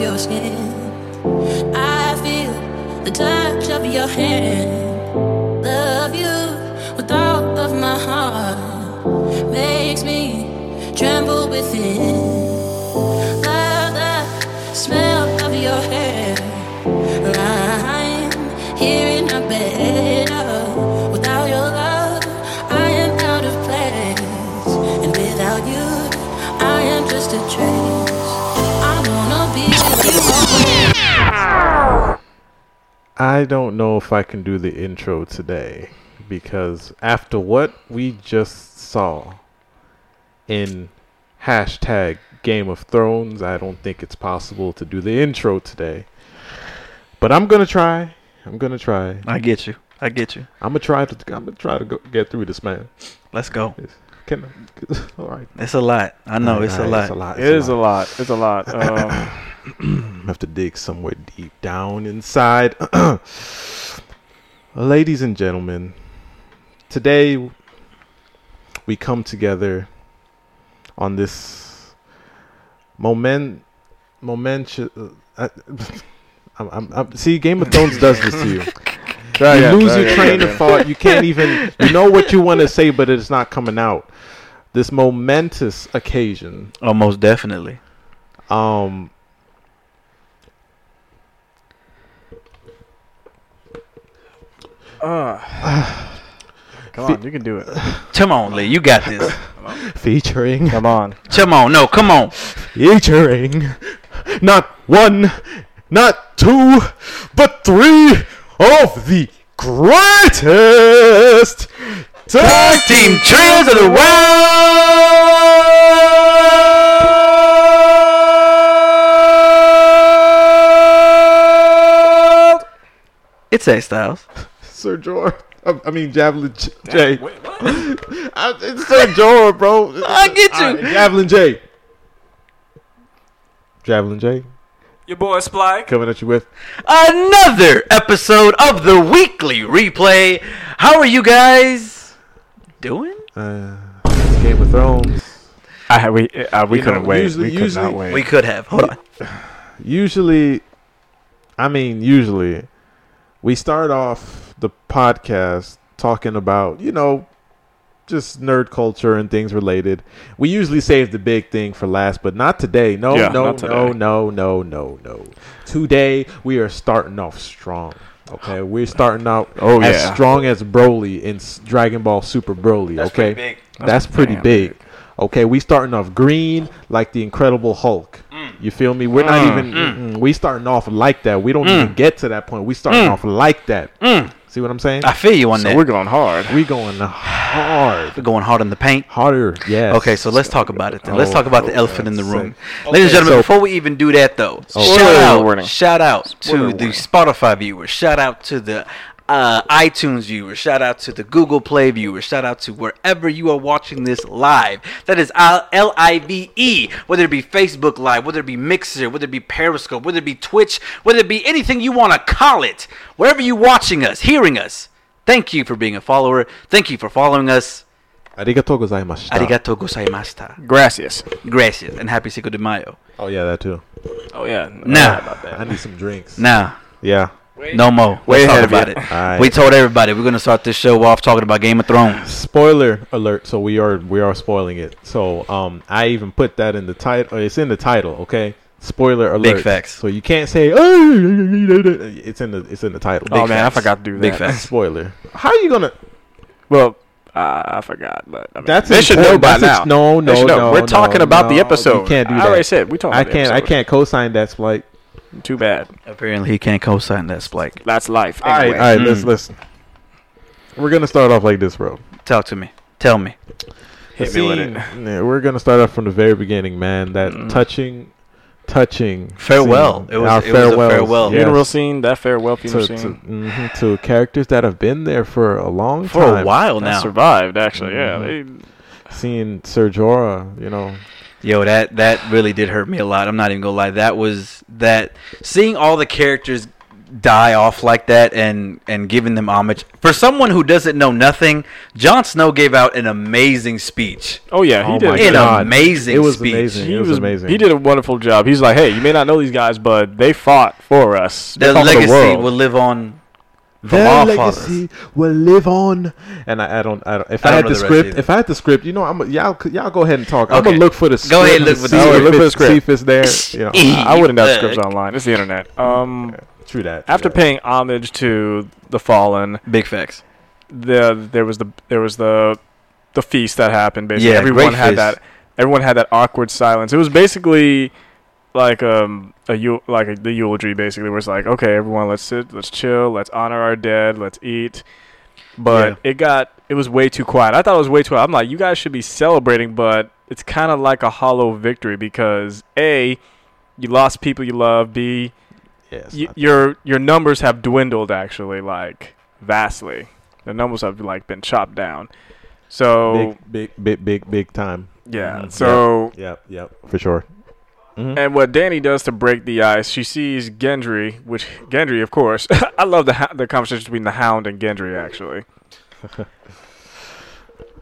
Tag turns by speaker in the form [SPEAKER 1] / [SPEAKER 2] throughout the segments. [SPEAKER 1] your skin. I feel the touch of your hand. Love you with all of my heart. Makes me tremble within. Love the smell of your hair. I'm here in my bed. Oh, without your love, I am out of place. And without you, I am just a trace. I wanna be with you always.
[SPEAKER 2] I don't know if I can do the intro today because after what we just saw in hashtag Game of Thrones, I don't think it's possible to do the intro today. But I'm gonna try. I'm gonna try.
[SPEAKER 3] I get you. I get you.
[SPEAKER 2] I'm gonna try to. I'm gonna try to go, get through this, man.
[SPEAKER 3] Let's go.
[SPEAKER 2] Can I, all right.
[SPEAKER 3] It's a lot. I know it's, a lot.
[SPEAKER 2] It's a lot.
[SPEAKER 4] It is a lot. It's a lot. Um,
[SPEAKER 2] I have to dig somewhere deep down inside. Ladies and gentlemen, today we come together on this moment moment I, I'm, I'm, I'm see Game of Thrones does this to you.
[SPEAKER 4] try
[SPEAKER 2] you
[SPEAKER 4] again,
[SPEAKER 2] lose
[SPEAKER 4] try
[SPEAKER 2] your train
[SPEAKER 4] again, try
[SPEAKER 2] of
[SPEAKER 4] again.
[SPEAKER 2] thought. You can't even you know what you want to say but it's not coming out. This momentous occasion
[SPEAKER 3] Oh, most definitely.
[SPEAKER 2] um,
[SPEAKER 4] Ah. come on, you can do it.
[SPEAKER 3] Come on, Lee. You got this.
[SPEAKER 2] featuring
[SPEAKER 4] Come on.
[SPEAKER 3] Come on. No, come on.
[SPEAKER 2] featuring not one, not two, but three of the greatest tag
[SPEAKER 3] Team Trios of the World. It's A Styles.
[SPEAKER 2] Sir George. I I mean Javelin J. J. I- it's Sir Jorah, bro.
[SPEAKER 3] I get you.
[SPEAKER 2] Alright, Javelin J. Javelin J.
[SPEAKER 5] Your boy Sply.
[SPEAKER 2] Coming at you with
[SPEAKER 3] Another episode of the weekly replay. How are you guys doing?
[SPEAKER 2] uh, it's Game of Thrones.
[SPEAKER 4] I, we uh, we
[SPEAKER 2] You
[SPEAKER 4] couldn't
[SPEAKER 2] know,
[SPEAKER 4] wait.
[SPEAKER 2] usually-
[SPEAKER 4] we could
[SPEAKER 2] usually-
[SPEAKER 4] not wait.
[SPEAKER 3] We could have. Hold on.
[SPEAKER 2] usually i mean usually we start off the podcast talking about you know just nerd culture and things related we usually save the big thing for last but not today no
[SPEAKER 4] Yeah,
[SPEAKER 2] no
[SPEAKER 4] not
[SPEAKER 2] no
[SPEAKER 4] today.
[SPEAKER 2] no no no no today we are starting off strong okay we're starting out
[SPEAKER 4] Oh,
[SPEAKER 2] as
[SPEAKER 4] yeah.
[SPEAKER 2] strong as broly in S- dragon ball super broly okay that's pretty
[SPEAKER 4] damn
[SPEAKER 2] big. Okay, we starting off green like the Incredible Hulk. You feel me? We're not even mm, we starting off like that. We don't even get to that point. We starting off like that. See what I'm saying?
[SPEAKER 3] I feel you on
[SPEAKER 4] so
[SPEAKER 3] that.
[SPEAKER 4] we're going hard.
[SPEAKER 2] We going hard,
[SPEAKER 3] We're going hard in the paint.
[SPEAKER 2] harder. Yes.
[SPEAKER 3] Okay, so let's talk about it then. Let's
[SPEAKER 2] Oh,
[SPEAKER 3] talk about the
[SPEAKER 2] okay.
[SPEAKER 3] elephant in the room.
[SPEAKER 2] Okay,
[SPEAKER 3] Ladies and gentlemen,
[SPEAKER 2] so-
[SPEAKER 3] before we even do that though, shout
[SPEAKER 4] Spoiler
[SPEAKER 3] out,
[SPEAKER 4] warning.
[SPEAKER 3] shout out
[SPEAKER 4] Spoiler
[SPEAKER 3] to the
[SPEAKER 4] warning.
[SPEAKER 3] Spotify viewers, shout out to the uh, iTunes viewers, shout out to the Google Play viewers, shout out to wherever you are watching this live. That is L I V E, whether it be Facebook Live, whether it be Mixer, whether it be Periscope, whether it be Twitch, whether it be anything you want to call it, wherever you watching us, hearing us. Thank you for being a follower. Thank you for following us.
[SPEAKER 2] Arigato gozaimashita.
[SPEAKER 3] Arigato gozaimashita.
[SPEAKER 4] Gracias.
[SPEAKER 3] Gracias and happy Cinco de Mayo.
[SPEAKER 2] Oh yeah, that too.
[SPEAKER 4] Oh yeah.
[SPEAKER 3] Now,
[SPEAKER 2] I need some drinks.
[SPEAKER 3] now,
[SPEAKER 2] Yeah.
[SPEAKER 3] no more.
[SPEAKER 4] Way
[SPEAKER 3] Let's talk
[SPEAKER 4] ahead of
[SPEAKER 3] about
[SPEAKER 4] you.
[SPEAKER 3] it.
[SPEAKER 2] Alright.
[SPEAKER 3] We told everybody we're gonna start this show off talking about Game of Thrones.
[SPEAKER 2] Spoiler alert. So we are we are spoiling it. So um, I even put that in the title. It's in the title. Okay. Spoiler alert.
[SPEAKER 3] facts.
[SPEAKER 2] So you can't say oh, it's in the it's in the title.
[SPEAKER 4] Oh
[SPEAKER 2] Big
[SPEAKER 4] man, I
[SPEAKER 2] facts.
[SPEAKER 4] forgot to do that.
[SPEAKER 3] Big facts.
[SPEAKER 2] Spoiler. How are you gonna?
[SPEAKER 4] Well, uh, I forgot, but I mean,
[SPEAKER 2] That's
[SPEAKER 4] they should know
[SPEAKER 2] important.
[SPEAKER 4] by
[SPEAKER 2] That's
[SPEAKER 4] now.
[SPEAKER 2] ex- no,
[SPEAKER 4] They should
[SPEAKER 2] no,
[SPEAKER 4] know.
[SPEAKER 2] no,
[SPEAKER 4] We're
[SPEAKER 2] no,
[SPEAKER 4] talking about
[SPEAKER 2] no,
[SPEAKER 4] the
[SPEAKER 2] you
[SPEAKER 4] episode.
[SPEAKER 2] can't do
[SPEAKER 4] I already
[SPEAKER 2] that.
[SPEAKER 4] said we talking.
[SPEAKER 2] I
[SPEAKER 4] about the
[SPEAKER 2] can't. I
[SPEAKER 4] episode.
[SPEAKER 2] can't co-sign that. Spike.
[SPEAKER 4] Too bad.
[SPEAKER 3] Apparently, he can't co-sign that. Spike,
[SPEAKER 4] That's life.
[SPEAKER 2] All right.
[SPEAKER 4] Anyway.
[SPEAKER 2] All right. Let's
[SPEAKER 3] Mm.
[SPEAKER 2] listen. We're gonna start off like this, bro.
[SPEAKER 3] talk to me. Tell me.
[SPEAKER 4] Hit me with it.
[SPEAKER 2] Yeah, we're gonna start off from the very beginning, man. That touching, touching
[SPEAKER 3] Farewell.
[SPEAKER 2] scene.
[SPEAKER 3] It was-
[SPEAKER 2] Our
[SPEAKER 3] it was a
[SPEAKER 2] farewells,
[SPEAKER 3] farewell.
[SPEAKER 2] yes.
[SPEAKER 4] Funeral scene. That farewell
[SPEAKER 2] to,
[SPEAKER 4] funeral
[SPEAKER 2] to,
[SPEAKER 4] scene.
[SPEAKER 2] mhm, to characters that have been there for a long
[SPEAKER 3] For
[SPEAKER 2] time.
[SPEAKER 3] a while
[SPEAKER 4] That
[SPEAKER 3] now.
[SPEAKER 4] survived actually. Yeah.
[SPEAKER 2] Mm-hmm.
[SPEAKER 4] They,
[SPEAKER 2] Seeing Ser Jorah, you know.
[SPEAKER 3] Yo, that that really did hurt me a lot. I'm not even gonna lie. That was that seeing all the characters die off like that and and giving them homage for someone who doesn't know nothing. Jon Snow gave out an amazing speech.
[SPEAKER 4] Oh yeah, he
[SPEAKER 2] Oh
[SPEAKER 4] did.
[SPEAKER 2] my
[SPEAKER 4] it.
[SPEAKER 3] An
[SPEAKER 2] God.
[SPEAKER 3] amazing
[SPEAKER 2] It was
[SPEAKER 3] speech.
[SPEAKER 2] amazing.
[SPEAKER 4] He
[SPEAKER 2] It was amazing.
[SPEAKER 4] He did a wonderful job. He's like, hey, you may not know these guys, but they fought for us. They
[SPEAKER 3] Their
[SPEAKER 4] fought for
[SPEAKER 3] legacy
[SPEAKER 4] the world.
[SPEAKER 3] will live on. The
[SPEAKER 2] Their
[SPEAKER 3] Law
[SPEAKER 2] legacy will live on. And I, I, don't, I don't. If I,
[SPEAKER 3] I don't
[SPEAKER 2] had the
[SPEAKER 3] know the rest
[SPEAKER 2] script,
[SPEAKER 3] either.
[SPEAKER 2] if I had the script, you know, I'm a- y'all. Y'all go ahead and talk. I'm
[SPEAKER 3] Okay.
[SPEAKER 2] gonna look for the script.
[SPEAKER 3] Go ahead
[SPEAKER 2] and
[SPEAKER 3] and look for the
[SPEAKER 2] see
[SPEAKER 4] script.
[SPEAKER 2] if
[SPEAKER 4] Look for the
[SPEAKER 2] it's-
[SPEAKER 4] script.
[SPEAKER 2] See if it's there. You know,
[SPEAKER 4] I, I wouldn't have
[SPEAKER 3] Look.
[SPEAKER 4] scripts online. It's the internet. Um,
[SPEAKER 2] true that. true
[SPEAKER 4] after
[SPEAKER 2] that.
[SPEAKER 4] paying homage to the fallen,
[SPEAKER 3] Big facts.
[SPEAKER 4] the there was the there was the the feast that happened. Basically,
[SPEAKER 3] Yeah,
[SPEAKER 4] everyone
[SPEAKER 3] great
[SPEAKER 4] had
[SPEAKER 3] feast.
[SPEAKER 4] that. Everyone had that awkward silence. It was basically like um a eu- like a, the eulogy. Basically, where it's like, okay, everyone, let's sit, let's chill, let's honor our dead, let's eat. But it got it was way too quiet. I thought it was way too. I'm like, you guys should be celebrating, but it's kind of like a hollow victory because a you lost people you love. B
[SPEAKER 2] Yeah, it's
[SPEAKER 4] y-
[SPEAKER 2] not-
[SPEAKER 4] your your numbers have dwindled actually like vastly the numbers have like been chopped down so
[SPEAKER 2] big, big, big, big, big time.
[SPEAKER 3] Mm-hmm.
[SPEAKER 4] yeah so
[SPEAKER 2] Yep, yep, for sure. Mm-hmm.
[SPEAKER 4] and what danny does to break the ice she sees gendry which gendry of course i love the ho- the conversation between the hound and gendry actually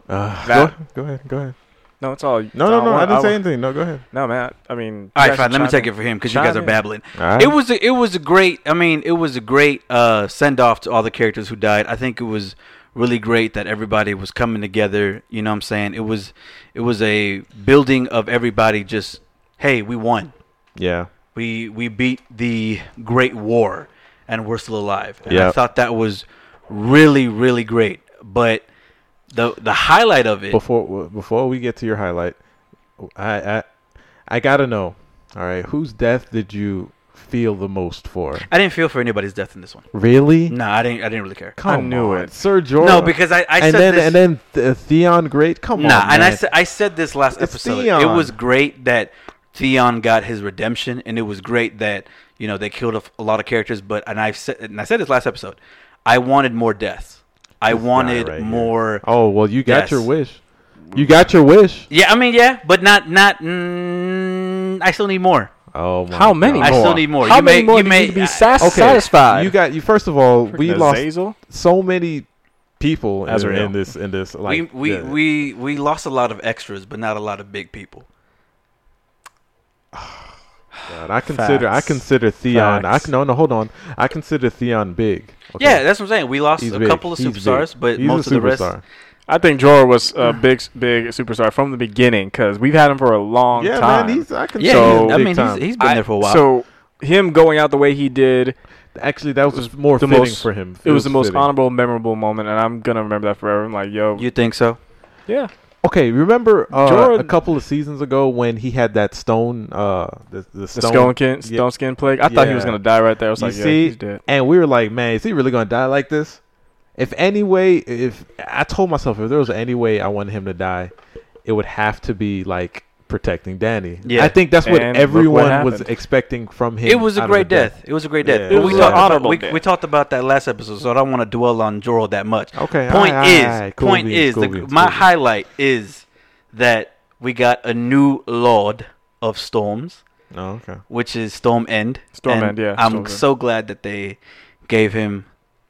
[SPEAKER 2] Uh,
[SPEAKER 4] That-
[SPEAKER 2] go, go ahead, go ahead.
[SPEAKER 4] no it's all
[SPEAKER 2] No, no, no. I didn't
[SPEAKER 4] want-
[SPEAKER 2] say
[SPEAKER 4] want-
[SPEAKER 2] anything. No, go ahead.
[SPEAKER 4] no man i mean
[SPEAKER 3] All right,
[SPEAKER 4] you guys
[SPEAKER 3] fine. Let me
[SPEAKER 4] should
[SPEAKER 3] take
[SPEAKER 4] chime
[SPEAKER 3] it for him because you guys
[SPEAKER 4] Chime
[SPEAKER 3] are
[SPEAKER 4] in.
[SPEAKER 3] babbling.
[SPEAKER 2] All right.
[SPEAKER 3] It was a, it was a great. I mean, it was a great uh, send off to all the characters who died. I think it was really great that everybody was coming together. You know what I'm saying? It was it was a building of everybody. Just hey, we won.
[SPEAKER 2] yeah,
[SPEAKER 3] We we beat the Great War, and we're still alive. And I
[SPEAKER 2] Yeah.
[SPEAKER 3] thought that was really really great. But the the highlight of it.
[SPEAKER 2] before before we get to your highlight, I I I gotta know. All right, whose death did you feel the most for?
[SPEAKER 3] I didn't feel for anybody's death in this one.
[SPEAKER 2] Really?
[SPEAKER 3] No, I didn't. I didn't really care.
[SPEAKER 2] Come
[SPEAKER 4] knew
[SPEAKER 2] on,
[SPEAKER 4] it.
[SPEAKER 2] Sir Jorah.
[SPEAKER 3] No, because I, I
[SPEAKER 2] and
[SPEAKER 3] said
[SPEAKER 2] then
[SPEAKER 3] this.
[SPEAKER 2] and then Th- Theon Great. Come on,
[SPEAKER 3] Nah, and I
[SPEAKER 2] man.
[SPEAKER 3] said I said this last
[SPEAKER 2] It's
[SPEAKER 3] episode. It
[SPEAKER 2] Theon.
[SPEAKER 3] was great that Theon got his redemption, and it was great that you know they killed off a lot of characters. But and I said and I said this last episode, I wanted more deaths. I wanted
[SPEAKER 2] right here.
[SPEAKER 3] more.
[SPEAKER 2] Oh well, you got
[SPEAKER 3] Yes.
[SPEAKER 2] your wish. You got your wish.
[SPEAKER 3] Yeah, I mean, yeah, but not not. Mm, I still need more.
[SPEAKER 2] Oh my
[SPEAKER 4] How many
[SPEAKER 3] I
[SPEAKER 2] God.
[SPEAKER 4] more?
[SPEAKER 3] still need more.
[SPEAKER 4] how
[SPEAKER 3] You
[SPEAKER 4] many
[SPEAKER 3] may-
[SPEAKER 4] more
[SPEAKER 3] you
[SPEAKER 4] do you
[SPEAKER 3] may-
[SPEAKER 4] need to
[SPEAKER 3] I-
[SPEAKER 4] be sas-
[SPEAKER 2] Okay,
[SPEAKER 4] satisfied
[SPEAKER 2] You got you. First of all, we
[SPEAKER 4] Freaking
[SPEAKER 2] lost
[SPEAKER 4] Azazel?
[SPEAKER 2] so many people in,
[SPEAKER 4] Azrael.
[SPEAKER 2] in this in this like
[SPEAKER 3] we we,
[SPEAKER 2] yeah.
[SPEAKER 3] we we lost a lot of extras, but not a lot of big people.
[SPEAKER 2] God, I consider
[SPEAKER 4] Facts.
[SPEAKER 2] I consider Theon. I
[SPEAKER 4] Facts.
[SPEAKER 2] can, no no hold on. I consider Theon big. okay?
[SPEAKER 3] Yeah, that's what I'm saying. We lost
[SPEAKER 2] He's
[SPEAKER 3] a
[SPEAKER 2] big.
[SPEAKER 3] couple of
[SPEAKER 2] He's big.
[SPEAKER 3] superstars, but
[SPEAKER 2] He's a
[SPEAKER 3] most of the rest.
[SPEAKER 2] superstar.
[SPEAKER 4] i think jorah was a big big superstar from the beginning because we've had him for a long
[SPEAKER 2] Yeah,
[SPEAKER 4] time
[SPEAKER 2] man, he's I can
[SPEAKER 3] Yeah,
[SPEAKER 4] So-
[SPEAKER 3] he's- I
[SPEAKER 2] big
[SPEAKER 3] mean, he's,
[SPEAKER 2] time.
[SPEAKER 3] he's been there for a while.
[SPEAKER 4] So him going out the way he did,
[SPEAKER 2] actually that was more
[SPEAKER 4] the
[SPEAKER 2] fitting
[SPEAKER 4] most-
[SPEAKER 2] for him.
[SPEAKER 4] it was the most
[SPEAKER 2] fitting.
[SPEAKER 4] honorable, memorable moment, and I'm gonna remember that forever. I'm like, yo,
[SPEAKER 3] you think so?
[SPEAKER 4] yeah,
[SPEAKER 2] Okay, remember uh,
[SPEAKER 4] Jordan-
[SPEAKER 2] a couple of seasons ago when he had that stone uh the, the
[SPEAKER 4] the
[SPEAKER 2] stone
[SPEAKER 4] stone skin,
[SPEAKER 2] yeah.
[SPEAKER 4] stone skin plague. I thought he was
[SPEAKER 2] Yeah.
[SPEAKER 4] gonna die right there. I was
[SPEAKER 2] You
[SPEAKER 4] like, yeah,
[SPEAKER 2] see?
[SPEAKER 4] he's dead.
[SPEAKER 2] and we were like, man, is he really gonna die like this? If any way, if I told myself if there was any way I wanted him to die, it would have to be like protecting Danny.
[SPEAKER 3] Yeah.
[SPEAKER 2] I think that's what
[SPEAKER 4] And look what
[SPEAKER 2] everyone was
[SPEAKER 4] happened.
[SPEAKER 2] expecting from him.
[SPEAKER 3] It was a
[SPEAKER 2] out of
[SPEAKER 3] great
[SPEAKER 2] the
[SPEAKER 3] death. It was a great death.
[SPEAKER 2] Yeah.
[SPEAKER 3] But
[SPEAKER 2] It
[SPEAKER 3] we
[SPEAKER 2] was
[SPEAKER 3] talked
[SPEAKER 2] an
[SPEAKER 3] about,
[SPEAKER 4] honorable
[SPEAKER 3] we,
[SPEAKER 4] death.
[SPEAKER 3] we talked about that last episode, so I don't want to dwell on Jorl that much.
[SPEAKER 2] Okay,
[SPEAKER 3] Point
[SPEAKER 2] aight,
[SPEAKER 3] is,
[SPEAKER 2] aight, cool
[SPEAKER 3] point
[SPEAKER 2] beans,
[SPEAKER 3] is,
[SPEAKER 2] cool
[SPEAKER 3] the,
[SPEAKER 2] beans,
[SPEAKER 3] my
[SPEAKER 2] cool beans.
[SPEAKER 3] highlight is that we got a new Lord of Storms,
[SPEAKER 2] Oh, okay.
[SPEAKER 3] which is Storm End.
[SPEAKER 4] Storm
[SPEAKER 3] And
[SPEAKER 4] End, yeah,
[SPEAKER 3] I'm
[SPEAKER 4] Storm End.
[SPEAKER 3] so glad that they gave him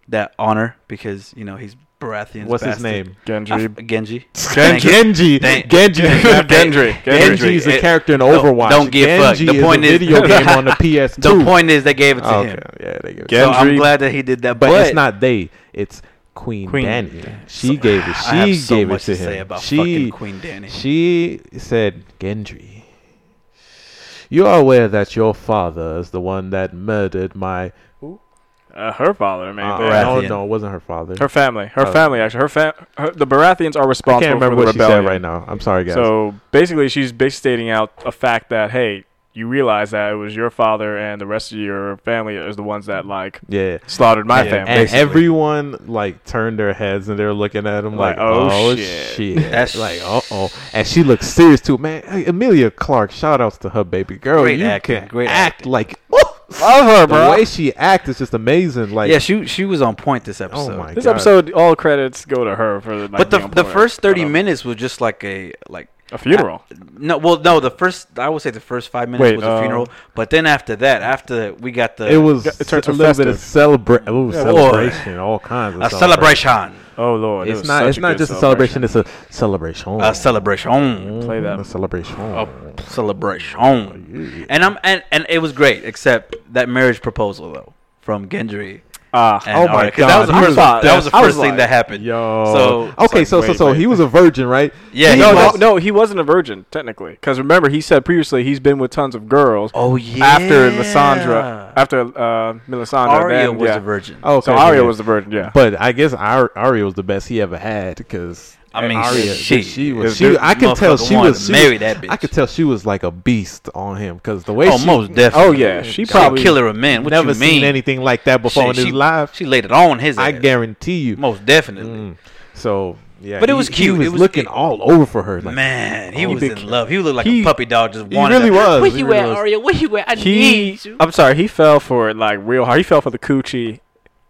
[SPEAKER 3] that honor because you know he's Baratheon's.
[SPEAKER 2] What's his
[SPEAKER 3] bastard.
[SPEAKER 2] name?
[SPEAKER 3] I f-
[SPEAKER 4] Gendry.
[SPEAKER 3] Genji. Thank you.
[SPEAKER 2] Genji.
[SPEAKER 3] Thank-
[SPEAKER 2] Genji.
[SPEAKER 4] Gendry. Gendry.
[SPEAKER 2] Genji is a
[SPEAKER 3] It-
[SPEAKER 2] character in
[SPEAKER 3] don't-
[SPEAKER 2] Overwatch.
[SPEAKER 3] don't give a fuck.
[SPEAKER 2] Genji
[SPEAKER 3] The
[SPEAKER 2] is
[SPEAKER 3] point
[SPEAKER 2] a
[SPEAKER 3] is-
[SPEAKER 2] video game on the PS2.
[SPEAKER 3] The point is they gave it to
[SPEAKER 2] Ah, okay.
[SPEAKER 3] him.
[SPEAKER 2] Yeah, they give it.
[SPEAKER 4] Gen-
[SPEAKER 3] So I'm
[SPEAKER 4] Gendry.
[SPEAKER 3] glad that he did that.
[SPEAKER 2] but, it's not they. It's Queen,
[SPEAKER 4] Queen
[SPEAKER 2] Danny.
[SPEAKER 4] Dany.
[SPEAKER 2] She gave it. She
[SPEAKER 3] I have so
[SPEAKER 2] gave
[SPEAKER 3] much
[SPEAKER 2] it to,
[SPEAKER 3] to
[SPEAKER 2] him.
[SPEAKER 3] say about
[SPEAKER 2] she,
[SPEAKER 3] fucking Queen Dany.
[SPEAKER 2] She said, "Gendry, you are aware that your father is the one that murdered my."
[SPEAKER 4] Uh, her father, man.
[SPEAKER 2] Uh,
[SPEAKER 4] They-
[SPEAKER 2] no,
[SPEAKER 3] Baratheon.
[SPEAKER 2] no, it wasn't her father.
[SPEAKER 4] Her family, her
[SPEAKER 2] Oh.
[SPEAKER 4] family, actually, her, fa- her the Baratheons are
[SPEAKER 2] I
[SPEAKER 4] responsible
[SPEAKER 2] can't remember
[SPEAKER 4] for the
[SPEAKER 2] what she
[SPEAKER 4] rebellion.
[SPEAKER 2] said right now. I'm sorry, guys.
[SPEAKER 4] So basically, she's bas- stating out a fact that hey, you realize that it was your father and the rest of your family is the ones that like
[SPEAKER 2] yeah.
[SPEAKER 4] slaughtered my
[SPEAKER 3] Yeah,
[SPEAKER 4] family.
[SPEAKER 2] And
[SPEAKER 3] Basically.
[SPEAKER 2] everyone like turned their heads and they were looking at him like, oh, shit.
[SPEAKER 3] That's-
[SPEAKER 2] like, uh oh. And she looked serious too, man. Hey, Amelia Clark, shout outs to her baby girl.
[SPEAKER 3] Great
[SPEAKER 2] you
[SPEAKER 3] acting,
[SPEAKER 2] can
[SPEAKER 3] great
[SPEAKER 2] act
[SPEAKER 3] acting.
[SPEAKER 2] like
[SPEAKER 4] Love her, bro.
[SPEAKER 2] the way she acts is just amazing. Like,
[SPEAKER 3] yeah, she she was on point this episode.
[SPEAKER 2] oh my
[SPEAKER 4] This
[SPEAKER 2] god,
[SPEAKER 4] episode, all credits go to her for the. Like,
[SPEAKER 3] but the
[SPEAKER 4] being on
[SPEAKER 3] the
[SPEAKER 4] point.
[SPEAKER 3] first
[SPEAKER 4] I
[SPEAKER 3] thirty
[SPEAKER 4] love it.
[SPEAKER 3] minutes was just like a like
[SPEAKER 4] A funeral.
[SPEAKER 3] No, well, no. The first, I would say, the first five minutes
[SPEAKER 4] Wait,
[SPEAKER 3] was a
[SPEAKER 4] uh,
[SPEAKER 3] funeral, but then after that, after we got the
[SPEAKER 2] It was
[SPEAKER 4] It turned
[SPEAKER 2] a
[SPEAKER 4] to
[SPEAKER 2] little bit of
[SPEAKER 4] festive.
[SPEAKER 2] celebra- ooh, celebration, all kinds of
[SPEAKER 3] a celebration,
[SPEAKER 4] oh lord, it
[SPEAKER 2] It's
[SPEAKER 4] was
[SPEAKER 2] not.
[SPEAKER 4] such
[SPEAKER 2] It's not
[SPEAKER 4] good
[SPEAKER 2] just a celebration. It's a celebration.
[SPEAKER 3] a celebration,
[SPEAKER 4] Play that.
[SPEAKER 2] A celebration.
[SPEAKER 3] a celebration. And I'm and and it was great, except that marriage proposal though from Gendry.
[SPEAKER 4] Ah,
[SPEAKER 3] And
[SPEAKER 2] Oh my
[SPEAKER 3] Arya, 'cause That was the
[SPEAKER 2] God,
[SPEAKER 3] first,
[SPEAKER 2] I thought-
[SPEAKER 3] that was the
[SPEAKER 4] I
[SPEAKER 3] first
[SPEAKER 4] was
[SPEAKER 3] thing
[SPEAKER 4] like,
[SPEAKER 3] that happened.
[SPEAKER 2] Yo.
[SPEAKER 3] So
[SPEAKER 2] okay,
[SPEAKER 4] like,
[SPEAKER 2] so so
[SPEAKER 4] wait,
[SPEAKER 2] so
[SPEAKER 4] wait.
[SPEAKER 2] he was a virgin, right?
[SPEAKER 3] Yeah,
[SPEAKER 2] He
[SPEAKER 4] no, no,
[SPEAKER 2] was-
[SPEAKER 4] no, he wasn't a virgin technically, because remember he said previously he's been with tons of girls.
[SPEAKER 3] Oh yeah.
[SPEAKER 4] After Lissandra, after uh, Melisandre,
[SPEAKER 3] Arya
[SPEAKER 4] then,
[SPEAKER 3] was
[SPEAKER 4] yeah.
[SPEAKER 3] a virgin.
[SPEAKER 2] Oh, okay,
[SPEAKER 4] So Arya
[SPEAKER 2] yeah.
[SPEAKER 4] was the virgin, yeah.
[SPEAKER 2] But I guess Ar- Arya was the best he ever had because
[SPEAKER 3] I mean,
[SPEAKER 2] Arya,
[SPEAKER 3] she-
[SPEAKER 2] she, was.
[SPEAKER 4] this
[SPEAKER 2] She, I could tell
[SPEAKER 3] motherfucker
[SPEAKER 2] she
[SPEAKER 3] wanted
[SPEAKER 2] was.
[SPEAKER 3] to
[SPEAKER 2] She
[SPEAKER 3] marry
[SPEAKER 2] was-
[SPEAKER 3] that bitch.
[SPEAKER 2] I could tell she was like a beast on him because the way
[SPEAKER 3] oh,
[SPEAKER 2] she
[SPEAKER 3] most definitely.
[SPEAKER 4] oh yeah, she
[SPEAKER 3] She probably
[SPEAKER 4] probably
[SPEAKER 3] killer of men. What
[SPEAKER 2] never
[SPEAKER 3] you mean?
[SPEAKER 2] seen anything like that before in his life.
[SPEAKER 3] She laid it on his.
[SPEAKER 2] I
[SPEAKER 3] ass.
[SPEAKER 2] guarantee you.
[SPEAKER 3] Most definitely.
[SPEAKER 2] Mm. So yeah,
[SPEAKER 3] But it
[SPEAKER 2] he-
[SPEAKER 3] was
[SPEAKER 2] he
[SPEAKER 3] cute. It was-
[SPEAKER 2] looking
[SPEAKER 3] it-
[SPEAKER 2] all over for her. Like,
[SPEAKER 3] Man, he
[SPEAKER 2] Oh,
[SPEAKER 3] was
[SPEAKER 2] big-
[SPEAKER 3] in love. He looked like
[SPEAKER 4] he-
[SPEAKER 3] a puppy dog just
[SPEAKER 2] he
[SPEAKER 3] wanted.
[SPEAKER 2] really
[SPEAKER 3] to-
[SPEAKER 2] was.
[SPEAKER 3] Where
[SPEAKER 2] He
[SPEAKER 3] you
[SPEAKER 2] really
[SPEAKER 3] at,
[SPEAKER 2] was.
[SPEAKER 3] Arya? Where you at? I
[SPEAKER 4] He,
[SPEAKER 3] need you.
[SPEAKER 4] I'm sorry, he fell for it like real hard. He fell for the coochie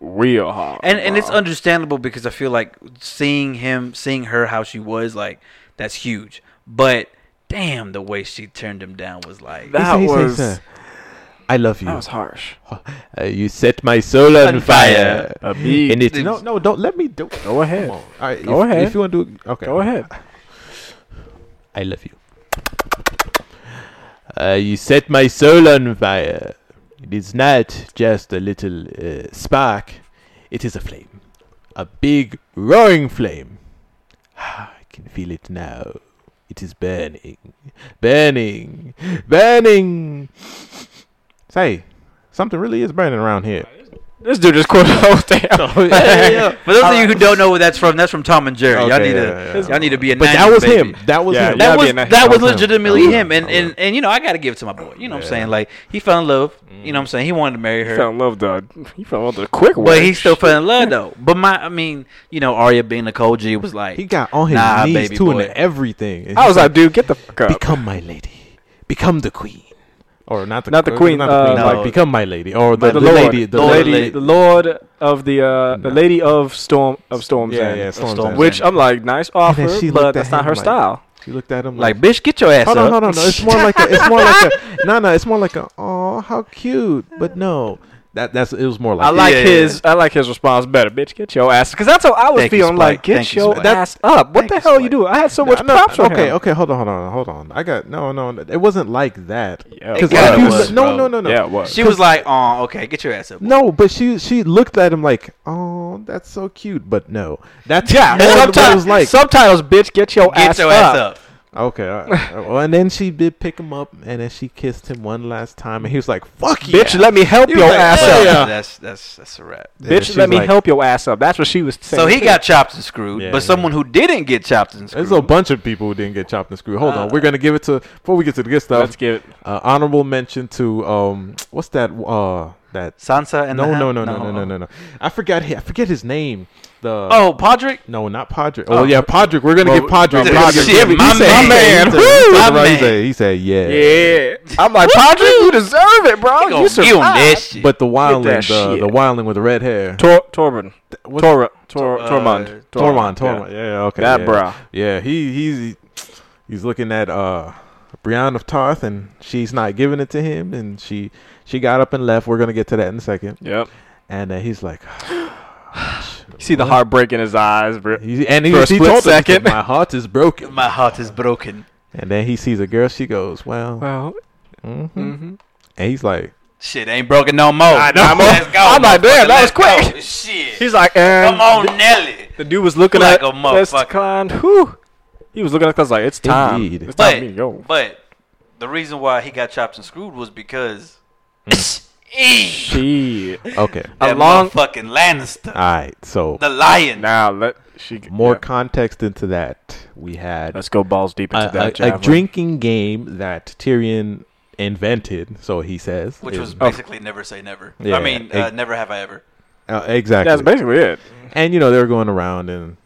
[SPEAKER 4] real hard.
[SPEAKER 3] And and it's
[SPEAKER 4] bro.
[SPEAKER 3] understandable because I feel like seeing him, seeing her, how she was, like that's huge. But damn, the way she turned him down was like.
[SPEAKER 4] That-
[SPEAKER 2] He said- he
[SPEAKER 4] was-
[SPEAKER 2] said, I love you.
[SPEAKER 4] that was harsh.
[SPEAKER 2] Uh, you set my soul on,
[SPEAKER 3] On fire.
[SPEAKER 2] fire.
[SPEAKER 4] A beat.
[SPEAKER 2] And it's
[SPEAKER 3] It
[SPEAKER 2] no,
[SPEAKER 3] was-
[SPEAKER 2] no, don't let me do.
[SPEAKER 4] Go ahead.
[SPEAKER 2] Come
[SPEAKER 3] Oh
[SPEAKER 2] on. All right,
[SPEAKER 4] Go
[SPEAKER 2] if,
[SPEAKER 4] ahead.
[SPEAKER 2] If you want to do, it, okay.
[SPEAKER 4] Go ahead.
[SPEAKER 2] I love you. Uh, you set my soul on fire. It is not just a little uh, spark. It is a flame, a big roaring flame. Ah, I can feel it now. It is burning, burning, burning. Say, something really is burning around here.
[SPEAKER 4] This dude just quoted the whole thing.
[SPEAKER 3] For those of you who don't know where that's from, that's from Tom and Jerry. y'all
[SPEAKER 2] Okay,
[SPEAKER 3] need to,
[SPEAKER 2] yeah, yeah.
[SPEAKER 3] y'all need to be a.
[SPEAKER 2] But that
[SPEAKER 3] 90s
[SPEAKER 2] was
[SPEAKER 3] baby.
[SPEAKER 2] him. That was
[SPEAKER 4] Yeah,
[SPEAKER 2] him.
[SPEAKER 4] yeah.
[SPEAKER 3] that
[SPEAKER 4] gotta be
[SPEAKER 3] was
[SPEAKER 4] in that-
[SPEAKER 3] that,
[SPEAKER 4] that
[SPEAKER 3] was
[SPEAKER 2] was him.
[SPEAKER 3] legitimately
[SPEAKER 2] That was
[SPEAKER 3] him,
[SPEAKER 2] him.
[SPEAKER 3] and, and and you know I gotta give it to my boy. You know what I'm saying? Like he fell in love. You
[SPEAKER 2] Mm.
[SPEAKER 3] know what I'm saying? He wanted to marry
[SPEAKER 4] He fell
[SPEAKER 3] her,
[SPEAKER 4] in love with the. He fell in love with the quick way.
[SPEAKER 3] but he still fell in love though. But my, I mean, you know, Arya being the cold G was like
[SPEAKER 2] He got on his
[SPEAKER 3] Nah,
[SPEAKER 2] knees
[SPEAKER 3] baby
[SPEAKER 2] too and
[SPEAKER 3] boy.
[SPEAKER 2] everything. And
[SPEAKER 4] I
[SPEAKER 2] he's
[SPEAKER 4] was like, dude, get the fuck up.
[SPEAKER 2] become my lady, become the queen, or not the
[SPEAKER 4] Not the
[SPEAKER 2] uh,
[SPEAKER 4] queen,
[SPEAKER 2] not the queen,
[SPEAKER 4] uh,
[SPEAKER 2] like
[SPEAKER 3] no.
[SPEAKER 2] become my lady, or the,
[SPEAKER 4] the,
[SPEAKER 2] the
[SPEAKER 4] Lord,
[SPEAKER 2] lady, the
[SPEAKER 4] the lady,
[SPEAKER 2] lady.
[SPEAKER 4] the Lord of the uh, the Lady of Storm of Storms
[SPEAKER 2] Yeah,
[SPEAKER 4] End.
[SPEAKER 2] yeah, Storm's
[SPEAKER 3] Storm's
[SPEAKER 2] End.
[SPEAKER 4] Which I'm like, nice offer,
[SPEAKER 2] she
[SPEAKER 4] but
[SPEAKER 2] looked at
[SPEAKER 4] that's not
[SPEAKER 2] him
[SPEAKER 4] her
[SPEAKER 2] like-
[SPEAKER 4] style.
[SPEAKER 2] she looked at him
[SPEAKER 3] like bitch, get your ass
[SPEAKER 2] Hold
[SPEAKER 3] up.
[SPEAKER 2] on, hold on, no. It's more like a, it's more like a, no, no. It's more like a, oh, how cute. But no, that that's it was more like
[SPEAKER 4] I like
[SPEAKER 3] yeah,
[SPEAKER 4] his. I like his response better. Bitch, get your ass. Because that's how I was
[SPEAKER 3] Thank you,
[SPEAKER 4] feeling. like,
[SPEAKER 3] Spike.
[SPEAKER 4] get
[SPEAKER 3] Thank you,
[SPEAKER 4] your
[SPEAKER 3] Spike.
[SPEAKER 4] ass up. What
[SPEAKER 3] Thank
[SPEAKER 4] the
[SPEAKER 3] you,
[SPEAKER 4] hell you
[SPEAKER 3] Spike.
[SPEAKER 4] do? I had so
[SPEAKER 2] No,
[SPEAKER 4] much
[SPEAKER 2] no,
[SPEAKER 4] props for
[SPEAKER 2] okay,
[SPEAKER 4] him.
[SPEAKER 2] okay, hold on, hold on, hold on. I got no, no, no. It wasn't like that.
[SPEAKER 4] Yeah,
[SPEAKER 2] Because
[SPEAKER 3] it
[SPEAKER 2] if you
[SPEAKER 3] was,
[SPEAKER 2] no,
[SPEAKER 3] bro.
[SPEAKER 2] no, no, no.
[SPEAKER 4] Yeah, it was.
[SPEAKER 3] She was like, oh, okay, get your ass up.
[SPEAKER 2] No, but she she looked at him like, oh, that's so cute. But no, that's
[SPEAKER 4] yeah,
[SPEAKER 2] more than what it
[SPEAKER 4] subtitles,
[SPEAKER 2] was like.
[SPEAKER 4] subtitles, bitch, get your,
[SPEAKER 3] Get
[SPEAKER 4] ass,
[SPEAKER 3] your
[SPEAKER 4] up.
[SPEAKER 3] ass up.
[SPEAKER 2] Okay, all right. well, and then she did pick him up, and then she kissed him one last time, and he was like, "Fuck you,
[SPEAKER 4] Bitch, let me help
[SPEAKER 2] You
[SPEAKER 4] your
[SPEAKER 2] like,
[SPEAKER 4] ass
[SPEAKER 2] "Fuck
[SPEAKER 4] up.
[SPEAKER 2] yeah."
[SPEAKER 3] That's that's that's a wrap.
[SPEAKER 2] And she
[SPEAKER 4] Bitch, let
[SPEAKER 2] was
[SPEAKER 4] me
[SPEAKER 2] like-
[SPEAKER 4] help your ass up. That's what she was saying.
[SPEAKER 3] So he
[SPEAKER 4] too.
[SPEAKER 3] got chopped and screwed,
[SPEAKER 2] Yeah,
[SPEAKER 3] but
[SPEAKER 2] yeah.
[SPEAKER 3] someone who didn't get chopped and screwed.
[SPEAKER 2] There's a bunch of people who didn't get chopped and screwed. Hold on, we're gonna give it to before we get to the good
[SPEAKER 4] Let's
[SPEAKER 2] stuff.
[SPEAKER 4] give it.
[SPEAKER 2] Uh, honorable mention to um, what's that? Uh, that
[SPEAKER 3] Sansa and
[SPEAKER 2] no, no,
[SPEAKER 3] the Hound?
[SPEAKER 2] no, no, no, no, no, no. I forgot. hi- I forget his name. The
[SPEAKER 3] Oh, Podrick.
[SPEAKER 2] no, not Podrick. Oh, yeah, Podrick. We're gonna give
[SPEAKER 4] Well,
[SPEAKER 2] Podrick.
[SPEAKER 4] no,
[SPEAKER 2] Podrick.
[SPEAKER 4] shit,
[SPEAKER 2] He said-
[SPEAKER 3] my
[SPEAKER 2] he said-
[SPEAKER 3] man.
[SPEAKER 2] he said-
[SPEAKER 3] Woo,
[SPEAKER 2] he said-
[SPEAKER 3] my
[SPEAKER 2] he said-
[SPEAKER 3] man.
[SPEAKER 2] He said, yeah.
[SPEAKER 4] Yeah, I'm like, Padre, you deserve it, bro.
[SPEAKER 3] Gonna
[SPEAKER 4] You
[SPEAKER 3] give him that
[SPEAKER 4] survived.
[SPEAKER 2] Oh,
[SPEAKER 3] shit.
[SPEAKER 2] But the wildling,
[SPEAKER 4] that
[SPEAKER 2] the,
[SPEAKER 4] shit.
[SPEAKER 2] the wildling with the red hair,
[SPEAKER 4] Tor Torben,
[SPEAKER 2] What-
[SPEAKER 4] Tor Tor
[SPEAKER 3] Uh,
[SPEAKER 4] Tormund,
[SPEAKER 2] Tormund,
[SPEAKER 4] yeah.
[SPEAKER 2] Tormund. Yeah, okay.
[SPEAKER 4] That
[SPEAKER 2] yeah.
[SPEAKER 4] bro.
[SPEAKER 2] Yeah, he he's he's looking at uh Brienne of Tarth and she's not giving it to him and she she got up and left. We're gonna get to that in a second.
[SPEAKER 4] Yep.
[SPEAKER 2] And uh, he's like
[SPEAKER 4] You see the heartbreak in his eyes, bro.
[SPEAKER 2] he, and he,
[SPEAKER 4] For a
[SPEAKER 2] he
[SPEAKER 4] split
[SPEAKER 2] told her, he said,
[SPEAKER 4] second.
[SPEAKER 2] my heart is broken.
[SPEAKER 3] My heart is broken.
[SPEAKER 2] and then he sees a girl, she goes, Well
[SPEAKER 4] Well,
[SPEAKER 2] mhm."
[SPEAKER 4] mm-hmm.
[SPEAKER 2] and he's like
[SPEAKER 3] Shit ain't broken no more.
[SPEAKER 4] I know. I'm
[SPEAKER 3] Let's go.
[SPEAKER 4] I'm like, damn,
[SPEAKER 3] motherfucker,
[SPEAKER 4] that was
[SPEAKER 3] let's
[SPEAKER 4] quick.
[SPEAKER 3] go. Shit.
[SPEAKER 4] he's like, and
[SPEAKER 3] Come on, Nelly.
[SPEAKER 4] The dude was looking
[SPEAKER 3] Like
[SPEAKER 4] at
[SPEAKER 3] a
[SPEAKER 4] us,
[SPEAKER 3] motherfucker.
[SPEAKER 4] climbed. Whew. He was looking at us like, it's time.
[SPEAKER 2] Indeed.
[SPEAKER 4] It's time for me to
[SPEAKER 3] But
[SPEAKER 4] go.
[SPEAKER 3] but the reason why he got chopped and screwed was because
[SPEAKER 2] Hmm.
[SPEAKER 3] Eh,
[SPEAKER 4] Shit.
[SPEAKER 2] Okay.
[SPEAKER 3] that
[SPEAKER 4] long-
[SPEAKER 3] fucking Lannister,
[SPEAKER 2] Alright, so
[SPEAKER 3] the lion.
[SPEAKER 4] Now let she
[SPEAKER 2] more
[SPEAKER 4] yeah.
[SPEAKER 2] context into that. We had
[SPEAKER 4] Let's go balls deep into
[SPEAKER 2] a,
[SPEAKER 4] that.
[SPEAKER 2] a, a
[SPEAKER 4] javelin.
[SPEAKER 2] drinking game that Tyrion invented, so he says.
[SPEAKER 3] Which
[SPEAKER 2] is-
[SPEAKER 3] was basically never say never.
[SPEAKER 2] Oh. Yeah,
[SPEAKER 3] I mean,
[SPEAKER 2] eh.
[SPEAKER 3] uh, never have I ever.
[SPEAKER 2] uh, exactly.
[SPEAKER 4] That's basically it.
[SPEAKER 2] and you know they were going around and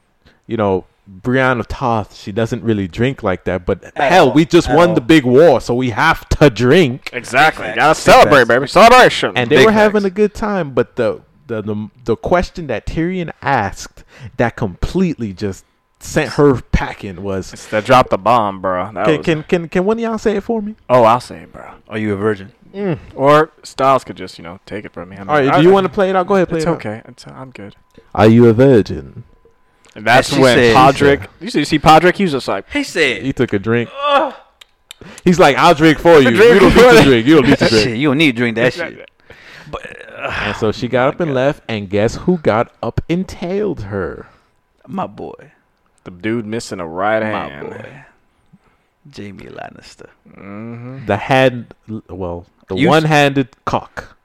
[SPEAKER 2] you know Brienne of Toth she doesn't really drink like that but hell
[SPEAKER 3] all.
[SPEAKER 2] we just
[SPEAKER 3] At
[SPEAKER 2] won
[SPEAKER 3] all.
[SPEAKER 2] the big war so we have to drink
[SPEAKER 4] Exactly.
[SPEAKER 3] Big
[SPEAKER 4] Gotta
[SPEAKER 3] facts.
[SPEAKER 4] celebrate, baby. Celebration.
[SPEAKER 2] and they
[SPEAKER 3] Big
[SPEAKER 2] were having
[SPEAKER 3] facts.
[SPEAKER 2] a good time but the, the the the question that Tyrion asked that completely just sent her packing was.
[SPEAKER 4] It's that dropped the bomb, bro. That
[SPEAKER 2] Can,
[SPEAKER 4] was-
[SPEAKER 2] can can can one of y'all say it for me?
[SPEAKER 4] oh, I'll say it, bro.
[SPEAKER 3] Are you a virgin?
[SPEAKER 4] Or Styles could just you know take it from me. I mean,
[SPEAKER 2] All right,
[SPEAKER 4] I-
[SPEAKER 2] do you want to play it out? Go ahead, play
[SPEAKER 4] It's
[SPEAKER 2] it out.
[SPEAKER 4] okay. It's, I'm good.
[SPEAKER 2] Are you a virgin?
[SPEAKER 4] And that's
[SPEAKER 3] she
[SPEAKER 4] when
[SPEAKER 3] said-
[SPEAKER 4] Podrick. You see, you see Podrick. He was just like,
[SPEAKER 3] He said,
[SPEAKER 2] He took a drink. He's like, I'll drink for you. you don't need to drink. You don't need to
[SPEAKER 3] shit,
[SPEAKER 2] drink.
[SPEAKER 3] you don't need to drink that shit.
[SPEAKER 2] and so she got
[SPEAKER 4] Oh
[SPEAKER 2] up and left, and guess who got up and tailed her?
[SPEAKER 3] My boy.
[SPEAKER 4] the dude missing a right
[SPEAKER 3] My
[SPEAKER 4] hand.
[SPEAKER 3] boy. Jamie Lannister.
[SPEAKER 2] The hand, well, the
[SPEAKER 3] You-
[SPEAKER 2] one-handed cock.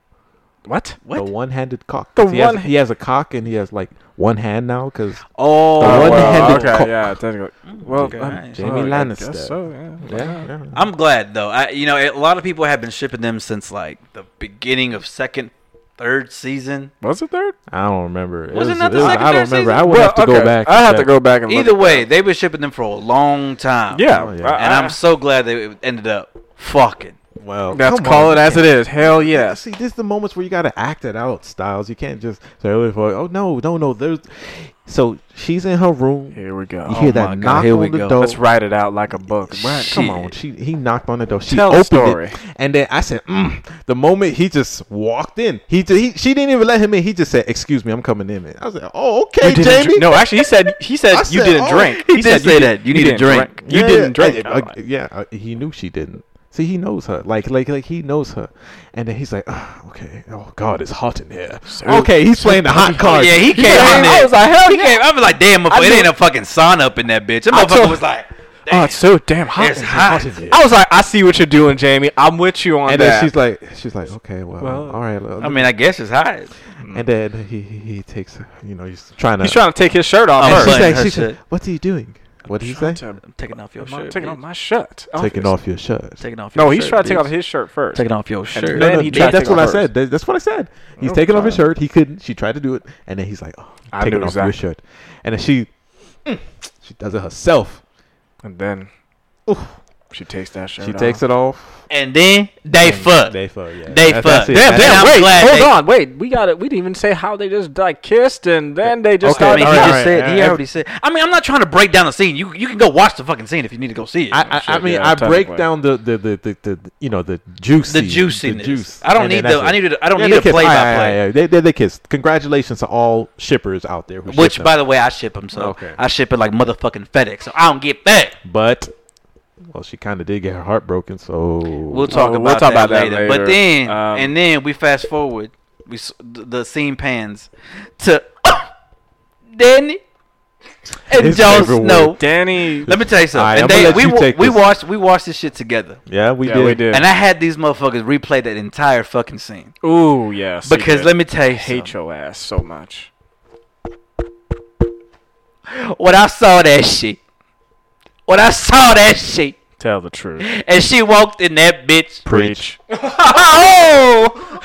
[SPEAKER 4] What?
[SPEAKER 2] The
[SPEAKER 3] What?
[SPEAKER 2] one-handed cock.
[SPEAKER 4] The
[SPEAKER 2] he, has,
[SPEAKER 4] one-
[SPEAKER 2] he has a cock, and he has like one hand now because
[SPEAKER 3] Oh,
[SPEAKER 2] The one-
[SPEAKER 4] well,
[SPEAKER 2] one-handed
[SPEAKER 4] okay,
[SPEAKER 2] cock.
[SPEAKER 4] yeah, technically. Well,
[SPEAKER 3] okay.
[SPEAKER 4] um,
[SPEAKER 3] Nice.
[SPEAKER 2] Jamie
[SPEAKER 4] I
[SPEAKER 2] Lannister.
[SPEAKER 4] guess so, yeah.
[SPEAKER 2] yeah, yeah.
[SPEAKER 3] I'm glad though. I, you know, a lot of people have been shipping them since like the beginning of second, third season.
[SPEAKER 4] Was it third?
[SPEAKER 2] I don't remember. It
[SPEAKER 3] Wasn't
[SPEAKER 2] was-
[SPEAKER 3] that the
[SPEAKER 2] it was-
[SPEAKER 3] second,
[SPEAKER 2] I don't
[SPEAKER 3] third
[SPEAKER 2] remember. I
[SPEAKER 3] season?
[SPEAKER 2] would
[SPEAKER 4] Well,
[SPEAKER 2] have to go
[SPEAKER 4] okay,
[SPEAKER 2] back.
[SPEAKER 4] I have to
[SPEAKER 2] check.
[SPEAKER 4] go back and look
[SPEAKER 3] Either
[SPEAKER 4] at
[SPEAKER 3] way, they've been shipping them for a long time.
[SPEAKER 4] that. Yeah,
[SPEAKER 2] Oh, yeah.
[SPEAKER 4] I-
[SPEAKER 3] and
[SPEAKER 4] I-
[SPEAKER 3] I'm so glad they ended up fucking.
[SPEAKER 2] Well,
[SPEAKER 4] That's
[SPEAKER 2] come
[SPEAKER 4] call
[SPEAKER 2] on,
[SPEAKER 4] it as
[SPEAKER 2] man.
[SPEAKER 4] it is. Hell yes.
[SPEAKER 2] See, this is the moments where you gotta act it out, Styles. You can't just say, "Oh no, no, no." There's so she's in her room.
[SPEAKER 4] Here we
[SPEAKER 2] You
[SPEAKER 4] go. Oh,
[SPEAKER 2] hear
[SPEAKER 3] my
[SPEAKER 2] that
[SPEAKER 3] God,
[SPEAKER 2] knock
[SPEAKER 3] here
[SPEAKER 2] on
[SPEAKER 3] we
[SPEAKER 2] the
[SPEAKER 3] go.
[SPEAKER 2] door.
[SPEAKER 4] Let's write it out like a book.
[SPEAKER 2] Right, come on.
[SPEAKER 3] Shit.
[SPEAKER 2] She he knocked on the door. She
[SPEAKER 4] Tell the
[SPEAKER 2] opened
[SPEAKER 4] story.
[SPEAKER 2] it, and then I said, mm. "The moment he just walked in, he, ju- he she didn't even let him in. He just said, "Excuse me, I'm coming in." Man. I was like, "Oh, okay,
[SPEAKER 4] You didn't
[SPEAKER 2] Jamie."
[SPEAKER 4] dr- no, actually, he said he said
[SPEAKER 2] I
[SPEAKER 4] you
[SPEAKER 2] said,
[SPEAKER 4] didn't
[SPEAKER 2] oh,
[SPEAKER 4] drink.
[SPEAKER 3] he did
[SPEAKER 4] said
[SPEAKER 3] say
[SPEAKER 4] you
[SPEAKER 3] that. You need to
[SPEAKER 4] didn't
[SPEAKER 3] drink.
[SPEAKER 4] You
[SPEAKER 2] Yeah,
[SPEAKER 4] didn't
[SPEAKER 2] yeah.
[SPEAKER 4] drink. Oh
[SPEAKER 2] I- I- yeah, I- he knew she didn't. See, he knows her. Like, like, like he knows her. And then he's like, "Ah, "Okay, oh God, it's hot in here." okay, he's playing the hot card.
[SPEAKER 3] Yeah, he came
[SPEAKER 4] Yeah,
[SPEAKER 3] in
[SPEAKER 4] I
[SPEAKER 3] there.
[SPEAKER 2] "Oh,
[SPEAKER 4] was like, hell
[SPEAKER 3] he
[SPEAKER 4] yeah.
[SPEAKER 3] came. I was like, damn, motherfucker,
[SPEAKER 4] I
[SPEAKER 3] it
[SPEAKER 4] knew-
[SPEAKER 3] ain't a fucking sauna up in that bitch. That
[SPEAKER 4] I
[SPEAKER 3] motherfucker
[SPEAKER 4] told-
[SPEAKER 3] was like,
[SPEAKER 4] Oh, it's so damn hot.
[SPEAKER 3] it's hot.
[SPEAKER 2] in here.
[SPEAKER 4] I was like, I see what you're doing, Jamie. I'm with you on
[SPEAKER 2] And
[SPEAKER 4] that.
[SPEAKER 2] then she's like, she's like, "Okay, well,
[SPEAKER 4] Well,
[SPEAKER 2] all right."
[SPEAKER 3] I mean, I guess it's hot.
[SPEAKER 2] and then he he, he takes, her, you know, he's trying to.
[SPEAKER 4] he's trying to take his shirt off
[SPEAKER 3] I'm
[SPEAKER 4] first.
[SPEAKER 2] she's
[SPEAKER 3] button
[SPEAKER 2] like,
[SPEAKER 3] her
[SPEAKER 2] she's like,
[SPEAKER 3] shit.
[SPEAKER 2] "What are you doing? What did he say?"
[SPEAKER 3] I'm taking off your
[SPEAKER 4] I'm
[SPEAKER 3] shirt.
[SPEAKER 4] taking
[SPEAKER 3] bitch.
[SPEAKER 4] off my shirt.
[SPEAKER 2] Taking off your shirt.
[SPEAKER 3] Taking off your
[SPEAKER 4] No,
[SPEAKER 3] shirt.
[SPEAKER 4] he's trying to take
[SPEAKER 3] bitch.
[SPEAKER 4] off his shirt first.
[SPEAKER 3] Taking off your
[SPEAKER 4] then
[SPEAKER 3] shirt.
[SPEAKER 2] No, no,
[SPEAKER 4] he
[SPEAKER 2] he
[SPEAKER 4] tried to
[SPEAKER 2] that's
[SPEAKER 4] take
[SPEAKER 2] what
[SPEAKER 4] off Oh,
[SPEAKER 2] I said. That- That's what I said. He's taking off his shirt. He couldn't. She tried to do it, and then he's like, "Oh, I'm
[SPEAKER 4] I
[SPEAKER 2] taking
[SPEAKER 4] knew
[SPEAKER 2] off your
[SPEAKER 4] exactly.
[SPEAKER 2] shirt," and then she mm, she does it herself.
[SPEAKER 4] And then
[SPEAKER 2] Oof.
[SPEAKER 4] she takes that shirt.
[SPEAKER 2] She takes it off.
[SPEAKER 3] And then they fuck.
[SPEAKER 2] They fuck. Yeah.
[SPEAKER 3] They
[SPEAKER 2] That's-
[SPEAKER 3] fuck.
[SPEAKER 2] that's it.
[SPEAKER 3] Damn,
[SPEAKER 2] That's
[SPEAKER 3] damn.
[SPEAKER 2] it.
[SPEAKER 3] I'm
[SPEAKER 4] wait,
[SPEAKER 3] glad
[SPEAKER 4] hold
[SPEAKER 3] they-
[SPEAKER 4] on, wait. We got it. We didn't even say how they just like kissed, and then they just
[SPEAKER 2] Okay,
[SPEAKER 3] I
[SPEAKER 4] started.
[SPEAKER 3] mean, he
[SPEAKER 2] Alright,
[SPEAKER 3] just
[SPEAKER 2] alright,
[SPEAKER 3] said he
[SPEAKER 2] alright.
[SPEAKER 3] already said. I mean, I'm not trying to break down the scene. You you can go watch the fucking scene if you need to go see it.
[SPEAKER 2] I, I, I
[SPEAKER 4] Shit,
[SPEAKER 2] mean,
[SPEAKER 4] yeah,
[SPEAKER 2] I break
[SPEAKER 4] technically.
[SPEAKER 2] down the the, the, the, the, the you know the juice.
[SPEAKER 3] the juiciness. I don't
[SPEAKER 2] And
[SPEAKER 3] need
[SPEAKER 2] then that's
[SPEAKER 3] the. I
[SPEAKER 2] it.
[SPEAKER 3] need. A, I don't
[SPEAKER 2] Yeah,
[SPEAKER 3] need
[SPEAKER 2] they
[SPEAKER 3] a
[SPEAKER 2] kissed. Aye,
[SPEAKER 3] play by
[SPEAKER 2] aye,
[SPEAKER 3] play.
[SPEAKER 2] aye, aye. They, they, they kissed. Congratulations to all shippers out there. Who ship
[SPEAKER 3] Which,
[SPEAKER 2] them.
[SPEAKER 3] by the way, I ship them. So
[SPEAKER 2] Okay.
[SPEAKER 3] I ship it like motherfucking FedEx. So I don't get fed.
[SPEAKER 2] but well, she kind of did get her heart broken. So
[SPEAKER 3] We'll talk,
[SPEAKER 4] we'll
[SPEAKER 3] about,
[SPEAKER 4] talk
[SPEAKER 3] that
[SPEAKER 4] about that
[SPEAKER 3] later.
[SPEAKER 4] later.
[SPEAKER 3] But then,
[SPEAKER 4] Um,
[SPEAKER 3] and then we fast forward. We s- the the scene pans to Danny and
[SPEAKER 2] His
[SPEAKER 3] Jon
[SPEAKER 2] favorite
[SPEAKER 3] Snow.
[SPEAKER 2] word.
[SPEAKER 4] Danny.
[SPEAKER 3] Let me tell you something.
[SPEAKER 2] All right,
[SPEAKER 3] and
[SPEAKER 2] I'ma
[SPEAKER 3] they,
[SPEAKER 2] let
[SPEAKER 3] we
[SPEAKER 2] you
[SPEAKER 3] wa-
[SPEAKER 2] take
[SPEAKER 3] we
[SPEAKER 2] this.
[SPEAKER 3] watched we watched this shit together.
[SPEAKER 2] yeah, we
[SPEAKER 4] Yeah,
[SPEAKER 2] did.
[SPEAKER 4] we did.
[SPEAKER 3] And I had these motherfuckers replay that entire fucking scene.
[SPEAKER 4] Ooh, yes. he
[SPEAKER 3] Because
[SPEAKER 4] did.
[SPEAKER 3] let me tell you,
[SPEAKER 4] hate
[SPEAKER 3] something.
[SPEAKER 4] your ass so much.
[SPEAKER 3] when I saw that shit, when I saw that shit,
[SPEAKER 4] Tell the truth.
[SPEAKER 3] and she walked in that bitch,
[SPEAKER 4] Preach.
[SPEAKER 3] Oh!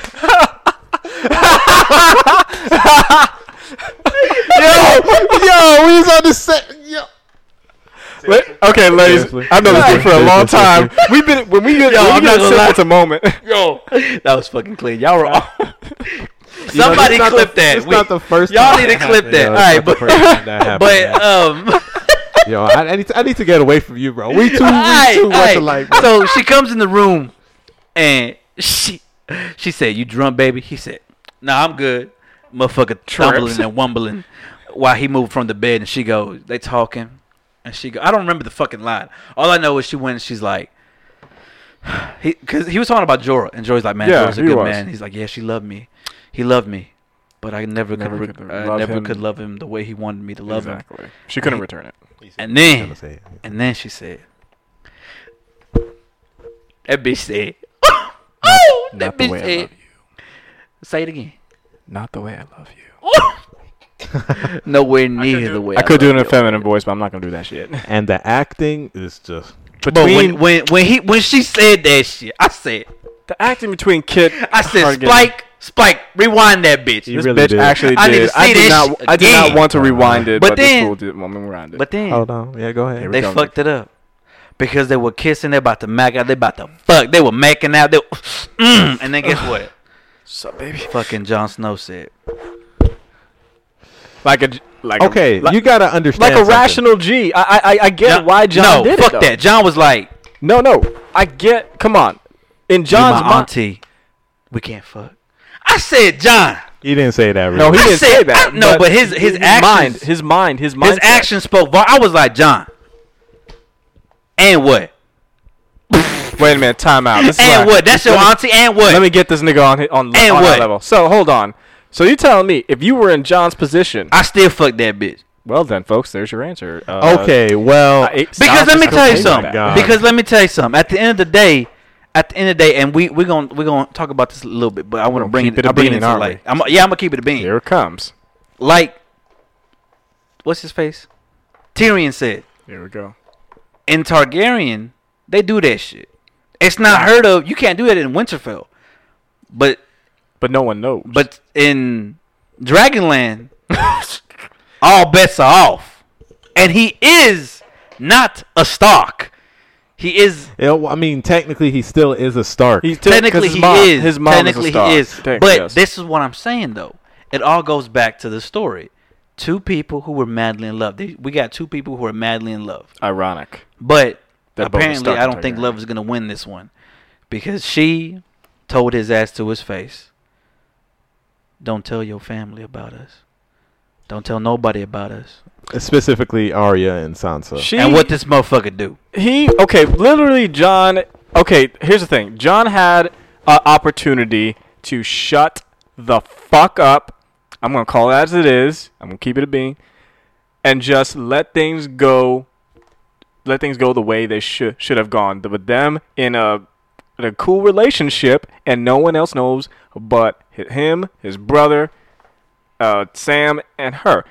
[SPEAKER 4] Oh,
[SPEAKER 2] yo, we was on the set. Yo.
[SPEAKER 4] Let- okay, ladies.
[SPEAKER 2] Seriously.
[SPEAKER 4] I've known this dude for a
[SPEAKER 2] Seriously.
[SPEAKER 4] long time. We've been when we get
[SPEAKER 3] Yo,
[SPEAKER 4] when we
[SPEAKER 3] I'm
[SPEAKER 4] get
[SPEAKER 3] not gonna
[SPEAKER 4] sick,
[SPEAKER 3] lie.
[SPEAKER 4] it's a moment.
[SPEAKER 3] Yo, that was fucking clean. Y'all were all. Somebody
[SPEAKER 2] You know, this not
[SPEAKER 3] clip
[SPEAKER 2] the-
[SPEAKER 3] that.
[SPEAKER 2] It's
[SPEAKER 3] We-
[SPEAKER 2] not the first.
[SPEAKER 3] y'all
[SPEAKER 2] time
[SPEAKER 3] need to
[SPEAKER 2] that
[SPEAKER 3] clip
[SPEAKER 2] happened.
[SPEAKER 3] that.
[SPEAKER 2] Yo,
[SPEAKER 3] All
[SPEAKER 2] it's
[SPEAKER 3] right,
[SPEAKER 2] not the
[SPEAKER 3] but-
[SPEAKER 2] first time that happened, man.
[SPEAKER 3] But um,
[SPEAKER 2] yo, I, I need to, I need to get away from you, bro. We too, we
[SPEAKER 3] aight,
[SPEAKER 2] too much
[SPEAKER 3] aight.
[SPEAKER 2] alike.
[SPEAKER 3] so she comes in the room, and she she said, "You drunk, baby?" He said, "Nah, I'm good." Motherfucker tumbling and wumbling while he moved from the bed, and she goes, "They talking," and she go, "I don't remember the fucking line. All I know is she went and she's like." He, cause he was talking about Jorah, and Jorah's like, "Man,
[SPEAKER 4] Yeah,
[SPEAKER 3] Jorah's a
[SPEAKER 4] he
[SPEAKER 3] good
[SPEAKER 4] was.
[SPEAKER 3] man." He's like, "Yeah, she loved me. He loved me, but I never,
[SPEAKER 4] Never
[SPEAKER 3] could,
[SPEAKER 4] could
[SPEAKER 3] I
[SPEAKER 4] love
[SPEAKER 3] never
[SPEAKER 4] him.
[SPEAKER 3] could love him the way he wanted me to love him."
[SPEAKER 4] Exactly. She couldn't return it.
[SPEAKER 3] And then
[SPEAKER 2] Gonna say it.
[SPEAKER 3] and then she said, That bitch said, Oh, that
[SPEAKER 4] Not the
[SPEAKER 3] bitch
[SPEAKER 4] way I
[SPEAKER 3] said,
[SPEAKER 4] love you.
[SPEAKER 3] Say it again.
[SPEAKER 4] Not the way I love you.
[SPEAKER 3] Nowhere near the way
[SPEAKER 4] I could do
[SPEAKER 3] love
[SPEAKER 4] it in a
[SPEAKER 3] you.
[SPEAKER 4] feminine voice, but I'm not gonna do that shit.
[SPEAKER 2] and the acting is just
[SPEAKER 3] But
[SPEAKER 4] Between
[SPEAKER 3] when, when when he when she said that shit, I said,
[SPEAKER 4] the acting between Kit,
[SPEAKER 3] I said,
[SPEAKER 4] Hargan-
[SPEAKER 3] Spike, Spike, rewind that bitch.
[SPEAKER 2] You
[SPEAKER 4] This
[SPEAKER 2] really
[SPEAKER 4] bitch
[SPEAKER 2] did.
[SPEAKER 4] actually
[SPEAKER 3] I need to
[SPEAKER 4] did. I
[SPEAKER 3] see
[SPEAKER 4] did
[SPEAKER 3] this
[SPEAKER 4] not. I did not
[SPEAKER 3] again.
[SPEAKER 4] want to rewind it,
[SPEAKER 3] But
[SPEAKER 4] but, this
[SPEAKER 3] then-
[SPEAKER 4] fool did. Well, rewind it.
[SPEAKER 3] but then
[SPEAKER 2] hold on. Yeah, go ahead.
[SPEAKER 3] they
[SPEAKER 4] Don't
[SPEAKER 3] fucked it up because they were kissing. They about to mac out. They about to fuck. They were macking out. They were, mm, and then guess what?
[SPEAKER 4] What's up, baby?
[SPEAKER 3] Fucking Jon Snow said,
[SPEAKER 4] Like a, j- like
[SPEAKER 2] Okay,
[SPEAKER 4] like,
[SPEAKER 2] you gotta understand.
[SPEAKER 4] like a
[SPEAKER 2] something.
[SPEAKER 4] rational G. I I I- I get
[SPEAKER 3] No,
[SPEAKER 4] why John
[SPEAKER 3] no,
[SPEAKER 4] did
[SPEAKER 3] fuck
[SPEAKER 4] it. though.
[SPEAKER 3] that. John was like,
[SPEAKER 4] No, no, I get. Come on, in
[SPEAKER 3] "You my
[SPEAKER 4] John's mind.
[SPEAKER 3] auntie, we can't fuck. I said, John.
[SPEAKER 2] He didn't say that. Really.
[SPEAKER 4] No, he
[SPEAKER 3] I
[SPEAKER 4] didn't
[SPEAKER 3] said-
[SPEAKER 4] say that.
[SPEAKER 3] I- no, but his- his
[SPEAKER 4] mind,
[SPEAKER 3] actions-
[SPEAKER 4] his mind, his mind,
[SPEAKER 3] His action spoke. Vol- I was like, John. And what?
[SPEAKER 4] Wait a minute, time out. This is
[SPEAKER 3] And
[SPEAKER 4] I-
[SPEAKER 3] what? That's your
[SPEAKER 4] let me-
[SPEAKER 3] auntie. And what?
[SPEAKER 4] Let me get this nigga on hi- on,
[SPEAKER 3] And
[SPEAKER 4] on
[SPEAKER 3] what?
[SPEAKER 4] that level. So hold on. So you telling me if you were in John's position?
[SPEAKER 3] I still fuck that bitch.
[SPEAKER 4] well then, folks, there's your answer. Uh,
[SPEAKER 2] Okay, well,
[SPEAKER 4] I- it-
[SPEAKER 3] Because
[SPEAKER 4] Stop Oh
[SPEAKER 3] let me
[SPEAKER 4] this
[SPEAKER 3] tell you
[SPEAKER 4] conversation.
[SPEAKER 3] something.
[SPEAKER 2] God.
[SPEAKER 3] Because let me tell you something. At the end of the day, at the end of the day, and we we gonna we gonna talk about this a little bit, but I want to
[SPEAKER 4] gonna
[SPEAKER 3] bring
[SPEAKER 4] keep
[SPEAKER 3] it.
[SPEAKER 4] it a
[SPEAKER 3] I bring
[SPEAKER 4] bean,
[SPEAKER 3] it into
[SPEAKER 4] aren't we?
[SPEAKER 3] light. I'm, yeah, I'm gonna keep it a bean.
[SPEAKER 4] Here it comes.
[SPEAKER 3] Like, what's his face? Tyrion said
[SPEAKER 4] Here we go.
[SPEAKER 3] in Targaryen they do that shit. It's not heard of. You can't do that in Winterfell, but
[SPEAKER 4] But no one knows.
[SPEAKER 3] but in Dragonland, all bets are off, and he is not a Stark. He is
[SPEAKER 2] yeah, well, I mean, technically, he still is a Stark.
[SPEAKER 4] he's
[SPEAKER 3] technically he is.
[SPEAKER 4] His mom
[SPEAKER 3] technically
[SPEAKER 4] is a star.
[SPEAKER 3] he is.
[SPEAKER 4] Technically,
[SPEAKER 3] but
[SPEAKER 4] yes.
[SPEAKER 3] this is what I'm saying though. It all goes back to the story. Two people who were madly in love. They, we got two people who are madly in love.
[SPEAKER 4] ironic.
[SPEAKER 3] But
[SPEAKER 4] They're both
[SPEAKER 3] apparently,
[SPEAKER 4] stuck
[SPEAKER 3] I
[SPEAKER 4] in
[SPEAKER 3] don't think
[SPEAKER 4] Targaryen.
[SPEAKER 3] love is gonna win this one because she told his ass to his face. Don't tell your family about us. Don't tell nobody about us.
[SPEAKER 2] specifically Arya and Sansa.
[SPEAKER 4] She
[SPEAKER 3] and what this motherfucker do?
[SPEAKER 4] he okay literally john okay here's the thing john had an opportunity to shut the fuck up i'm gonna call it as it is i'm gonna keep it a being and just let things go let things go the way they should should have gone with them in a in a cool relationship and no one else knows but hi- him his brother uh, sam and her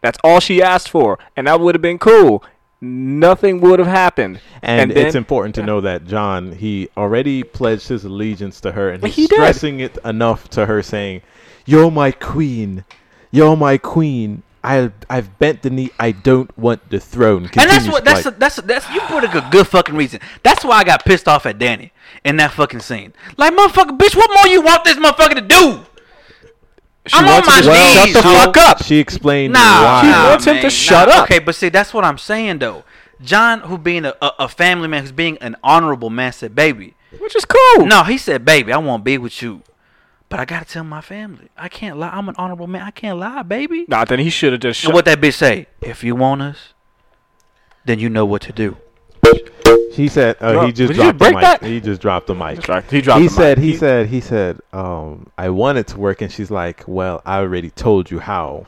[SPEAKER 4] that's all she asked for and that would have been cool nothing would have happened
[SPEAKER 2] and, it's
[SPEAKER 4] then-
[SPEAKER 2] important to know that John he already pledged his allegiance to her, and he's
[SPEAKER 4] He did.
[SPEAKER 2] stressing it enough to her, saying, "You're my queen, you're my queen. I I've bent the knee. I don't want the throne."
[SPEAKER 3] And that's
[SPEAKER 2] Continues
[SPEAKER 3] what that's
[SPEAKER 2] to,
[SPEAKER 3] a,
[SPEAKER 2] like,
[SPEAKER 3] that's a, that's you put a good, good fucking reason. That's why I got pissed off at Danny in that fucking scene. Like motherfucker, bitch, what more you want this motherfucker to do?
[SPEAKER 4] she
[SPEAKER 3] I'm on
[SPEAKER 4] wants him to
[SPEAKER 3] my
[SPEAKER 4] just
[SPEAKER 3] knees,
[SPEAKER 4] shut the
[SPEAKER 3] dude.
[SPEAKER 4] fuck up
[SPEAKER 2] she explained
[SPEAKER 3] Nah,
[SPEAKER 2] why.
[SPEAKER 4] She
[SPEAKER 3] nah,
[SPEAKER 4] wants him
[SPEAKER 3] man,
[SPEAKER 4] to shut
[SPEAKER 3] nah.
[SPEAKER 4] up.
[SPEAKER 3] Okay, but see, that's what I'm saying though. John, who being a, a, a family man, who's being an honorable man, said, "Baby,
[SPEAKER 4] which is cool
[SPEAKER 3] no." He said, "Baby, I won't be with you, but I gotta tell my family. I can't lie. I'm an honorable man. I can't lie, baby."
[SPEAKER 4] Nah, then he should have just
[SPEAKER 3] And
[SPEAKER 4] shut
[SPEAKER 3] what that bitch say? If you want us, then you know what to do.
[SPEAKER 2] He said uh,
[SPEAKER 4] Bro,
[SPEAKER 2] he just
[SPEAKER 4] would you
[SPEAKER 2] dropped the
[SPEAKER 4] break
[SPEAKER 2] mic.
[SPEAKER 4] that?
[SPEAKER 2] He just dropped the mic.
[SPEAKER 4] Dropped- he dropped
[SPEAKER 2] He
[SPEAKER 4] the mic.
[SPEAKER 2] said he,
[SPEAKER 4] He-
[SPEAKER 2] said he said um I want it to work, and she's like, "Well, I already told you how."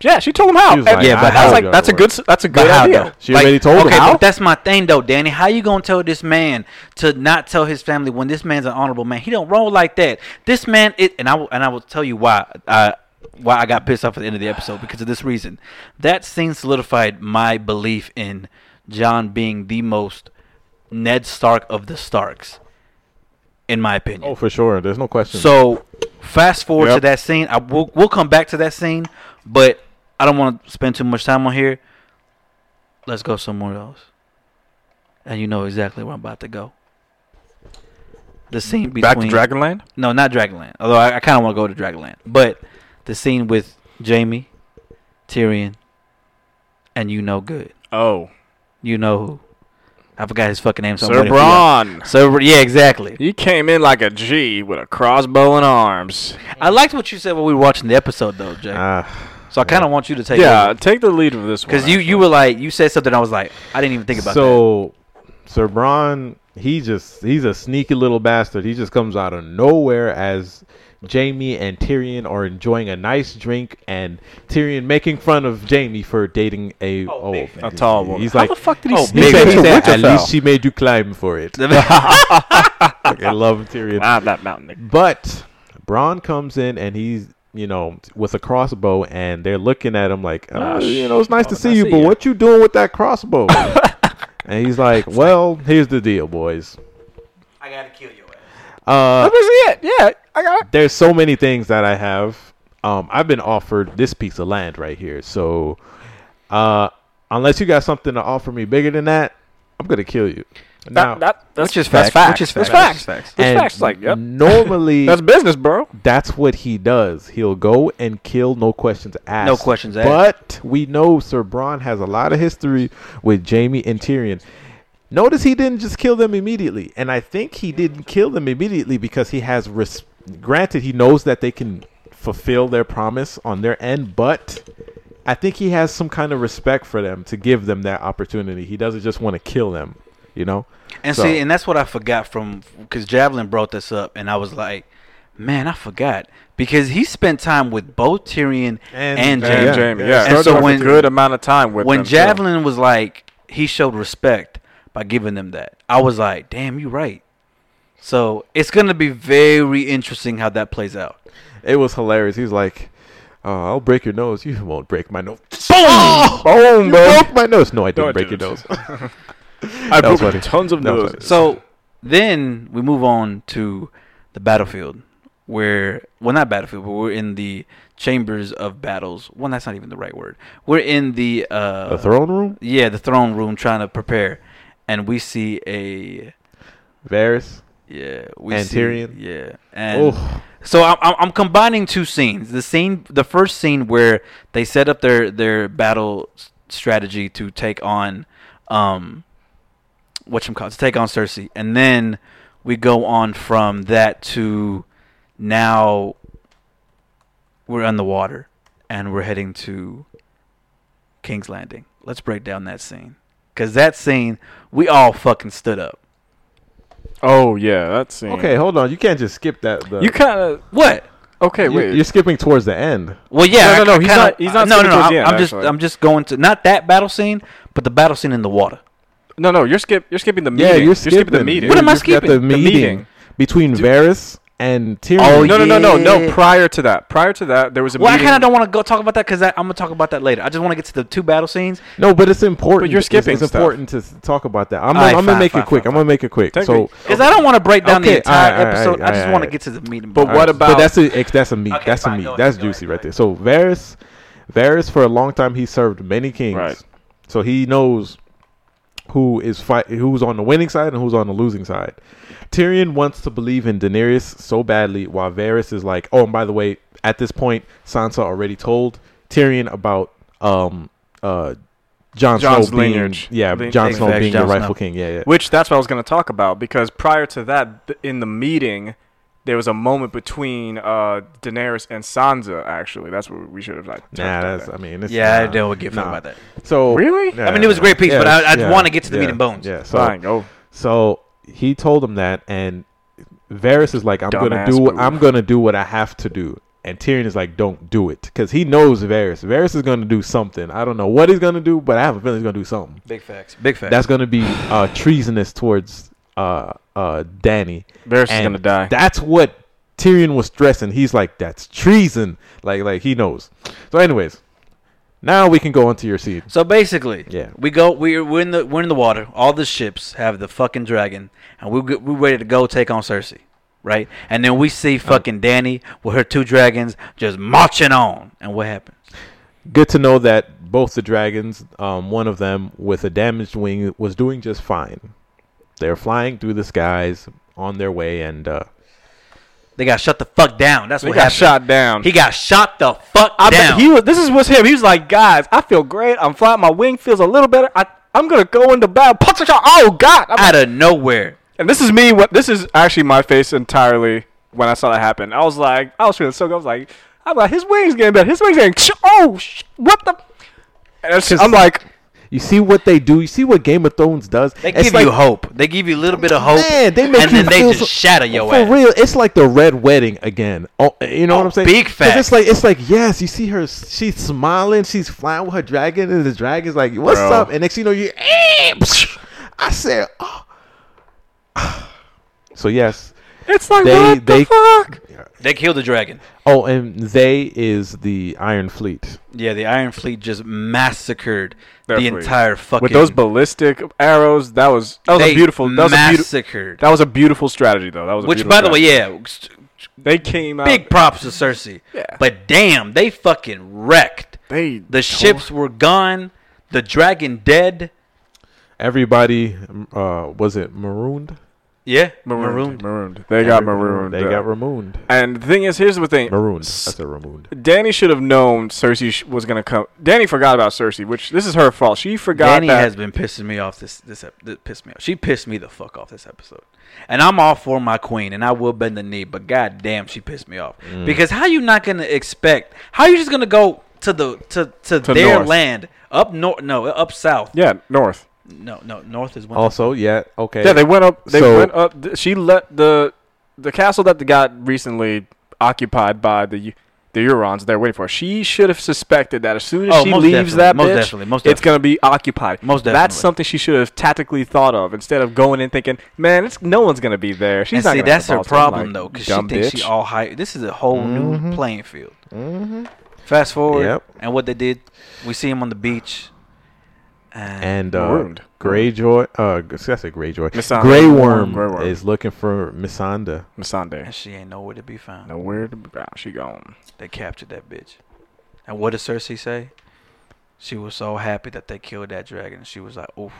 [SPEAKER 4] Yeah, she told him how.
[SPEAKER 2] She was like,
[SPEAKER 4] And-
[SPEAKER 2] Yeah,
[SPEAKER 4] and
[SPEAKER 2] but
[SPEAKER 4] that's
[SPEAKER 2] how
[SPEAKER 4] like
[SPEAKER 2] you
[SPEAKER 4] that's a
[SPEAKER 2] gonna
[SPEAKER 4] good s- that's a good
[SPEAKER 3] But how,
[SPEAKER 4] idea.
[SPEAKER 3] though?
[SPEAKER 2] She already told him
[SPEAKER 3] okay,
[SPEAKER 2] how.
[SPEAKER 3] But that's my thing though, Danny. How you gonna tell this man to not tell his family when this man's an honorable man? He don't roll like that. This man, it, and I will, and I will tell you why. I, why I got pissed off at the end of the episode because of this reason. That scene solidified my belief in John being the most Ned Stark of the Starks, in my opinion.
[SPEAKER 2] Oh, for sure. There's no question.
[SPEAKER 3] So, fast forward to
[SPEAKER 4] Yep.
[SPEAKER 3] that scene. I we'll, we'll come back to that scene, but I don't want to spend too much time on here. Let's go somewhere else. And you know exactly where I'm about to go. The scene between
[SPEAKER 4] Back to Dragonland.
[SPEAKER 3] no, not Dragonland. Although I, I kind of want to go to Dragonland, but the scene with Jamie, Tyrion, and you know good,
[SPEAKER 4] Oh,
[SPEAKER 3] you know who. I forgot his fucking name. So I'm
[SPEAKER 4] Sir
[SPEAKER 3] waiting for y'all.
[SPEAKER 4] Braun.
[SPEAKER 3] Sir, yeah, exactly.
[SPEAKER 4] He came in like a G with a crossbow and arms.
[SPEAKER 3] I liked what you said when we were watching the episode, though, Jay.
[SPEAKER 2] Ah,
[SPEAKER 3] So I kind of want you to take
[SPEAKER 4] Yeah, take the lead with this one.
[SPEAKER 3] because you you
[SPEAKER 4] actually.
[SPEAKER 3] were like you said something I was like I didn't even think about that.
[SPEAKER 2] so Sir Bron, he just he's a sneaky little bastard. He just comes out of nowhere as Jamie and Tyrion are enjoying a nice drink and Tyrion making fun of Jamie for dating a oh,
[SPEAKER 4] A tall woman.
[SPEAKER 2] He's
[SPEAKER 4] How
[SPEAKER 2] like
[SPEAKER 4] the fuck did he
[SPEAKER 3] oh,
[SPEAKER 4] sneak
[SPEAKER 2] he
[SPEAKER 3] big
[SPEAKER 2] said, he
[SPEAKER 4] into
[SPEAKER 2] said, at
[SPEAKER 4] Winterfell?
[SPEAKER 2] least she made you climb for it. I love Tyrion.
[SPEAKER 4] Climb that mountain. nigga.
[SPEAKER 2] But Braun comes in and he's you know with a crossbow and they're looking at him like, oh, you know, it's nice to see you, but what you doing with that crossbow? and he's like, well, here's the deal, boys.
[SPEAKER 3] I gotta kill your ass.
[SPEAKER 2] Uh,
[SPEAKER 4] That was it. Yeah, I got it.
[SPEAKER 2] there's so many things that I have. Um, I've been offered this piece of land right here. So, uh, unless you got something to offer me bigger than that, I'm gonna kill you. Now,
[SPEAKER 4] that, that, that's
[SPEAKER 3] Which is
[SPEAKER 4] that's
[SPEAKER 3] facts.
[SPEAKER 4] facts.
[SPEAKER 3] Which is
[SPEAKER 4] That's
[SPEAKER 3] facts.
[SPEAKER 4] facts.
[SPEAKER 3] Facts.
[SPEAKER 4] That's
[SPEAKER 2] and
[SPEAKER 4] facts. Like, yep.
[SPEAKER 2] normally
[SPEAKER 4] That's business, bro.
[SPEAKER 2] that's what he does. He'll go and kill, no questions asked.
[SPEAKER 3] No questions asked.
[SPEAKER 2] But we know Sir Braun has a lot of history with Jamie and Tyrion. Notice he didn't just kill them immediately, and I think he didn't kill them immediately because he has res- granted he knows that they can fulfill their promise on their end, but I think he has some kind of respect for them to give them that opportunity. He doesn't just want to kill them, you know.
[SPEAKER 3] And
[SPEAKER 2] So-
[SPEAKER 3] see, and that's what I forgot from because Javelin brought this up, and I was like, man, I forgot because he spent time with both Tyrion
[SPEAKER 2] And-
[SPEAKER 3] and,
[SPEAKER 2] and
[SPEAKER 3] Jamie.
[SPEAKER 4] Yeah, Jamie. Yeah,
[SPEAKER 3] And so
[SPEAKER 4] when,
[SPEAKER 3] when
[SPEAKER 4] a good amount of time with
[SPEAKER 3] when
[SPEAKER 4] them, too.
[SPEAKER 3] Javelin was like, he showed respect by giving them that. I was like, damn, you right. So it's gonna be very interesting how that plays out.
[SPEAKER 2] It was hilarious. He's like, oh, "I'll break your nose. You won't break my nose."
[SPEAKER 4] boom,
[SPEAKER 2] You
[SPEAKER 4] bro.
[SPEAKER 2] broke my nose. No, I didn't
[SPEAKER 4] I
[SPEAKER 2] break your nose.
[SPEAKER 4] didn't. I
[SPEAKER 2] was
[SPEAKER 4] broke
[SPEAKER 2] funny.
[SPEAKER 4] tons of
[SPEAKER 2] That was
[SPEAKER 4] noses.
[SPEAKER 3] So then we move on to the battlefield, where well, not battlefield, but we're in the chambers of battles. Well, that's not even the right word. We're in the uh,
[SPEAKER 2] The throne room?
[SPEAKER 3] Yeah, the throne room, trying to prepare, and we see a
[SPEAKER 2] Varys.
[SPEAKER 3] yeah, we
[SPEAKER 2] And
[SPEAKER 3] see,
[SPEAKER 2] Tyrion.
[SPEAKER 3] Yeah, and
[SPEAKER 2] Oh,
[SPEAKER 3] so I'm, I'm I'm combining two scenes. The scene, the first scene where they set up their their battle s- strategy to take on, um, what you to take on Cersei, and then we go on from that to now. We're on the water, and we're heading to King's Landing. Let's break down that scene, cause that scene we all fucking stood up.
[SPEAKER 4] Oh yeah, that scene.
[SPEAKER 2] okay, hold on. You can't just skip that. The,
[SPEAKER 4] you kind of
[SPEAKER 3] What?
[SPEAKER 4] okay.
[SPEAKER 2] you-
[SPEAKER 4] Wait,
[SPEAKER 2] you're skipping towards the end.
[SPEAKER 3] Well, yeah,
[SPEAKER 4] No, no,
[SPEAKER 3] I-
[SPEAKER 4] no,
[SPEAKER 3] I
[SPEAKER 4] he's
[SPEAKER 3] kinda- uh,
[SPEAKER 4] not- he's not
[SPEAKER 3] no, no,
[SPEAKER 4] skipping
[SPEAKER 3] no.
[SPEAKER 4] towards
[SPEAKER 3] I'm,
[SPEAKER 4] the end,
[SPEAKER 3] I'm just,
[SPEAKER 4] actually.
[SPEAKER 3] I'm just going to not that battle scene, but the battle scene in the water.
[SPEAKER 4] no, no, you're skip. You're skipping the meeting.
[SPEAKER 2] Yeah, you're
[SPEAKER 4] skipping,
[SPEAKER 2] skipping,
[SPEAKER 4] the meeting.
[SPEAKER 3] What am I
[SPEAKER 2] You're at The
[SPEAKER 3] skipping?
[SPEAKER 4] The
[SPEAKER 2] meeting,
[SPEAKER 4] meeting.
[SPEAKER 2] between Varys and Tyrion.
[SPEAKER 3] Oh,
[SPEAKER 4] no, no, no, no, no.
[SPEAKER 3] Yeah.
[SPEAKER 4] Prior to that, prior to that, there was a
[SPEAKER 3] Well, I
[SPEAKER 4] meeting.
[SPEAKER 3] kind of don't want to go talk about that because I'm gonna talk about that later. I just want to get to the two battle scenes.
[SPEAKER 2] No, but it's important.
[SPEAKER 4] But you're
[SPEAKER 2] It's-
[SPEAKER 4] skipping
[SPEAKER 2] It's,
[SPEAKER 4] stuff.
[SPEAKER 2] important to s- talk about that. I'm,
[SPEAKER 3] All right,
[SPEAKER 2] I'm gonna
[SPEAKER 3] fine,
[SPEAKER 2] make
[SPEAKER 3] fine,
[SPEAKER 2] it quick.
[SPEAKER 3] fine,
[SPEAKER 2] I'm gonna make it quick.
[SPEAKER 4] Take
[SPEAKER 2] So,
[SPEAKER 4] it.
[SPEAKER 3] Because I don't want to break down
[SPEAKER 2] Okay,
[SPEAKER 3] the entire
[SPEAKER 2] alright, alright,
[SPEAKER 3] episode. I just
[SPEAKER 2] alright,
[SPEAKER 3] want to
[SPEAKER 2] alright.
[SPEAKER 3] get to the meat. and
[SPEAKER 4] But
[SPEAKER 3] bones.
[SPEAKER 4] what
[SPEAKER 2] Alright,
[SPEAKER 4] about-
[SPEAKER 2] But that's a ex- that's a meat.
[SPEAKER 3] Okay,
[SPEAKER 2] that's a
[SPEAKER 3] fine,
[SPEAKER 2] meat.
[SPEAKER 3] go ahead,
[SPEAKER 2] That's
[SPEAKER 3] go
[SPEAKER 2] juicy
[SPEAKER 3] ahead,
[SPEAKER 2] right
[SPEAKER 3] go
[SPEAKER 2] there. So Varys, Varys for a long time he served many kings,
[SPEAKER 4] Right.
[SPEAKER 2] so he knows who is fight who's on the winning side and who's on the losing side. Tyrion wants to believe in Daenerys so badly, while Varys is like, oh, and by the way, at this point, Sansa already told Tyrion about um uh Jon
[SPEAKER 4] Jon's
[SPEAKER 2] Snow being
[SPEAKER 4] lineage.
[SPEAKER 2] yeah
[SPEAKER 4] Lin-
[SPEAKER 2] Jon Snow
[SPEAKER 3] exactly,
[SPEAKER 2] being
[SPEAKER 3] Jon
[SPEAKER 2] the
[SPEAKER 3] Snow.
[SPEAKER 2] rightful king yeah yeah
[SPEAKER 4] Which that's what I was going to talk about because prior to that, th- in the meeting, there was a moment between uh, Daenerys and Sansa. Actually, that's what we should have like.
[SPEAKER 2] nah
[SPEAKER 4] touched on
[SPEAKER 2] that's
[SPEAKER 4] that.
[SPEAKER 2] I mean it's,
[SPEAKER 3] Yeah, I
[SPEAKER 2] nah,
[SPEAKER 3] don't wanna get
[SPEAKER 2] nah.
[SPEAKER 3] fucked about that.
[SPEAKER 2] so
[SPEAKER 4] Really?
[SPEAKER 2] Yeah,
[SPEAKER 3] I mean, it was a great piece, but I- I
[SPEAKER 2] yeah,
[SPEAKER 3] wanna get to the meat
[SPEAKER 2] yeah,
[SPEAKER 3] and bones.
[SPEAKER 2] yeah so
[SPEAKER 4] fine. Go.
[SPEAKER 2] So he told him that, and Varys is like, "I'm gonna
[SPEAKER 4] Dumbass
[SPEAKER 2] do what
[SPEAKER 4] move.
[SPEAKER 2] I'm gonna do what I have to do." And Tyrion is like, "Don't do it," because he knows Varys. Varys is gonna do something. I don't know what he's gonna do, but I have a feeling he's gonna do something.
[SPEAKER 3] Big facts. Big facts.
[SPEAKER 2] That's gonna be uh, treasonous towards uh, uh, Danny.
[SPEAKER 4] Varys is
[SPEAKER 2] And
[SPEAKER 4] gonna die.
[SPEAKER 2] That's what Tyrion was stressing. He's like, "That's treason." Like, like he knows. So, anyways, now we can go on to your scene.
[SPEAKER 3] so basically,
[SPEAKER 2] Yeah.
[SPEAKER 3] we go. We're, we're in the we're in the water. All the ships have the fucking dragon, and we we're ready to go take on Cersei, right? And then we see fucking Danny with her two dragons just marching on. And what happens?
[SPEAKER 2] good to know that both the dragons, um, one of them with a damaged wing, was doing just fine. They're flying through the skies on their way, and uh,
[SPEAKER 3] They got shut the fuck down. That's
[SPEAKER 4] They
[SPEAKER 3] what
[SPEAKER 4] got
[SPEAKER 3] happened.
[SPEAKER 4] shot down.
[SPEAKER 3] He got shot the fuck
[SPEAKER 4] I bet
[SPEAKER 3] down.
[SPEAKER 4] he was. This is what's him. He was like, guys, I feel great. I'm flying. My wing feels a little better. I I'm gonna go into battle. Punch a shot. Oh God! I'm
[SPEAKER 3] out of nowhere.
[SPEAKER 4] And this is me. What this is actually my face entirely when I saw that happen. I was like, I was feeling so good. I was like, I'm like, his wings getting better. His wings getting. ch- Oh, sh- what the? And it's- I'm like,
[SPEAKER 2] you see what they do. You see what Game of Thrones does.
[SPEAKER 3] They
[SPEAKER 2] It's
[SPEAKER 3] give
[SPEAKER 2] like-
[SPEAKER 3] you hope. They give you a little bit of hope.
[SPEAKER 2] Man, they make
[SPEAKER 3] and
[SPEAKER 2] you
[SPEAKER 3] then they
[SPEAKER 2] feel
[SPEAKER 3] just
[SPEAKER 2] so-
[SPEAKER 3] shatter your
[SPEAKER 2] for
[SPEAKER 3] ass.
[SPEAKER 2] real. It's like the red wedding again. Oh, you know what I'm saying?
[SPEAKER 3] big
[SPEAKER 2] 'Cause It's
[SPEAKER 3] facts.
[SPEAKER 2] like it's like yes, you see her. She's smiling. She's flying with her dragon, and the dragon's like, "What's
[SPEAKER 4] Bro.
[SPEAKER 2] up?" And next thing you know, you. Eh, psh. I said, oh. so yes.
[SPEAKER 4] it's like
[SPEAKER 2] They-
[SPEAKER 4] what
[SPEAKER 2] they-
[SPEAKER 4] the fuck?
[SPEAKER 3] They kill the dragon.
[SPEAKER 2] Oh, and they is the Iron Fleet.
[SPEAKER 3] Yeah, the Iron Fleet just massacred the
[SPEAKER 4] Definitely.
[SPEAKER 3] entire fucking.
[SPEAKER 4] With those ballistic arrows, that was that was
[SPEAKER 3] they
[SPEAKER 4] a beautiful. That was a beautiful.
[SPEAKER 3] massacred.
[SPEAKER 4] That was a beautiful strategy, though. That was a
[SPEAKER 3] Which,
[SPEAKER 4] beautiful
[SPEAKER 3] by the way,
[SPEAKER 4] strategy.
[SPEAKER 3] yeah, st-
[SPEAKER 4] they came out.
[SPEAKER 3] big props to Cersei.
[SPEAKER 4] Yeah.
[SPEAKER 3] But damn, they fucking wrecked.
[SPEAKER 4] They
[SPEAKER 3] the ships were gone. The dragon dead.
[SPEAKER 2] everybody uh, was it marooned?
[SPEAKER 3] Yeah, marooned.
[SPEAKER 4] Marooned. Marooned. They got
[SPEAKER 2] Everybody-
[SPEAKER 4] marooned.
[SPEAKER 2] They
[SPEAKER 4] uh,
[SPEAKER 2] got remooned.
[SPEAKER 4] And the thing is, here's the thing.
[SPEAKER 2] Marooned. I
[SPEAKER 4] S-
[SPEAKER 2] said remooned.
[SPEAKER 4] Danny should have known Cersei sh- was gonna come. Danny forgot about Cersei, which this is her fault. She forgot
[SPEAKER 3] Danny
[SPEAKER 4] that.
[SPEAKER 3] has been pissing me off. This this ep- this pissed me off. She pissed me the fuck off this episode, and I'm all for my queen, and I will bend the knee. But goddamn, she pissed me off
[SPEAKER 4] Mm.
[SPEAKER 3] because how you not gonna expect? How you just gonna go to the to to,
[SPEAKER 4] To
[SPEAKER 3] their
[SPEAKER 4] north.
[SPEAKER 3] land up north? No, up south.
[SPEAKER 4] yeah, North.
[SPEAKER 3] No, no, north is one.
[SPEAKER 2] Also, yeah, okay.
[SPEAKER 4] Yeah, they went up. They
[SPEAKER 2] So-
[SPEAKER 4] went up. th- She let the the castle that they got recently occupied by the U- the Eurons. They're waiting for. her. She should have suspected that as soon as
[SPEAKER 3] Oh,
[SPEAKER 4] she
[SPEAKER 3] most
[SPEAKER 4] leaves
[SPEAKER 3] definitely,
[SPEAKER 4] that
[SPEAKER 3] most
[SPEAKER 4] bitch,
[SPEAKER 3] definitely, most
[SPEAKER 4] it's gonna be occupied.
[SPEAKER 3] Most
[SPEAKER 4] That's
[SPEAKER 3] definitely.
[SPEAKER 4] something she should have tactically thought of instead of going in thinking, man, it's no one's gonna be there. She's
[SPEAKER 3] and
[SPEAKER 4] not
[SPEAKER 3] see,
[SPEAKER 4] gonna
[SPEAKER 3] that's her
[SPEAKER 4] have the balls to,
[SPEAKER 3] problem
[SPEAKER 4] like,
[SPEAKER 3] though, because she
[SPEAKER 4] dumb
[SPEAKER 3] thinks she
[SPEAKER 4] bitch. Mm-hmm.
[SPEAKER 3] all high. This is a whole new playing field. Fast forward,
[SPEAKER 2] Yep.
[SPEAKER 3] and what they did, we see him on the beach, and,
[SPEAKER 2] and uh,
[SPEAKER 4] Marooned.
[SPEAKER 2] Greyjoy. Uh, see, I said Greyjoy.
[SPEAKER 4] Missandei.
[SPEAKER 2] Grey Worm
[SPEAKER 4] Grey Worm.
[SPEAKER 2] is looking for Missandei.
[SPEAKER 4] Masande.
[SPEAKER 3] she ain't nowhere to be found.
[SPEAKER 4] Now where the ah, she gone?
[SPEAKER 3] They captured that bitch. And what did Cersei say? She was so happy that they killed that dragon. She was like, "Oof,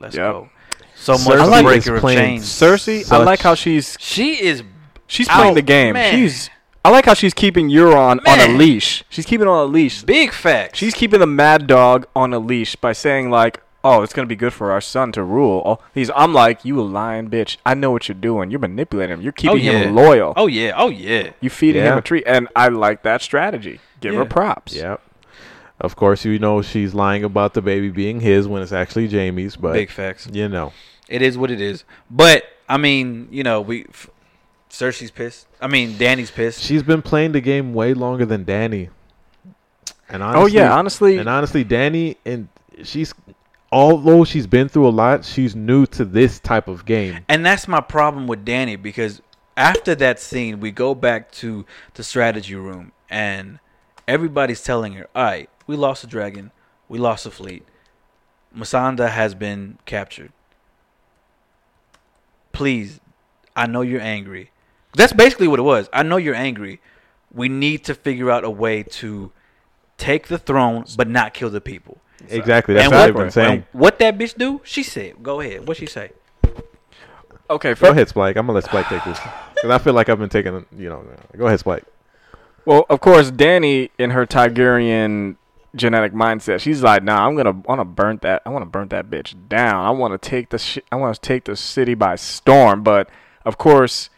[SPEAKER 3] let's
[SPEAKER 4] Yep.
[SPEAKER 3] go." So
[SPEAKER 2] Cersei
[SPEAKER 3] much
[SPEAKER 2] is
[SPEAKER 3] for breaker of
[SPEAKER 2] playing
[SPEAKER 3] chains.
[SPEAKER 4] Cersei, I
[SPEAKER 2] Such-
[SPEAKER 4] like how she's
[SPEAKER 3] she is.
[SPEAKER 4] she's playing
[SPEAKER 3] Ow,
[SPEAKER 4] the game.
[SPEAKER 3] man.
[SPEAKER 4] She's I like how she's keeping Euron on a
[SPEAKER 3] Man.
[SPEAKER 4] leash. She's keeping on a leash.
[SPEAKER 3] Big facts.
[SPEAKER 4] She's keeping the mad dog on a leash by saying like, "Oh, it's gonna be good for our son to rule." Oh, he's I'm like, "You a lying bitch. I know what you're doing. You're manipulating him. You're keeping him
[SPEAKER 3] yeah.
[SPEAKER 4] loyal.
[SPEAKER 3] Oh yeah. Oh yeah.
[SPEAKER 4] You feeding him
[SPEAKER 2] Yeah.
[SPEAKER 4] a treat." And I like that strategy. Give her
[SPEAKER 3] Yeah.
[SPEAKER 4] props.
[SPEAKER 2] Yep. Of course, you know she's lying about the baby being his when it's actually Jamie's, but
[SPEAKER 3] Big facts.
[SPEAKER 2] you know,
[SPEAKER 3] It is what it is. But I mean, you know, we. F- Cersei's pissed. I mean, Danny's pissed.
[SPEAKER 2] she's been playing the game way longer than Danny. And
[SPEAKER 4] Oh
[SPEAKER 2] honestly,
[SPEAKER 4] yeah, honestly,
[SPEAKER 2] and honestly, Danny and she's although she's been through a lot, she's new to this type of game.
[SPEAKER 3] And that's my problem with Danny because after that scene, we go back to the strategy room and everybody's telling her, all right, we lost a dragon, we lost a fleet, Masanda has been captured. Please, I know you're angry. That's basically what it was. I know you're angry. We need to figure out a way to take the throne but not kill the people.
[SPEAKER 2] Exactly. That's
[SPEAKER 3] And
[SPEAKER 2] what
[SPEAKER 3] what-
[SPEAKER 2] I've been saying.
[SPEAKER 3] What that bitch do? She said, go ahead. What she say?
[SPEAKER 4] okay.
[SPEAKER 2] Go
[SPEAKER 4] First,
[SPEAKER 2] ahead, Spike. I'm gonna let Spike take this because I feel like I've been taking. You know, go ahead, Spike.
[SPEAKER 4] Well, of course, Danny in her Tigerian genetic mindset, she's like, "Nah, I'm gonna want to burn that. I want to burn that bitch down. I want to take the. Sh- I want to take the city by storm." But of course,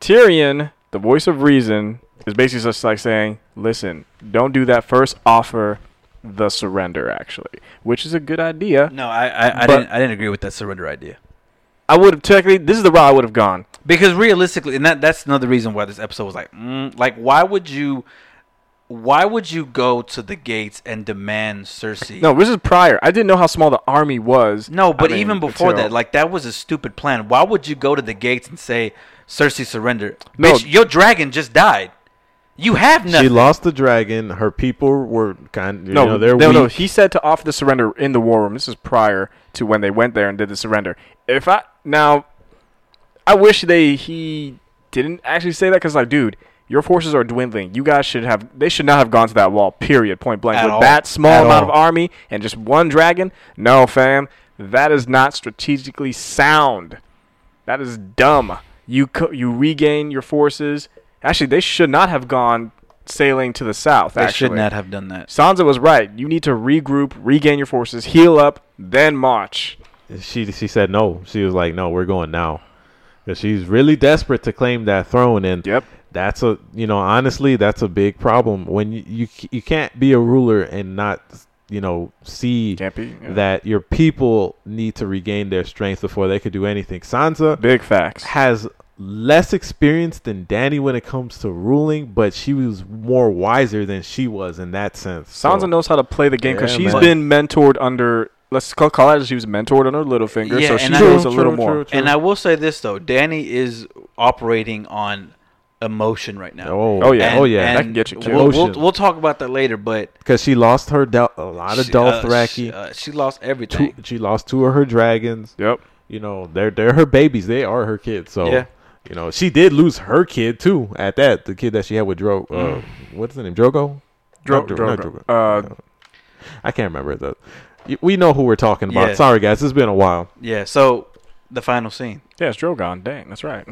[SPEAKER 4] Tyrion, the voice of reason, is basically just like saying, "Listen, don't do that. First, offer the surrender, actually, which is a good idea.
[SPEAKER 3] No, I I, I
[SPEAKER 4] But-
[SPEAKER 3] didn't I didn't agree with that surrender idea.
[SPEAKER 4] I would have technically. This is the route I would have gone.
[SPEAKER 3] Because realistically, and that that's another reason why this episode was like, mm, like why would you, why would you go to the gates and demand Cersei?
[SPEAKER 4] No, this is prior. I didn't know how small the army was.
[SPEAKER 3] no,
[SPEAKER 4] I
[SPEAKER 3] but
[SPEAKER 4] mean,
[SPEAKER 3] even before
[SPEAKER 4] until-
[SPEAKER 3] that, like that was a stupid plan. Why would you go to the gates and say Cersei surrender?
[SPEAKER 4] No.
[SPEAKER 3] Bitch, your dragon just died. You have nothing.
[SPEAKER 2] She lost the dragon. Her people were kind. You
[SPEAKER 4] No,
[SPEAKER 2] know, they're
[SPEAKER 4] no, no.
[SPEAKER 2] weak.
[SPEAKER 4] He said to offer the surrender in the war room. This is prior to when they went there and did the surrender. If I now, I wish they he didn't actually say that because like, dude, your forces are dwindling. You guys should have. They should not have gone to that wall. Period. Point blank.
[SPEAKER 3] At
[SPEAKER 4] With
[SPEAKER 3] all.
[SPEAKER 4] that small
[SPEAKER 2] At
[SPEAKER 4] amount
[SPEAKER 2] all.
[SPEAKER 4] of army and just one dragon, no, fam, that is not strategically sound. That is dumb. You co- you regain your forces. Actually, they should not have gone sailing to the south.
[SPEAKER 3] They
[SPEAKER 4] actually.
[SPEAKER 3] should not have done that.
[SPEAKER 4] Sansa was right. You need to regroup, regain your forces, heal up, then march.
[SPEAKER 2] she she said no. She was like, no, we're going now, because she's really desperate to claim that throne. And
[SPEAKER 4] Yep.
[SPEAKER 2] that's a you know honestly that's a big problem when you you, you can't be a ruler and not you know see
[SPEAKER 4] Can't be, yeah.
[SPEAKER 2] that your people need to regain their strength before they could do anything. Sansa
[SPEAKER 4] Big facts.
[SPEAKER 2] has less experience than Danny when it comes to ruling, but she was more wiser than she was in that sense. So-
[SPEAKER 4] Sansa knows how to play the game because
[SPEAKER 2] Yeah,
[SPEAKER 4] she's
[SPEAKER 2] man.
[SPEAKER 4] been mentored under. Let's call, call it as she was mentored under Littlefinger,
[SPEAKER 3] Yeah,
[SPEAKER 4] so
[SPEAKER 3] and
[SPEAKER 4] she
[SPEAKER 3] I-
[SPEAKER 4] knows a
[SPEAKER 2] True,
[SPEAKER 4] little
[SPEAKER 2] true,
[SPEAKER 4] more.
[SPEAKER 2] true, true.
[SPEAKER 3] And I will say this though, Danny is operating on emotion right now.
[SPEAKER 2] Oh,
[SPEAKER 4] Oh, yeah.
[SPEAKER 2] oh yeah,
[SPEAKER 4] That can get you killed.
[SPEAKER 3] We'll, we'll,
[SPEAKER 2] Emotion.
[SPEAKER 3] we'll talk about that later, but
[SPEAKER 2] because she lost her Del- a lot of
[SPEAKER 3] She- uh,
[SPEAKER 2] Dothraki.
[SPEAKER 3] She, uh, she lost
[SPEAKER 2] two,
[SPEAKER 3] everything.
[SPEAKER 2] she lost two of her dragons.
[SPEAKER 4] Yep.
[SPEAKER 2] You know, they're they're her babies. They are her kids. So
[SPEAKER 3] Yeah.
[SPEAKER 2] you know, she did lose her kid too. At that, the kid that she had with Dro, uh, what's his name, Drogo. Not Dro- not
[SPEAKER 4] Drogo. Uh,
[SPEAKER 2] I can't remember the Y- We know who we're talking about.
[SPEAKER 3] Yeah.
[SPEAKER 2] Sorry, guys, it's been a while.
[SPEAKER 3] Yeah. So the final scene.
[SPEAKER 4] Yeah, it's Drogon. Dang, that's right.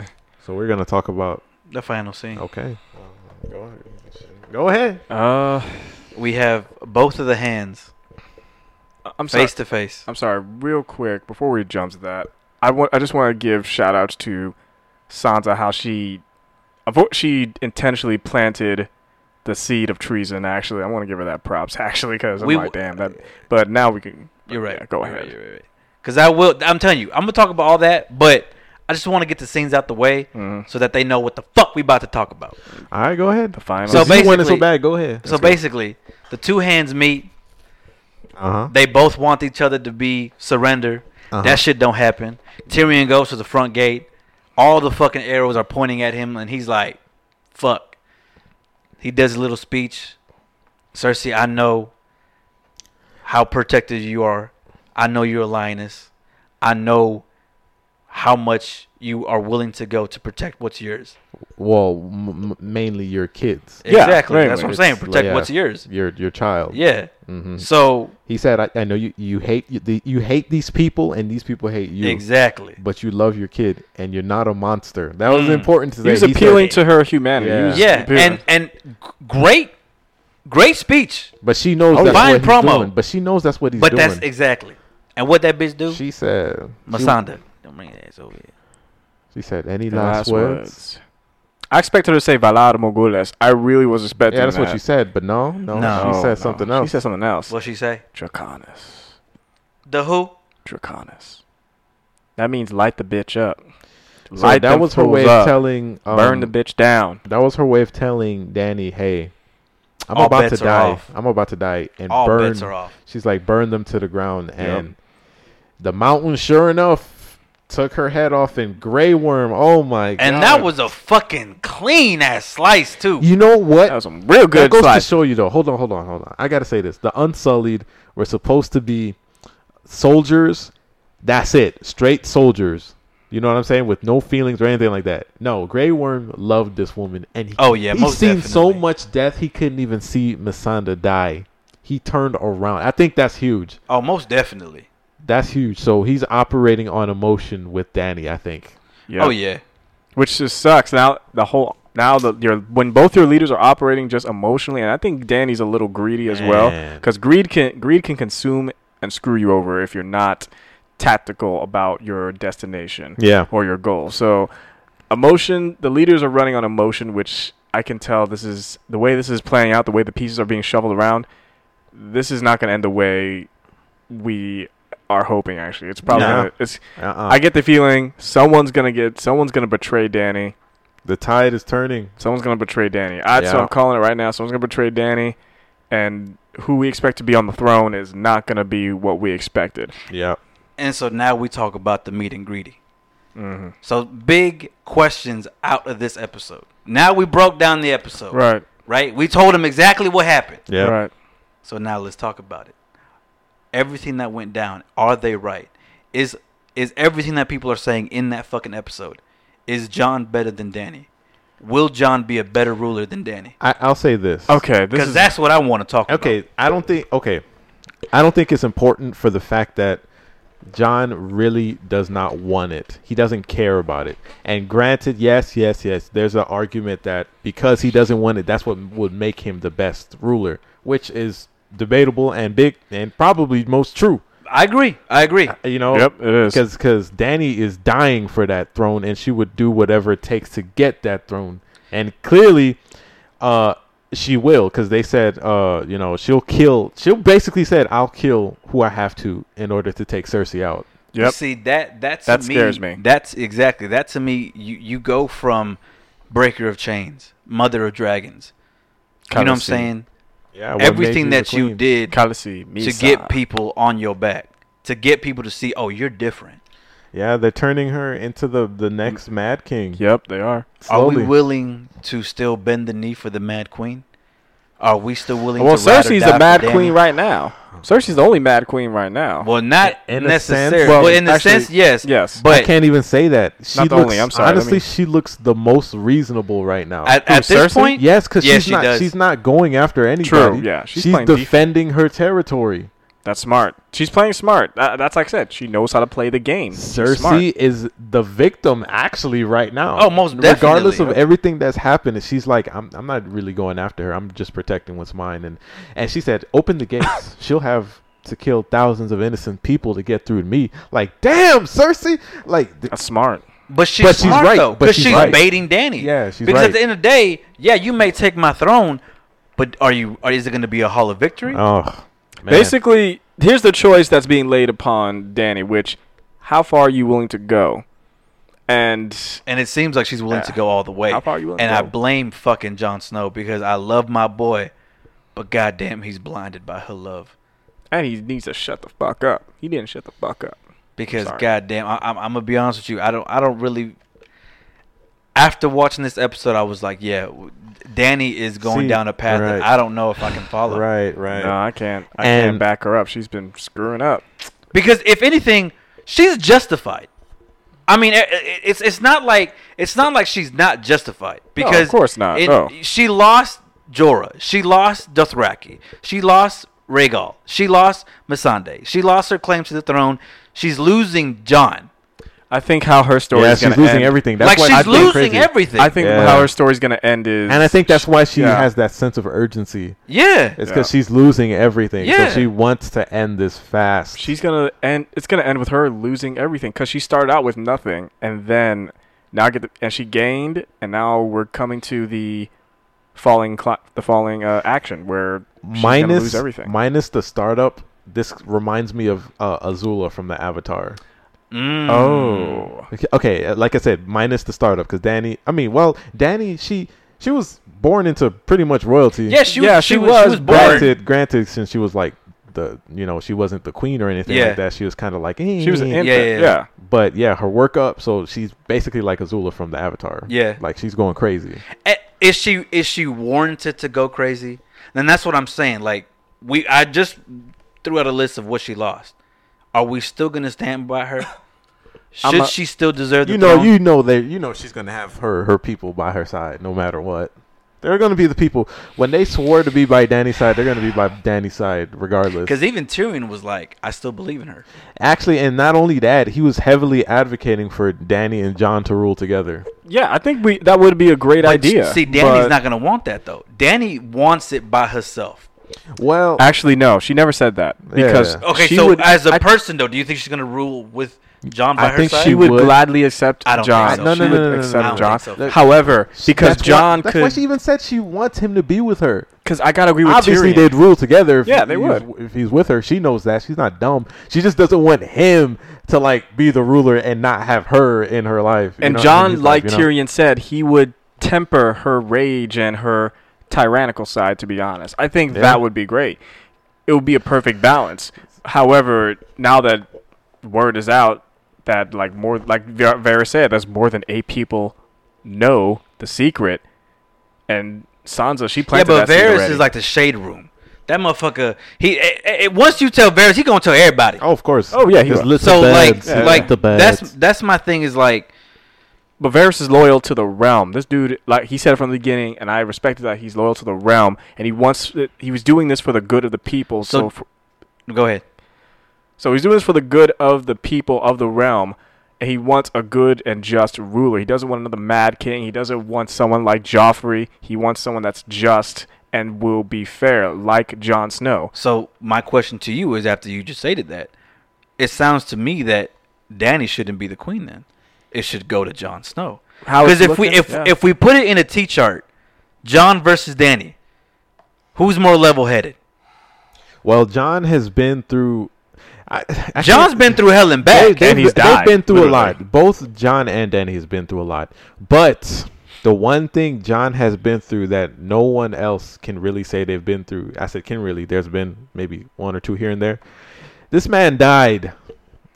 [SPEAKER 2] So we're gonna talk about.
[SPEAKER 3] The final scene.
[SPEAKER 2] Okay. Go ahead. Go ahead.
[SPEAKER 4] Uh,
[SPEAKER 3] We have both of the hands
[SPEAKER 4] I'm sorry.
[SPEAKER 3] face to face.
[SPEAKER 4] I'm sorry. Real quick, before we jump to that, I want. I just want to give shout outs to Sansa how she, avo- she intentionally planted the seed of treason. Actually, I want to give her that props. Actually, because I'm
[SPEAKER 3] We
[SPEAKER 4] like,
[SPEAKER 3] w-
[SPEAKER 4] damn that. But now we can.
[SPEAKER 3] You're right.
[SPEAKER 4] yeah, go
[SPEAKER 3] You're right,
[SPEAKER 4] ahead.
[SPEAKER 3] you're right, you're right. Cause I will. I'm telling you, I'm gonna talk about all that, but I just want to get the scenes out the way
[SPEAKER 4] Mhm.
[SPEAKER 3] so that they know what the fuck we about to talk about.
[SPEAKER 2] All right, go ahead.
[SPEAKER 4] The final.
[SPEAKER 3] So
[SPEAKER 2] So you want it so
[SPEAKER 3] basically-
[SPEAKER 2] bad. Go ahead.
[SPEAKER 3] so basically, the two hands meet.
[SPEAKER 2] Uh huh.
[SPEAKER 3] They both want each other to be surrender.
[SPEAKER 2] Uh-huh.
[SPEAKER 3] That shit don't happen. Tyrion goes to the front gate. All the fucking arrows are pointing at him, and he's like, "Fuck." He does a little speech. Cersei, I know how protected you are. I know you're a lioness. I know how much you are willing to go to protect what's yours.
[SPEAKER 2] Well, m- m- mainly your kids,
[SPEAKER 4] Yeah,
[SPEAKER 3] exactly.
[SPEAKER 4] very
[SPEAKER 3] That's what I'm
[SPEAKER 4] much.
[SPEAKER 3] saying.
[SPEAKER 2] It's
[SPEAKER 3] Protect
[SPEAKER 2] like- Mm-hmm.
[SPEAKER 3] what's yours.
[SPEAKER 2] your your child.
[SPEAKER 3] Yeah.
[SPEAKER 2] hmm
[SPEAKER 3] So
[SPEAKER 2] He said, I, "I know you you hate you, the, you hate these people, and these people hate you.
[SPEAKER 3] exactly.
[SPEAKER 2] But you love your kid, and you're not a monster. That was
[SPEAKER 3] Mm.
[SPEAKER 2] important to
[SPEAKER 4] He
[SPEAKER 2] say.
[SPEAKER 4] was
[SPEAKER 2] He said-
[SPEAKER 4] appealing to her humanity. He
[SPEAKER 2] Yeah.
[SPEAKER 4] was
[SPEAKER 3] Yeah,
[SPEAKER 4] appealing.
[SPEAKER 3] and and g- great, great speech.
[SPEAKER 2] but she knows
[SPEAKER 3] Oh,
[SPEAKER 2] that's
[SPEAKER 3] fine
[SPEAKER 2] what he's
[SPEAKER 3] promo.
[SPEAKER 2] doing. But she knows that's what he's
[SPEAKER 3] But
[SPEAKER 2] doing.
[SPEAKER 3] that's exactly. And what that bitch do?
[SPEAKER 2] she said,
[SPEAKER 3] Masanda. Don't bring that ass over here.
[SPEAKER 2] She, she said, any
[SPEAKER 4] The
[SPEAKER 2] last, words?
[SPEAKER 4] I expected her to say "Valar Mogules." I really was expecting.
[SPEAKER 2] Yeah, that's what
[SPEAKER 4] that. Oh,
[SPEAKER 2] she said. But no, no,
[SPEAKER 3] No,
[SPEAKER 2] she
[SPEAKER 4] no.
[SPEAKER 2] said something else.
[SPEAKER 4] She said something else.
[SPEAKER 3] What she say?
[SPEAKER 4] Draconis.
[SPEAKER 3] The who?
[SPEAKER 4] Draconis. That means light the bitch up.
[SPEAKER 2] so that
[SPEAKER 4] them
[SPEAKER 2] was her
[SPEAKER 4] fools
[SPEAKER 2] way of
[SPEAKER 4] up.
[SPEAKER 2] telling. Um,
[SPEAKER 4] Burn the bitch down.
[SPEAKER 2] That was her way of telling Danny, "Hey, I'm
[SPEAKER 3] All
[SPEAKER 2] about to
[SPEAKER 3] bets are
[SPEAKER 2] die.
[SPEAKER 3] off.
[SPEAKER 2] I'm about to die." And
[SPEAKER 3] All
[SPEAKER 2] burn.
[SPEAKER 3] bets are off.
[SPEAKER 2] She's like, "Burn them to the ground." And the mountain, sure enough, took her head off. And Grey Worm, oh my god!
[SPEAKER 3] And that was a fucking clean ass slice too.
[SPEAKER 2] you know what?
[SPEAKER 4] That was some real
[SPEAKER 2] that
[SPEAKER 4] good
[SPEAKER 2] goes
[SPEAKER 4] slice.
[SPEAKER 2] to show you though. Hold on, hold on, hold on. I gotta say this: the Unsullied were supposed to be soldiers. That's it, straight soldiers. You know what I'm saying? With no feelings or anything like that. No, Grey Worm loved this woman, and he,
[SPEAKER 3] Oh, yeah,
[SPEAKER 2] he's
[SPEAKER 3] most
[SPEAKER 2] seen so
[SPEAKER 3] definitely.
[SPEAKER 2] much death he couldn't even see Masanda die. He turned around. I think that's huge.
[SPEAKER 3] Oh, most definitely.
[SPEAKER 2] That's huge. So he's operating on emotion with Danny. I think.
[SPEAKER 4] Yeah.
[SPEAKER 3] Oh yeah.
[SPEAKER 4] Which just sucks. Now the whole now the your when both your leaders are operating just emotionally, and I think Danny's a little greedy as well
[SPEAKER 2] Man.
[SPEAKER 4] because greed can greed can consume and screw you over if you're not tactical about your destination.
[SPEAKER 2] Yeah.
[SPEAKER 4] or your goal. So, emotion, the leaders are running on emotion, which I can tell this is the way this is playing out, the way the pieces are being shoveled around. This is not going to end the way we are hoping, actually. It's probably,
[SPEAKER 2] No.
[SPEAKER 4] gonna, it's,
[SPEAKER 2] Uh-uh.
[SPEAKER 4] I get the feeling someone's going to get, someone's going to betray Danny.
[SPEAKER 2] the tide is turning.
[SPEAKER 4] Someone's going to betray Danny. I, So,
[SPEAKER 2] Yeah.
[SPEAKER 4] I'm calling it right now. Someone's going to betray Danny. And who we expect to be on the throne is not going to be what we expected.
[SPEAKER 2] Yeah.
[SPEAKER 3] And so now we talk about the meat and greedy.
[SPEAKER 2] Mm-hmm.
[SPEAKER 4] Mhm.
[SPEAKER 3] So big questions out of this episode. Now we broke down the episode.
[SPEAKER 4] Right.
[SPEAKER 3] Right? We told them exactly what happened.
[SPEAKER 2] Yeah.
[SPEAKER 4] Right.
[SPEAKER 3] So now let's talk about it. Everything that went down, are they right? Is is everything that people are saying in that fucking episode? Is John better than Danny? Will John be a better ruler than Danny?
[SPEAKER 2] I, I'll say this.
[SPEAKER 4] Okay. This
[SPEAKER 3] Because
[SPEAKER 4] is,
[SPEAKER 3] that's what I want to talk about.
[SPEAKER 2] okay i don't think okay i don't think it's important for the fact that john really does not want it he doesn't care about it and granted yes yes yes there's an argument that because he doesn't want it that's what would make him the best ruler which is debatable and big and probably most true
[SPEAKER 3] I agree. I agree.
[SPEAKER 2] you know
[SPEAKER 4] Yep, it is.
[SPEAKER 2] because because danny is dying for that throne and she would do whatever it takes to get that throne and clearly uh she will because they said uh you know she'll kill she'll basically said i'll kill who i have to in order to take cersei out
[SPEAKER 4] Yep.
[SPEAKER 3] See that that to
[SPEAKER 4] That scares me.
[SPEAKER 3] That's exactly that to me. You you go from breaker of chains, mother of dragons. you know what I'm
[SPEAKER 4] Khaleesi.
[SPEAKER 3] saying?
[SPEAKER 2] yeah
[SPEAKER 3] Everything that you did
[SPEAKER 4] Khaleesi,
[SPEAKER 3] to
[SPEAKER 4] Misa.
[SPEAKER 3] get people on your back, to get people to see, oh, you're different.
[SPEAKER 2] yeah they're turning her into the the next mad king
[SPEAKER 4] Yep, they are.
[SPEAKER 3] Are
[SPEAKER 2] slowly.
[SPEAKER 3] we willing to still bend the knee for the Mad Queen? Are we still willing?
[SPEAKER 4] Well,
[SPEAKER 3] to ride or
[SPEAKER 4] Cersei's
[SPEAKER 3] die
[SPEAKER 4] a
[SPEAKER 3] for
[SPEAKER 4] mad
[SPEAKER 3] Dany?
[SPEAKER 4] queen right now. Cersei's the only mad queen right now.
[SPEAKER 3] Well, not
[SPEAKER 2] In a sense,
[SPEAKER 3] necessarily.
[SPEAKER 2] well,
[SPEAKER 3] but in a
[SPEAKER 4] actually,
[SPEAKER 3] sense, yes.
[SPEAKER 4] yes.
[SPEAKER 2] I
[SPEAKER 3] But
[SPEAKER 2] can't even say that. She
[SPEAKER 4] Not the
[SPEAKER 2] looks,
[SPEAKER 4] only, I'm sorry, let
[SPEAKER 2] Honestly,
[SPEAKER 4] me-
[SPEAKER 2] she looks the most reasonable right now.
[SPEAKER 3] at, at this
[SPEAKER 4] Cersei?
[SPEAKER 3] point,
[SPEAKER 2] yes, because
[SPEAKER 3] yeah,
[SPEAKER 2] she's
[SPEAKER 3] she
[SPEAKER 2] not.
[SPEAKER 3] does.
[SPEAKER 2] She's not going after anybody.
[SPEAKER 4] yeah, she's
[SPEAKER 2] she's
[SPEAKER 4] playing defense.
[SPEAKER 2] defending her territory.
[SPEAKER 4] That's smart. She's playing smart. Tha- that's like I said. She knows how to play the game. She's
[SPEAKER 2] Cersei
[SPEAKER 4] smart.
[SPEAKER 2] is the victim actually right now.
[SPEAKER 3] Oh, most
[SPEAKER 2] Regardless of
[SPEAKER 3] definitely.
[SPEAKER 2] everything that's happened, and she's like, I'm, I'm not really going after her. I'm just protecting what's mine. And and she said, open the gates. She'll have to kill thousands of innocent people to get through to me. Like, damn, Cersei. Like, th-
[SPEAKER 4] That's smart.
[SPEAKER 3] But she's,
[SPEAKER 2] But she's
[SPEAKER 3] smart
[SPEAKER 2] right.
[SPEAKER 3] though,
[SPEAKER 2] But
[SPEAKER 3] because
[SPEAKER 2] she's
[SPEAKER 3] she's,
[SPEAKER 2] right.
[SPEAKER 3] baiting Danny.
[SPEAKER 2] Yeah, she's
[SPEAKER 3] because
[SPEAKER 2] right.
[SPEAKER 3] at the end of the day, yeah, you may take my throne, but are you? Are, is it going to be a hall of victory?
[SPEAKER 2] oh, man.
[SPEAKER 4] Basically, here's the choice that's being laid upon Danny, which how far are you willing to go? And
[SPEAKER 3] and it seems like she's willing to go all the way.
[SPEAKER 4] How far you
[SPEAKER 3] and
[SPEAKER 4] willing to
[SPEAKER 3] I
[SPEAKER 4] go?
[SPEAKER 3] blame fucking Jon Snow because I love my boy, but goddamn, he's blinded by her love.
[SPEAKER 4] and he needs to shut the fuck up. He didn't shut the fuck up.
[SPEAKER 3] Because
[SPEAKER 4] Sorry.
[SPEAKER 3] goddamn, I, I'm, I'm gonna be honest with you, I don't, I don't really. After watching this episode, I was like, yeah, w- Danny is going
[SPEAKER 2] See,
[SPEAKER 3] down a path that
[SPEAKER 2] right.
[SPEAKER 3] I don't know if I can follow.
[SPEAKER 2] right, right.
[SPEAKER 4] No, I can't. I
[SPEAKER 2] And-
[SPEAKER 4] can't back her up. She's been screwing up.
[SPEAKER 3] Because if anything, she's justified. I mean, i- i- it's it's not like it's not like she's not justified because
[SPEAKER 4] course not,
[SPEAKER 3] it-
[SPEAKER 4] no.
[SPEAKER 3] She lost Jorah. She lost Dothraki. She lost Rhaegal. She lost Missandei. She lost her claim to the throne. She's losing John.
[SPEAKER 4] I think how her story
[SPEAKER 2] yeah,
[SPEAKER 4] is going
[SPEAKER 2] she's
[SPEAKER 4] to
[SPEAKER 2] losing
[SPEAKER 4] end.
[SPEAKER 2] everything. That's
[SPEAKER 3] like
[SPEAKER 2] why
[SPEAKER 3] she's
[SPEAKER 2] I think
[SPEAKER 3] losing
[SPEAKER 2] crazy.
[SPEAKER 3] everything.
[SPEAKER 4] I think
[SPEAKER 2] Yeah.
[SPEAKER 4] how her story's going to end is.
[SPEAKER 2] And I think that's why she
[SPEAKER 4] Yeah.
[SPEAKER 2] has that sense of urgency.
[SPEAKER 3] yeah.
[SPEAKER 2] It's because she's losing everything.
[SPEAKER 3] Yeah.
[SPEAKER 2] So she wants to end this fast.
[SPEAKER 4] she's gonna end. It's gonna end with her losing everything because she started out with nothing, and then now get the, and she gained, and now we're coming to the falling cla the falling uh, action where she's gonna
[SPEAKER 2] minus
[SPEAKER 4] lose everything.
[SPEAKER 2] minus the startup. This reminds me of uh, Azula from the Avatar.
[SPEAKER 3] Mm.
[SPEAKER 4] oh,
[SPEAKER 2] Okay- Okay, uh, like I said, minus the startup because Danny. I mean, well, Danny she she was born into pretty much royalty.
[SPEAKER 3] Yeah, she was,
[SPEAKER 4] Yeah,
[SPEAKER 3] she,
[SPEAKER 4] she
[SPEAKER 3] was, she
[SPEAKER 4] was
[SPEAKER 3] was born.
[SPEAKER 2] granted, granted, since she was like the you know she wasn't the queen or anything
[SPEAKER 3] Yeah.
[SPEAKER 2] like that. She was kind of like
[SPEAKER 4] she was an
[SPEAKER 2] "Eh."
[SPEAKER 4] infant.
[SPEAKER 3] yeah,
[SPEAKER 4] Yeah,
[SPEAKER 3] yeah.
[SPEAKER 2] But yeah, her work up. So she's basically like Azula from the Avatar.
[SPEAKER 3] Yeah.
[SPEAKER 2] like she's going crazy.
[SPEAKER 3] Eh, is she is she warranted to go crazy? Then that's what I'm saying. Like we, I just threw out a list of what she lost. Are we still gonna stand by her? Should
[SPEAKER 4] a-
[SPEAKER 3] she still deserve the
[SPEAKER 2] you know,
[SPEAKER 3] throne?
[SPEAKER 2] you know that you know she's gonna have her her people by her side no matter what. They're gonna be the people when they swore to be by Danny's side. They're gonna be by Danny's side regardless.
[SPEAKER 3] Because even Tyrion was like, I still believe in her.
[SPEAKER 2] Actually, and not only that, he was heavily advocating for Danny and John to rule together.
[SPEAKER 4] Yeah, I think we that would be a great idea.
[SPEAKER 3] See, Danny's
[SPEAKER 4] but-
[SPEAKER 3] not gonna want that though. Danny wants it by herself.
[SPEAKER 2] Well,
[SPEAKER 4] Actually, no, she never said that because
[SPEAKER 2] Yeah.
[SPEAKER 3] Okay,
[SPEAKER 4] she
[SPEAKER 3] so
[SPEAKER 4] would,
[SPEAKER 3] as a
[SPEAKER 4] I-
[SPEAKER 3] person though, do you think she's gonna rule with John by
[SPEAKER 2] I
[SPEAKER 3] her
[SPEAKER 2] think
[SPEAKER 3] side?
[SPEAKER 2] she
[SPEAKER 4] she would
[SPEAKER 2] would.
[SPEAKER 4] gladly accept
[SPEAKER 3] I don't think
[SPEAKER 4] John.
[SPEAKER 3] so.
[SPEAKER 2] No, no,
[SPEAKER 4] she
[SPEAKER 2] no,
[SPEAKER 4] would
[SPEAKER 2] no, no, no,
[SPEAKER 3] I
[SPEAKER 4] accept
[SPEAKER 3] don't
[SPEAKER 4] John.
[SPEAKER 3] think so.
[SPEAKER 4] However, because
[SPEAKER 2] that's why-
[SPEAKER 4] John
[SPEAKER 2] that's why she
[SPEAKER 4] could,
[SPEAKER 2] even said she wants him to be with her.
[SPEAKER 4] because I gotta agree with
[SPEAKER 2] Obviously,
[SPEAKER 4] Tyrion.
[SPEAKER 2] they'd rule together. If
[SPEAKER 4] Yeah, they
[SPEAKER 2] he's-
[SPEAKER 4] would.
[SPEAKER 2] If he's with her, she knows that. She's not dumb. She just doesn't want him to like be the ruler and not have her in her life. you know, in
[SPEAKER 4] and
[SPEAKER 2] his
[SPEAKER 4] John,
[SPEAKER 2] life,
[SPEAKER 4] like
[SPEAKER 2] you know?
[SPEAKER 4] Tyrion said, he would temper her rage and her tyrannical side. To be honest, I think
[SPEAKER 2] Yeah.
[SPEAKER 4] that would be great. It would be a perfect balance. However, now that word is out that like more like Ver- Vera said, that's more than eight people know the secret, and Sansa she
[SPEAKER 3] yeah,
[SPEAKER 4] planted
[SPEAKER 3] but
[SPEAKER 4] that seed
[SPEAKER 3] Varys
[SPEAKER 4] already.
[SPEAKER 3] is like the shade room. That motherfucker. He eh, eh, eh, once you tell Varys, he gonna tell everybody.
[SPEAKER 2] Oh, of course.
[SPEAKER 4] Oh, yeah, he
[SPEAKER 2] His
[SPEAKER 4] will.
[SPEAKER 2] list
[SPEAKER 3] so
[SPEAKER 2] of
[SPEAKER 3] like,
[SPEAKER 2] beds, his
[SPEAKER 3] like
[SPEAKER 2] list of
[SPEAKER 3] that's
[SPEAKER 2] beds.
[SPEAKER 3] that's my thing is like
[SPEAKER 4] But Varys is loyal to the realm. This dude, like he said it from the beginning, and I respected that he's loyal to the realm, and he wants he was doing this for the good of the people. So,
[SPEAKER 3] So-
[SPEAKER 4] f-
[SPEAKER 3] go ahead.
[SPEAKER 4] so he's doing this for the good of the people of the realm, and he wants a good and just ruler. He doesn't want another mad king. He doesn't want someone like Joffrey. He wants someone that's just and will be fair, like Jon Snow.
[SPEAKER 3] So my question to you is after you just stated that, it sounds to me that Danny shouldn't be the queen then. It should go to Jon Snow.
[SPEAKER 4] How it's
[SPEAKER 3] Because if we
[SPEAKER 4] looking,
[SPEAKER 3] if
[SPEAKER 4] yeah.
[SPEAKER 3] if we put it in a T chart, John versus Danny, who's more level headed?
[SPEAKER 2] Well, John has been through. I, I
[SPEAKER 3] John's
[SPEAKER 2] can't-
[SPEAKER 3] been through hell and
[SPEAKER 2] They,
[SPEAKER 3] back.
[SPEAKER 2] they've,
[SPEAKER 4] and he's
[SPEAKER 2] been-
[SPEAKER 4] died,
[SPEAKER 2] They've been through a
[SPEAKER 4] literally.
[SPEAKER 2] lot. Both John and Danny has been through a lot. But the one thing John has been through that no one else can really say they've been through. I said can really. There's been maybe one or two here and there. This man died.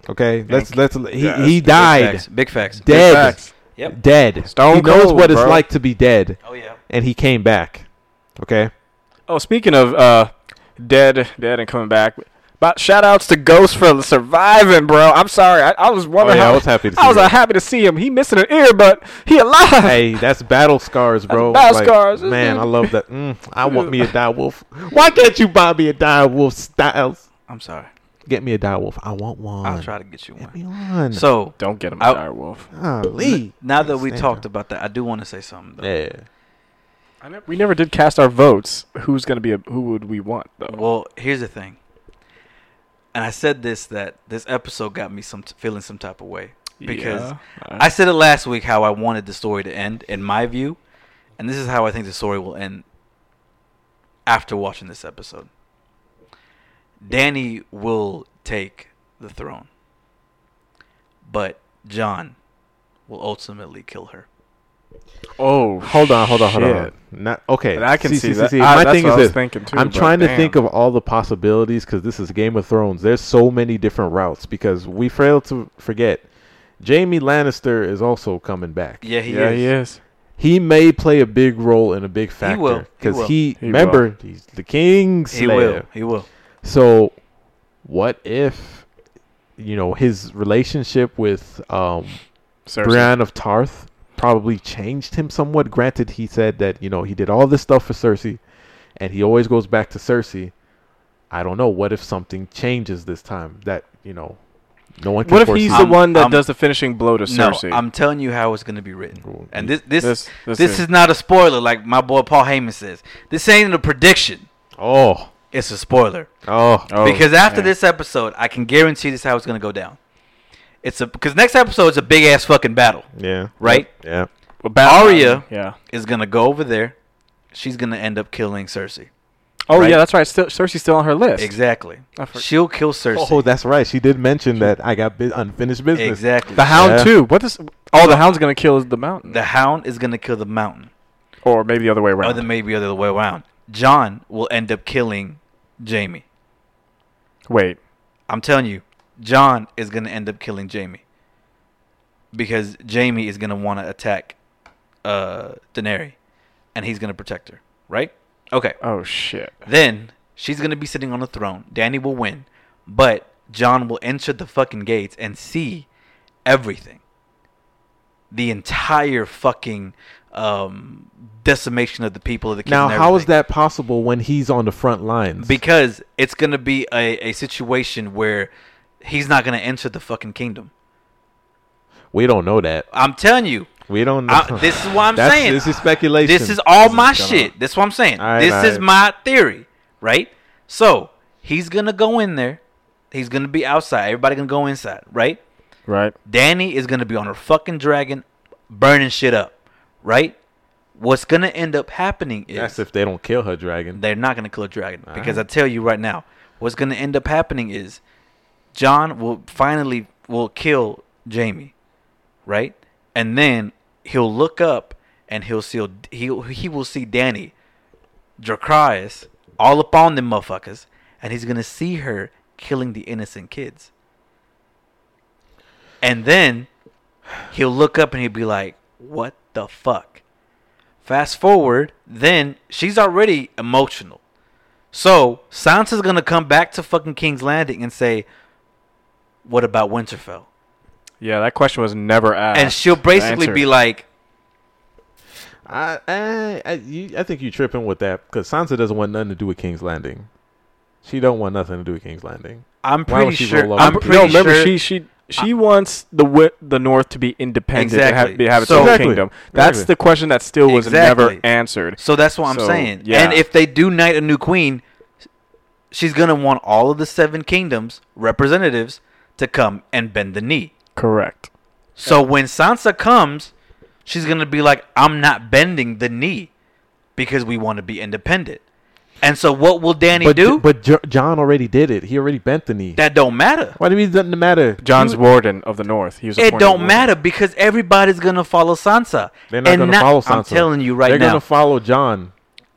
[SPEAKER 2] Okay, let's let's. He
[SPEAKER 4] Yeah,
[SPEAKER 2] he
[SPEAKER 4] big
[SPEAKER 3] Big
[SPEAKER 2] died.
[SPEAKER 3] facts. Big facts.
[SPEAKER 2] Dead.
[SPEAKER 4] facts.
[SPEAKER 3] Yep.
[SPEAKER 2] Dead.
[SPEAKER 4] Stone
[SPEAKER 2] he knows
[SPEAKER 4] cold,
[SPEAKER 2] what it's
[SPEAKER 4] bro.
[SPEAKER 2] like to be dead,
[SPEAKER 3] Oh yeah.
[SPEAKER 2] and he came back. Okay.
[SPEAKER 4] Oh, speaking of uh, dead, dead and coming back. But shout outs to Ghost for surviving, bro. I'm sorry. I, I was wondering
[SPEAKER 2] Oh, yeah,
[SPEAKER 4] how
[SPEAKER 2] I was happy to
[SPEAKER 4] I
[SPEAKER 2] see
[SPEAKER 4] was uh,
[SPEAKER 2] that.
[SPEAKER 4] happy to see him. He missing an ear, but he alive.
[SPEAKER 2] Hey, that's battle scars, bro.
[SPEAKER 4] battle scars.
[SPEAKER 2] Man, I love that. Mm, I want me a die wolf. Why can't you buy me a die wolf, Styles?
[SPEAKER 3] I'm sorry.
[SPEAKER 2] Get me a dire wolf. I want one.
[SPEAKER 3] I'll try to get you
[SPEAKER 2] Get
[SPEAKER 3] one.
[SPEAKER 2] me one.
[SPEAKER 3] So
[SPEAKER 4] Don't get him
[SPEAKER 3] I-
[SPEAKER 4] a dire wolf.
[SPEAKER 2] Golly.
[SPEAKER 3] now that we
[SPEAKER 2] Stand
[SPEAKER 3] talked
[SPEAKER 2] up.
[SPEAKER 3] about that, I do want to say something. Though.
[SPEAKER 2] yeah,
[SPEAKER 4] I never, we never did cast our votes. Who's gonna be a who would we want though?
[SPEAKER 3] Well, here's the thing. And I said this that this episode got me some feeling some type of way because
[SPEAKER 4] Yeah.
[SPEAKER 3] I said it last week how I wanted the story to end in my view, and this is how I think the story will end after watching this episode. Danny will take the throne, but John will ultimately kill her.
[SPEAKER 4] oh,
[SPEAKER 2] Hold on, hold on, hold on. hold
[SPEAKER 4] shit.
[SPEAKER 2] on. Not okay.
[SPEAKER 4] And I can see that. I-
[SPEAKER 2] My
[SPEAKER 4] that's
[SPEAKER 2] thing
[SPEAKER 4] what
[SPEAKER 2] is
[SPEAKER 4] I was
[SPEAKER 2] this.
[SPEAKER 4] thinking too,
[SPEAKER 2] I'm
[SPEAKER 4] but
[SPEAKER 2] trying to
[SPEAKER 4] damn.
[SPEAKER 2] think of all the possibilities because this is Game of Thrones. There's so many different routes because we fail to forget. Jamie Lannister is also coming back.
[SPEAKER 3] Yeah, he
[SPEAKER 4] yeah,
[SPEAKER 3] is.
[SPEAKER 4] he is.
[SPEAKER 2] He may play a big role and a big
[SPEAKER 3] will.
[SPEAKER 2] factor
[SPEAKER 3] He will.
[SPEAKER 2] he,
[SPEAKER 4] He
[SPEAKER 2] remember he's the king
[SPEAKER 3] He will.
[SPEAKER 2] slayer.
[SPEAKER 3] He will.
[SPEAKER 2] So, what if you know his relationship with um,
[SPEAKER 4] Cersei.
[SPEAKER 2] Brienne of Tarth probably changed him somewhat. Granted, he said that you know he did all this stuff for Cersei, and he always goes back to Cersei. I don't know. What if something changes this time that you know no one can
[SPEAKER 4] What if
[SPEAKER 2] foresee?
[SPEAKER 4] he's
[SPEAKER 3] I'm-
[SPEAKER 4] the one that
[SPEAKER 3] I'm-
[SPEAKER 4] does the finishing blow to
[SPEAKER 3] No,
[SPEAKER 4] Cersei?
[SPEAKER 3] I'm telling you how it's gonna be written. And this this this,
[SPEAKER 4] This- this
[SPEAKER 3] is
[SPEAKER 4] is-
[SPEAKER 3] not a spoiler, like my boy Paul Heyman says. This ain't a prediction.
[SPEAKER 2] oh,
[SPEAKER 3] It's a spoiler.
[SPEAKER 2] oh,
[SPEAKER 4] Oh,
[SPEAKER 3] because after
[SPEAKER 4] yeah.
[SPEAKER 3] this episode, I can guarantee this is how it's gonna go down. It's a because next episode is a big ass fucking battle,
[SPEAKER 2] yeah,
[SPEAKER 3] right?
[SPEAKER 2] yeah.
[SPEAKER 4] Well, Bal-
[SPEAKER 3] Arya-
[SPEAKER 4] Yeah.
[SPEAKER 3] Is gonna go over there. She's gonna end up killing Cersei.
[SPEAKER 4] Oh
[SPEAKER 3] Right?
[SPEAKER 4] yeah, that's right. Still, Cersei's still on her list.
[SPEAKER 3] Exactly.
[SPEAKER 4] I for-
[SPEAKER 3] She'll kill Cersei.
[SPEAKER 2] Oh, that's right. She did mention that I got bu- unfinished business.
[SPEAKER 3] exactly.
[SPEAKER 4] The Hound
[SPEAKER 2] Yeah.
[SPEAKER 4] too. What is? Oh, the Hound's gonna kill the Mountain,
[SPEAKER 3] The Hound is gonna kill the Mountain,
[SPEAKER 4] or maybe the other way
[SPEAKER 3] or
[SPEAKER 4] around.
[SPEAKER 3] then maybe Oh, the other way around. John will end up killing Jamie.
[SPEAKER 4] Wait,
[SPEAKER 3] I'm telling you, John is gonna end up killing Jamie because Jamie is gonna want to attack uh, Daenerys, and he's gonna protect her. Right? Okay.
[SPEAKER 2] Uh,
[SPEAKER 4] Oh shit.
[SPEAKER 3] Then she's gonna be sitting on the throne. Danny will win, but John will enter the fucking gates and see everything. The entire fucking um, decimation of the people of the kingdom.
[SPEAKER 2] Now,
[SPEAKER 3] and
[SPEAKER 2] how is
[SPEAKER 3] everything.
[SPEAKER 2] that possible when he's on the front lines?
[SPEAKER 3] Because it's gonna be a, a situation where he's not gonna enter the fucking kingdom.
[SPEAKER 2] we don't know that.
[SPEAKER 3] I'm telling you.
[SPEAKER 2] We don't know.
[SPEAKER 3] I, this is what I'm
[SPEAKER 2] That's-
[SPEAKER 3] saying.
[SPEAKER 2] This is speculation.
[SPEAKER 3] This is all my
[SPEAKER 2] gonna-
[SPEAKER 3] shit. That's what I'm saying.
[SPEAKER 2] All right,
[SPEAKER 3] this
[SPEAKER 2] all
[SPEAKER 3] is
[SPEAKER 2] right.
[SPEAKER 3] my theory, right? So he's gonna go in there. He's gonna be outside. Everybody gonna go inside, right?
[SPEAKER 4] Right.
[SPEAKER 3] Danny is gonna be on her fucking dragon, burning shit up, right? What's gonna end up happening is
[SPEAKER 2] That's if they don't kill her dragon.
[SPEAKER 3] they're not going to kill a dragon because I tell you right now, what's going to end up happening is John will finally will kill Jamie, right? And then he'll look up and he'll see he he will see Danny, Dracarys all up on them motherfuckers, and he's going to see her killing the innocent kids. And then he'll look up and he'll be like, "What the fuck?" Fast forward, then she's already emotional. So Sansa's gonna come back to fucking King's Landing and say, "What about Winterfell?"
[SPEAKER 4] Yeah, that question was never asked.
[SPEAKER 3] And she'll basically be like,
[SPEAKER 2] I, I, I, you, I think you tripping with that because Sansa doesn't want nothing to do with King's Landing. She don't want nothing to do with King's Landing.
[SPEAKER 3] "I'm
[SPEAKER 2] Why would
[SPEAKER 3] pretty
[SPEAKER 2] she
[SPEAKER 3] sure."
[SPEAKER 2] roll up?
[SPEAKER 3] I'm
[SPEAKER 2] No,
[SPEAKER 3] pretty
[SPEAKER 4] no, remember
[SPEAKER 3] sure
[SPEAKER 4] she she she wants the wi- the North to be independent and
[SPEAKER 3] Exactly.
[SPEAKER 4] have, be, have its
[SPEAKER 3] So-
[SPEAKER 4] own
[SPEAKER 2] Exactly.
[SPEAKER 4] kingdom. That's
[SPEAKER 2] Exactly.
[SPEAKER 4] the question that still was
[SPEAKER 3] Exactly.
[SPEAKER 4] never answered.
[SPEAKER 3] So that's what I'm
[SPEAKER 4] So,
[SPEAKER 3] saying.
[SPEAKER 4] yeah.
[SPEAKER 3] And if they do knight a new queen, she's gonna want all of the seven kingdoms representatives to come and bend the knee.
[SPEAKER 4] Correct.
[SPEAKER 3] So when Sansa comes, she's gonna be like, "I'm not bending the knee because we want to be independent." And so what will Danny
[SPEAKER 2] but
[SPEAKER 3] do?
[SPEAKER 2] but Jo- John already did it. He already bent the knee.
[SPEAKER 3] that don't matter.
[SPEAKER 2] Why do you mean it doesn't matter?
[SPEAKER 4] John's
[SPEAKER 2] You-
[SPEAKER 4] warden of the North. He was.
[SPEAKER 3] It
[SPEAKER 4] appointed
[SPEAKER 3] don't
[SPEAKER 4] warden.
[SPEAKER 3] matter because everybody's gonna follow Sansa.
[SPEAKER 2] they're not
[SPEAKER 3] And
[SPEAKER 2] going to follow Sansa.
[SPEAKER 3] I'm telling you right
[SPEAKER 2] they're
[SPEAKER 3] now.
[SPEAKER 2] gonna follow John.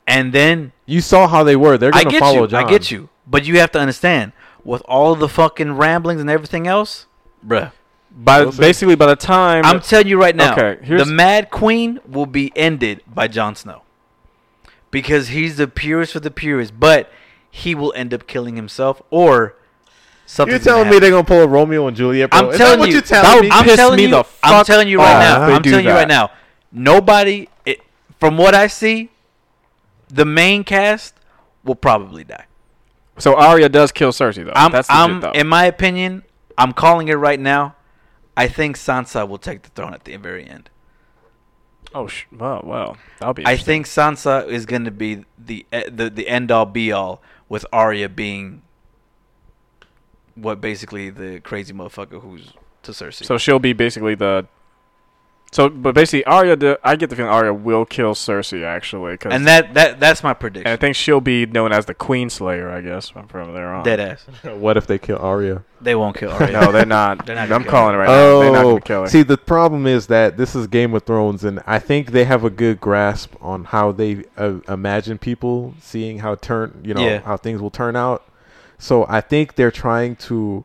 [SPEAKER 3] and then
[SPEAKER 2] You saw how they were. They're
[SPEAKER 3] I
[SPEAKER 2] going to
[SPEAKER 3] get
[SPEAKER 2] follow
[SPEAKER 3] you.
[SPEAKER 2] John.
[SPEAKER 3] I get you. But you have to understand, with all the fucking ramblings and everything else, bruh.
[SPEAKER 4] By
[SPEAKER 2] We'll see.
[SPEAKER 4] basically by the time
[SPEAKER 3] I'm telling you right now,
[SPEAKER 4] Okay,
[SPEAKER 3] the
[SPEAKER 4] here's-
[SPEAKER 3] Mad Queen will be ended by Jon Snow because he's the purest of the purest. But he will end up killing himself or something.
[SPEAKER 2] You're telling me they're going to pull a Romeo and Juliet?
[SPEAKER 3] I'm
[SPEAKER 2] bro? Is that
[SPEAKER 3] telling
[SPEAKER 2] what
[SPEAKER 3] you,
[SPEAKER 2] you're telling
[SPEAKER 4] that would
[SPEAKER 2] me?
[SPEAKER 4] be-
[SPEAKER 3] I'm
[SPEAKER 4] piss
[SPEAKER 3] telling
[SPEAKER 4] me
[SPEAKER 3] you,
[SPEAKER 4] the
[SPEAKER 3] I'm
[SPEAKER 4] fuck
[SPEAKER 3] telling you right
[SPEAKER 4] off
[SPEAKER 3] now.
[SPEAKER 4] if they
[SPEAKER 3] I'm
[SPEAKER 4] do
[SPEAKER 3] telling you right
[SPEAKER 4] that.
[SPEAKER 3] now. Nobody, it, from what I see, the main cast will probably die.
[SPEAKER 4] So Arya does kill Cersei though.
[SPEAKER 3] I'm,
[SPEAKER 4] That's legit,
[SPEAKER 3] I'm
[SPEAKER 4] though.
[SPEAKER 3] in my opinion, I'm calling it right now. I think Sansa will take the throne at the very end.
[SPEAKER 4] oh sh- wow, wow, that'll be.
[SPEAKER 3] I think Sansa is going to be the eh, the the end all be all with Arya being what basically the crazy motherfucker who's to Cersei.
[SPEAKER 4] So she'll be basically the. So, but basically, Arya. do- I get the feeling Arya will kill Cersei actually, 'cause-
[SPEAKER 3] and that that that's my
[SPEAKER 4] and I
[SPEAKER 3] prediction.
[SPEAKER 4] think she'll be known as the Queen Slayer, I guess, from from there on.
[SPEAKER 3] Dead ass.
[SPEAKER 2] What if they kill Arya?
[SPEAKER 3] They won't kill Arya.
[SPEAKER 4] No, they're not.
[SPEAKER 3] They're not gonna
[SPEAKER 4] I'm
[SPEAKER 3] kill
[SPEAKER 4] calling it right now. They're not
[SPEAKER 2] Oh,
[SPEAKER 4] gonna kill her.
[SPEAKER 2] see, the problem is that this is Game of Thrones, and I think they have a good grasp on how they uh, imagine people seeing how turn, you know,
[SPEAKER 3] Yeah.
[SPEAKER 2] how things will turn out. So I think they're trying to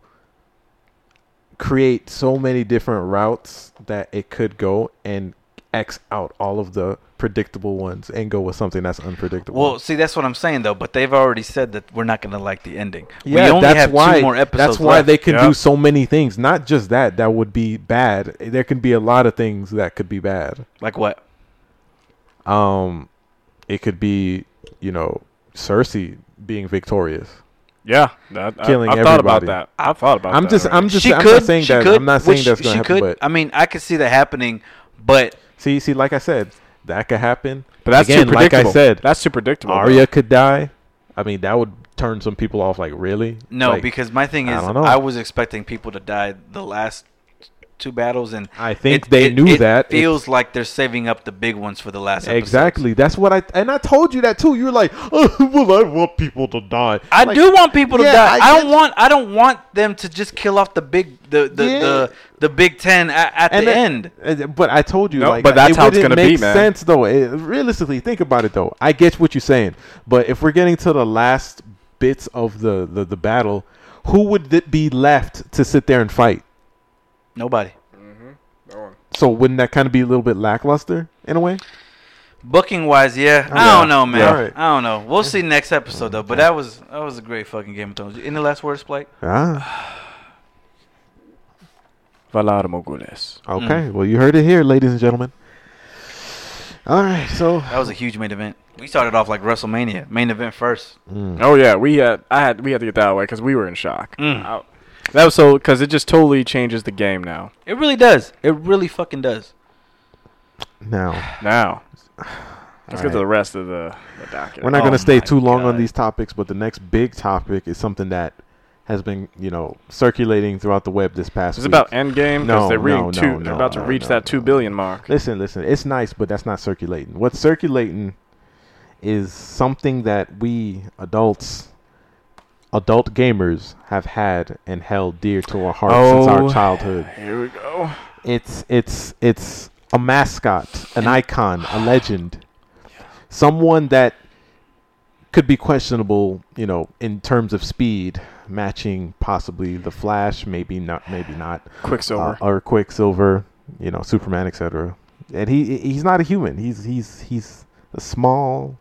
[SPEAKER 2] create so many different routes that it could go and X out all of the predictable ones and go with something that's unpredictable.
[SPEAKER 3] Well, see, that's what I'm saying though. But they've already said that we're not going to like the ending.
[SPEAKER 2] yeah,
[SPEAKER 3] we only
[SPEAKER 2] that's
[SPEAKER 3] have
[SPEAKER 2] why.
[SPEAKER 3] two more episodes.
[SPEAKER 2] that's why
[SPEAKER 3] left.
[SPEAKER 2] they can
[SPEAKER 4] Yeah.
[SPEAKER 2] do so many things. Not just that; that would be bad. There can be a lot of things that could be bad.
[SPEAKER 3] like what?
[SPEAKER 2] Um, it could be, you know, Cersei being victorious.
[SPEAKER 4] yeah, that, I,
[SPEAKER 2] Killing
[SPEAKER 4] I've thought about
[SPEAKER 2] everybody.
[SPEAKER 4] that. I've thought about.
[SPEAKER 2] I'm
[SPEAKER 4] that
[SPEAKER 2] just,
[SPEAKER 4] already.
[SPEAKER 2] I'm just,
[SPEAKER 3] she
[SPEAKER 2] I'm
[SPEAKER 3] could.
[SPEAKER 2] not saying
[SPEAKER 3] she
[SPEAKER 2] that.
[SPEAKER 3] could.
[SPEAKER 2] I'm not
[SPEAKER 3] which
[SPEAKER 2] saying that's
[SPEAKER 3] she
[SPEAKER 2] gonna happen.
[SPEAKER 3] could.
[SPEAKER 2] But
[SPEAKER 3] I mean, I could see that happening, but
[SPEAKER 2] see, see, like I said, that could happen.
[SPEAKER 4] But that's
[SPEAKER 2] Again,
[SPEAKER 4] too predictable.
[SPEAKER 2] Like I said,
[SPEAKER 4] that's too predictable. though.
[SPEAKER 2] Arya could die. I mean, that would turn some people off. Like, really?
[SPEAKER 3] No,
[SPEAKER 2] Like,
[SPEAKER 3] because my thing
[SPEAKER 2] I
[SPEAKER 3] is,
[SPEAKER 2] don't know.
[SPEAKER 3] I, was expecting people to die the last two battles, and
[SPEAKER 2] I think they knew
[SPEAKER 3] it
[SPEAKER 2] that. It-
[SPEAKER 3] Feels like they're saving up the big ones for the last. episodes.
[SPEAKER 2] Exactly. That's what I and I told you that too. You were like, oh, "Well, I want people to die."
[SPEAKER 3] I
[SPEAKER 2] Like,
[SPEAKER 3] do want people to
[SPEAKER 2] yeah,
[SPEAKER 3] die.
[SPEAKER 2] I
[SPEAKER 3] I, don't
[SPEAKER 2] get-
[SPEAKER 3] want. I don't want them to just kill off the big, the the
[SPEAKER 2] Yeah.
[SPEAKER 3] the, the Big Ten at, at the
[SPEAKER 2] and then-
[SPEAKER 3] end.
[SPEAKER 2] and- But I told you,
[SPEAKER 4] No,
[SPEAKER 2] like,
[SPEAKER 4] but that's
[SPEAKER 2] it
[SPEAKER 4] how it's
[SPEAKER 2] wouldn't
[SPEAKER 4] gonna be,
[SPEAKER 2] make
[SPEAKER 4] man.
[SPEAKER 2] Sense though. It- realistically, think about it though. I get what you're saying, but if we're getting to the last bits of the the, the battle, who would th- be left to sit there and fight?
[SPEAKER 3] Nobody.
[SPEAKER 2] So wouldn't that kind of be a little bit lackluster in a way?
[SPEAKER 3] Booking wise, yeah. I
[SPEAKER 2] Yeah.
[SPEAKER 3] don't know, man.
[SPEAKER 2] Yeah. Alright.
[SPEAKER 3] I don't know. We'll see next episode though. But that was that was a great fucking Game of Thrones. Any last words, Blake?
[SPEAKER 2] Ah,
[SPEAKER 4] Valar Morghulis.
[SPEAKER 2] okay. Well, you heard it here, ladies and gentlemen. All right, so
[SPEAKER 3] That was a huge main event. We started off like WrestleMania main event first.
[SPEAKER 4] Oh yeah, we had I had we had to get that away because we were in shock.
[SPEAKER 3] Mm.
[SPEAKER 4] I- that was so because it just totally changes the game now.
[SPEAKER 3] It really does. It really fucking does.
[SPEAKER 2] now
[SPEAKER 4] Now let's
[SPEAKER 2] All
[SPEAKER 4] get
[SPEAKER 2] right.
[SPEAKER 4] to the rest of the, the document.
[SPEAKER 2] We're not
[SPEAKER 3] Oh
[SPEAKER 2] going to stay
[SPEAKER 3] my
[SPEAKER 2] too long on
[SPEAKER 3] God.
[SPEAKER 2] these topics, but the next big topic is something that has been, you know, circulating throughout the web this past
[SPEAKER 4] It's
[SPEAKER 2] week.
[SPEAKER 4] about Endgame because
[SPEAKER 2] No,
[SPEAKER 4] they're reading
[SPEAKER 2] no,
[SPEAKER 4] two.
[SPEAKER 2] no,
[SPEAKER 4] they're
[SPEAKER 2] no,
[SPEAKER 4] about to
[SPEAKER 2] no,
[SPEAKER 4] reach
[SPEAKER 2] no,
[SPEAKER 4] that
[SPEAKER 2] no,
[SPEAKER 4] two billion mark.
[SPEAKER 2] listen, listen. It's nice, but that's not circulating. What's circulating is something that we adults, adult gamers, have had and held dear to our hearts since
[SPEAKER 4] Oh.
[SPEAKER 2] our childhood.
[SPEAKER 4] Here we go.
[SPEAKER 2] It's it's it's a mascot, an icon, a legend, someone that could be questionable, you know, in terms of speed, matching possibly the Flash, maybe not, maybe not, uh,
[SPEAKER 4] Quicksilver.
[SPEAKER 2] or Quicksilver, you know, Superman, etc. And he he's not a human. He's he's he's a small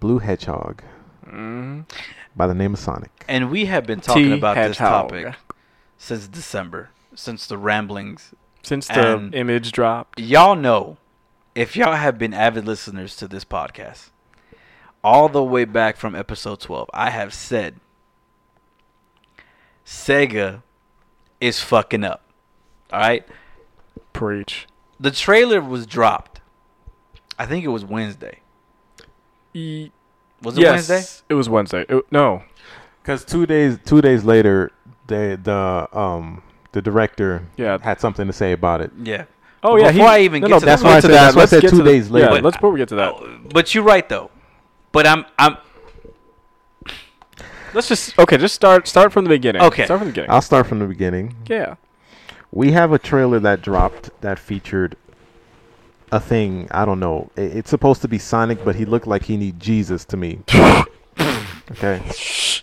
[SPEAKER 2] blue hedgehog Mm-hmm.
[SPEAKER 4] Mhm.
[SPEAKER 2] by the name of Sonic.
[SPEAKER 3] And we have been talking
[SPEAKER 4] T.
[SPEAKER 3] about this
[SPEAKER 4] Hedgehog.
[SPEAKER 3] topic since December, since the ramblings.
[SPEAKER 4] Since the
[SPEAKER 3] and-
[SPEAKER 4] image dropped,
[SPEAKER 3] Y'all know, if y'all have been avid listeners to this podcast, all the way back from episode 12, I have said Sega is fucking up. All right?
[SPEAKER 4] preach.
[SPEAKER 3] The trailer was dropped. I think it was Wednesday.
[SPEAKER 4] E-
[SPEAKER 3] Was it
[SPEAKER 4] yes,
[SPEAKER 3] Wednesday?
[SPEAKER 4] it was Wednesday. It- no,
[SPEAKER 2] Because two days two days later, the the um the director
[SPEAKER 4] Yeah.
[SPEAKER 2] had something to say about it.
[SPEAKER 3] Yeah.
[SPEAKER 4] Oh yeah,
[SPEAKER 3] Before I even get to
[SPEAKER 2] that's
[SPEAKER 3] the-
[SPEAKER 2] why I
[SPEAKER 4] to
[SPEAKER 2] said- that's why I said
[SPEAKER 4] get
[SPEAKER 2] two
[SPEAKER 4] to the-
[SPEAKER 2] days later.
[SPEAKER 4] Yeah,
[SPEAKER 2] But-
[SPEAKER 4] let's before we get to
[SPEAKER 3] Oh,
[SPEAKER 4] that.
[SPEAKER 3] But you're right though. But I'm I'm
[SPEAKER 4] Let's just okay. Just start start from the beginning.
[SPEAKER 3] Okay.
[SPEAKER 4] start from the beginning.
[SPEAKER 2] I'll start from the beginning.
[SPEAKER 4] yeah,
[SPEAKER 2] We have a trailer that dropped that featured a thing. I don't know. I- It's supposed to be Sonic, but he looked like he need Jesus to me. okay. If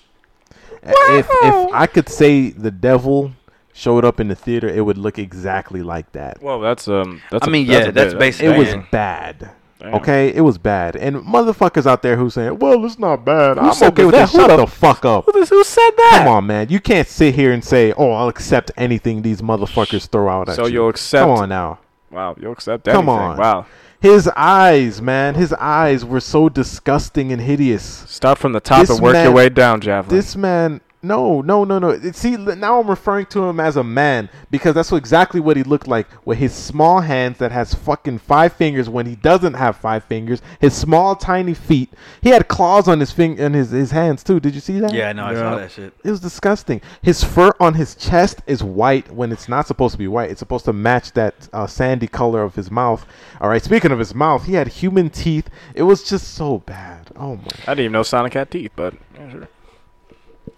[SPEAKER 2] if I could say the devil showed up in the theater, it would look exactly like that.
[SPEAKER 4] Well, that's um. That's
[SPEAKER 3] I
[SPEAKER 4] a-
[SPEAKER 3] mean,
[SPEAKER 4] that's
[SPEAKER 3] yeah,
[SPEAKER 4] a
[SPEAKER 3] that's
[SPEAKER 4] bit-
[SPEAKER 3] basically
[SPEAKER 2] It was
[SPEAKER 3] Damn.
[SPEAKER 2] bad.
[SPEAKER 4] Damn.
[SPEAKER 2] Okay, it was bad. And motherfuckers out there who saying, "Well, it's not bad. I'm
[SPEAKER 4] said
[SPEAKER 2] okay with
[SPEAKER 4] that?
[SPEAKER 2] that."
[SPEAKER 4] Who
[SPEAKER 2] Shut
[SPEAKER 4] the-
[SPEAKER 2] the fuck up.
[SPEAKER 4] uh, Who, this- who said that?
[SPEAKER 2] Come on, man. You can't sit here and say, "Oh, I'll accept anything these motherfuckers throw out at
[SPEAKER 4] So
[SPEAKER 2] you."
[SPEAKER 4] you'll accept-
[SPEAKER 2] Come on now.
[SPEAKER 4] Wow, you'll accept that.
[SPEAKER 2] Come on.
[SPEAKER 4] Wow.
[SPEAKER 2] His eyes, man, his eyes were so disgusting and hideous.
[SPEAKER 4] Start from the top
[SPEAKER 2] This
[SPEAKER 4] and work your
[SPEAKER 2] man-
[SPEAKER 4] way down, Javelin.
[SPEAKER 2] This man, no, no, no, no. It- See, l- now I'm referring to him as a man because that's what- exactly what he looked like with his small hands that has fucking five fingers when he doesn't have five fingers. His small, tiny feet. He had claws on his fing on his his hands too. Did you see that?
[SPEAKER 3] Yeah, I know. I
[SPEAKER 4] Yeah.
[SPEAKER 3] saw that shit.
[SPEAKER 2] It was disgusting. His fur on his chest is white when it's not supposed to be white. It's supposed to match that uh, sandy color of his mouth. All right. Speaking of his mouth, he had human teeth. It was just so bad. Oh my.
[SPEAKER 4] I didn't even know Sonic had teeth, but yeah, sure.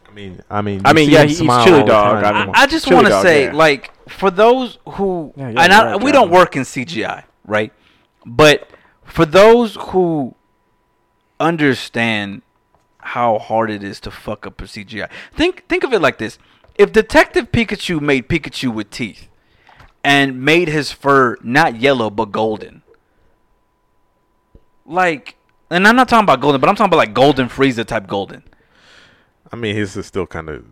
[SPEAKER 2] I mean, I mean.
[SPEAKER 4] I
[SPEAKER 2] you
[SPEAKER 4] mean,
[SPEAKER 2] see
[SPEAKER 4] yeah,
[SPEAKER 2] him
[SPEAKER 4] he eats
[SPEAKER 2] smile
[SPEAKER 4] chili
[SPEAKER 2] all the
[SPEAKER 4] dog.
[SPEAKER 2] time.
[SPEAKER 4] I
[SPEAKER 3] I, I just
[SPEAKER 4] Chili
[SPEAKER 3] want to
[SPEAKER 4] dog,
[SPEAKER 3] say,
[SPEAKER 4] yeah.
[SPEAKER 3] like, for those who
[SPEAKER 4] Yeah, yeah,
[SPEAKER 3] and I,
[SPEAKER 4] you're
[SPEAKER 3] we
[SPEAKER 4] right,
[SPEAKER 3] don't
[SPEAKER 4] Javelin.
[SPEAKER 3] work in CGI, right? But for those who understand how hard it is to fuck up a CGI, think think of it like this: If Detective Pikachu made Pikachu with teeth and made his fur not yellow but golden, like, and I'm not talking about golden, but I'm talking about like golden Frieza type golden.
[SPEAKER 2] I mean, his is still kind of.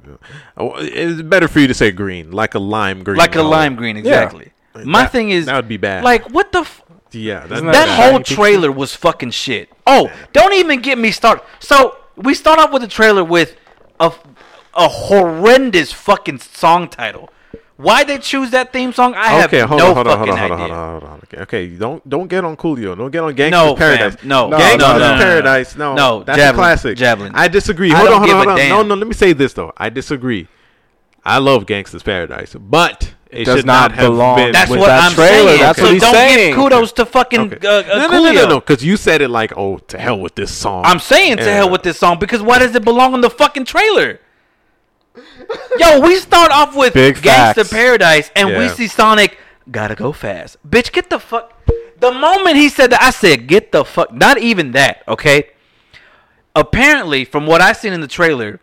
[SPEAKER 2] It's better for you to say green, like a lime green.
[SPEAKER 3] like a
[SPEAKER 2] color.
[SPEAKER 3] lime green exactly my
[SPEAKER 2] That-
[SPEAKER 3] thing is
[SPEAKER 2] that would be bad.
[SPEAKER 3] like what the f-
[SPEAKER 2] Yeah, that,
[SPEAKER 4] that
[SPEAKER 3] that
[SPEAKER 4] bad?
[SPEAKER 3] whole trailer was fucking shit oh don't even get me started so we start off with a trailer with a, f- a horrendous fucking song title why they choose that theme song i have
[SPEAKER 2] Okay, hold
[SPEAKER 3] no
[SPEAKER 2] on, hold on, hold
[SPEAKER 3] fucking
[SPEAKER 2] on, hold on,
[SPEAKER 3] idea
[SPEAKER 2] hold on, hold on, hold on. Okay, okay, don't don't get on Coolio. Don't get on Gangsta's
[SPEAKER 3] No, fam.
[SPEAKER 2] Paradise.
[SPEAKER 3] No,
[SPEAKER 4] no,
[SPEAKER 2] Gangsta's
[SPEAKER 4] no, no, no, no.
[SPEAKER 2] Paradise. No,
[SPEAKER 3] No,
[SPEAKER 2] that's
[SPEAKER 3] Javelin,
[SPEAKER 2] a classic.
[SPEAKER 3] Javelin.
[SPEAKER 2] I disagree.
[SPEAKER 3] I
[SPEAKER 2] Hold on,
[SPEAKER 3] don't
[SPEAKER 2] hold on,
[SPEAKER 3] give
[SPEAKER 2] hold
[SPEAKER 3] a
[SPEAKER 2] on. No,
[SPEAKER 3] damn.
[SPEAKER 2] no. Let me say this though. I disagree. I love Gangsta's Paradise, but it,
[SPEAKER 4] does
[SPEAKER 2] should not,
[SPEAKER 4] not
[SPEAKER 2] have
[SPEAKER 4] belong
[SPEAKER 2] been.
[SPEAKER 3] that's
[SPEAKER 4] with
[SPEAKER 3] what
[SPEAKER 4] that
[SPEAKER 3] i'm
[SPEAKER 4] trailer,
[SPEAKER 3] saying
[SPEAKER 4] that's
[SPEAKER 3] so
[SPEAKER 4] what he's
[SPEAKER 3] don't give
[SPEAKER 4] saying.
[SPEAKER 3] kudos to fucking
[SPEAKER 2] Okay.
[SPEAKER 3] uh,
[SPEAKER 2] no, no,
[SPEAKER 3] uh,
[SPEAKER 2] no, no,
[SPEAKER 3] Coolio.
[SPEAKER 2] no, because you said it like, oh, to hell with this song.
[SPEAKER 3] I'm saying to
[SPEAKER 2] Yeah.
[SPEAKER 3] hell with this song because why does it belong on the fucking trailer? Yo, we start off with
[SPEAKER 4] Big
[SPEAKER 3] Gangsta
[SPEAKER 4] facts.
[SPEAKER 3] Paradise and we
[SPEAKER 2] Yeah.
[SPEAKER 3] see Sonic gotta go fast. Bitch, get the fuck. The moment he said that, I said, get the fuck. Not even that, okay? Apparently, from what I've seen in the trailer,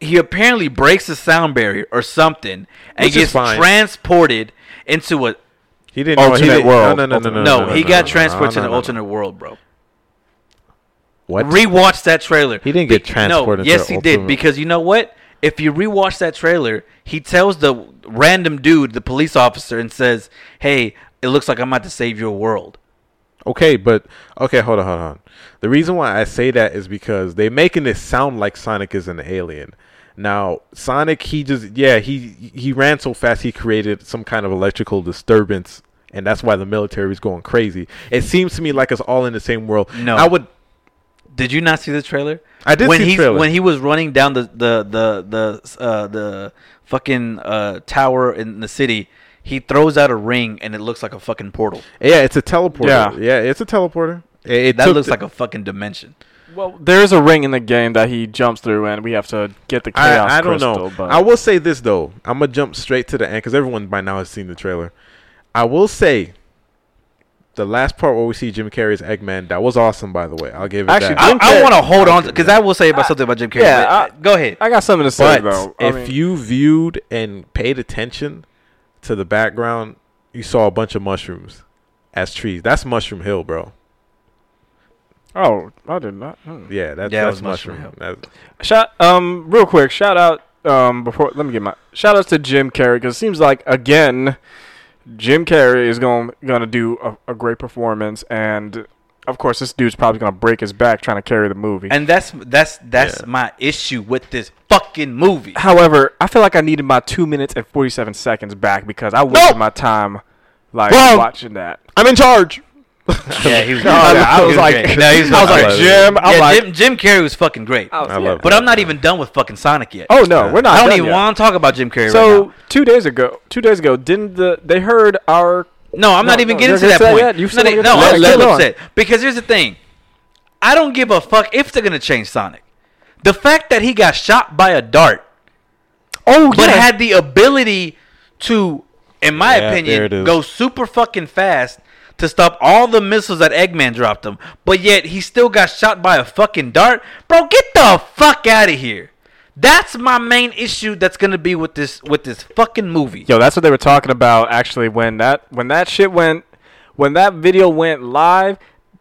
[SPEAKER 3] he apparently breaks a sound barrier or something and
[SPEAKER 2] Which is
[SPEAKER 3] gets
[SPEAKER 2] fine.
[SPEAKER 3] transported into a.
[SPEAKER 2] He didn't. know- he
[SPEAKER 4] Alternate
[SPEAKER 2] didn't-
[SPEAKER 4] Oh, world.
[SPEAKER 2] No, no, no, no,
[SPEAKER 4] Alternate-
[SPEAKER 3] No,
[SPEAKER 2] no, no,
[SPEAKER 3] he
[SPEAKER 2] no,
[SPEAKER 3] got
[SPEAKER 2] no,
[SPEAKER 3] transported
[SPEAKER 2] no,
[SPEAKER 3] to an
[SPEAKER 2] no, no.
[SPEAKER 3] alternate world, bro.
[SPEAKER 2] What?
[SPEAKER 3] Rewatch that trailer.
[SPEAKER 2] He didn't get
[SPEAKER 3] Be-
[SPEAKER 2] transported
[SPEAKER 3] No,
[SPEAKER 2] to
[SPEAKER 3] yes, he did
[SPEAKER 2] Ultimate-
[SPEAKER 3] because you know what? If you rewatch that trailer, he tells the random dude, the police officer, and says, "Hey, it looks like I'm about to save your world."
[SPEAKER 2] Okay, but okay, hold on, hold on. The reason why I say that is because they're making it sound like Sonic is an alien. Now, Sonic, he just yeah, he he ran so fast he created some kind of electrical disturbance, and that's why the military is going crazy. It seems to me like it's all in the same world.
[SPEAKER 3] No.
[SPEAKER 2] I would.
[SPEAKER 3] Did you not see the trailer?
[SPEAKER 2] I did
[SPEAKER 3] when
[SPEAKER 2] see the
[SPEAKER 3] he,
[SPEAKER 2] trailer.
[SPEAKER 3] When he was running down the the the the uh, the fucking uh, tower in the city, he throws out a ring and it looks like a fucking portal.
[SPEAKER 2] Yeah, it's a teleporter.
[SPEAKER 4] Yeah.
[SPEAKER 2] Yeah, it's a teleporter. It, it
[SPEAKER 3] That
[SPEAKER 2] took
[SPEAKER 3] looks
[SPEAKER 2] the-
[SPEAKER 3] like a fucking dimension.
[SPEAKER 4] Well, there is a ring in the game that he jumps through, and we have to get the chaos
[SPEAKER 2] I, I don't
[SPEAKER 4] crystal.
[SPEAKER 2] know.
[SPEAKER 4] But
[SPEAKER 2] I will say this though. I'm gonna jump straight to the end because everyone by now has seen the trailer. I will say the last part where we see Jim Carrey's Eggman that was awesome. By the way, I'll give it
[SPEAKER 4] Actually,
[SPEAKER 2] that.
[SPEAKER 3] I,
[SPEAKER 4] Jim Carrey-
[SPEAKER 3] want to hold on because I will say about something about Jim Carrey.
[SPEAKER 4] yeah,
[SPEAKER 3] but-
[SPEAKER 4] I-
[SPEAKER 3] go ahead.
[SPEAKER 4] I got something to say
[SPEAKER 2] but
[SPEAKER 4] though. I
[SPEAKER 2] if
[SPEAKER 4] mean-
[SPEAKER 2] you viewed and paid attention to the background, you saw a bunch of mushrooms as trees. That's Mushroom Hill, bro.
[SPEAKER 4] oh, I did not. hmm.
[SPEAKER 2] Yeah, that's
[SPEAKER 3] Yeah, it
[SPEAKER 2] that's
[SPEAKER 3] was
[SPEAKER 2] Mushroom.
[SPEAKER 3] Mushroom
[SPEAKER 2] Hill. That's-
[SPEAKER 4] Shout um real quick, shout out um before let me get my shout outs to Jim Carrey because it seems like again Jim Carrey is going gonna do a, a great performance and of course this dude's probably gonna break his back trying to carry the movie.
[SPEAKER 3] And that's that's that's
[SPEAKER 2] Yeah.
[SPEAKER 3] my issue with this fucking movie.
[SPEAKER 4] However, I feel like I needed my two minutes and forty seven seconds back because I wasted my time like
[SPEAKER 2] Wrong.
[SPEAKER 4] watching that.
[SPEAKER 2] I'm in charge.
[SPEAKER 3] Yeah, he was.
[SPEAKER 4] God, I was like- I was like, Jim, I'm
[SPEAKER 3] yeah,
[SPEAKER 4] like-
[SPEAKER 3] Jim, Jim Carrey was fucking great.
[SPEAKER 2] I love
[SPEAKER 3] but I'm not even done with fucking Sonic yet.
[SPEAKER 4] Oh no, we're not.
[SPEAKER 3] I don't
[SPEAKER 4] done
[SPEAKER 3] even
[SPEAKER 4] yet.
[SPEAKER 3] want to talk about Jim Carrey
[SPEAKER 4] So
[SPEAKER 3] right now.
[SPEAKER 4] two days ago, two days ago, didn't the they heard our
[SPEAKER 3] No, I'm
[SPEAKER 4] No,
[SPEAKER 3] not even
[SPEAKER 4] no,
[SPEAKER 3] getting
[SPEAKER 4] you're
[SPEAKER 3] to
[SPEAKER 4] gonna
[SPEAKER 3] that
[SPEAKER 4] say
[SPEAKER 3] point.
[SPEAKER 4] that? You
[SPEAKER 3] no,
[SPEAKER 4] still
[SPEAKER 3] they-
[SPEAKER 4] wanna
[SPEAKER 3] no,
[SPEAKER 4] get to
[SPEAKER 3] I'm
[SPEAKER 4] that?
[SPEAKER 3] still
[SPEAKER 4] Go on.
[SPEAKER 3] upset because here's the thing. I don't give a fuck if they're gonna change Sonic. The fact that he got shot by a dart,
[SPEAKER 4] oh
[SPEAKER 3] but had the ability to, in my
[SPEAKER 2] Yeah, there it
[SPEAKER 3] opinion,
[SPEAKER 2] is.
[SPEAKER 3] go super fucking fast to stop all the missiles that Eggman dropped him. But yet he still got shot by a fucking dart. Bro, get the fuck out of here. That's my main issue. That's gonna be with this with this fucking movie.
[SPEAKER 4] Yo, that's what they were talking about actually when that when that shit went when that video went live.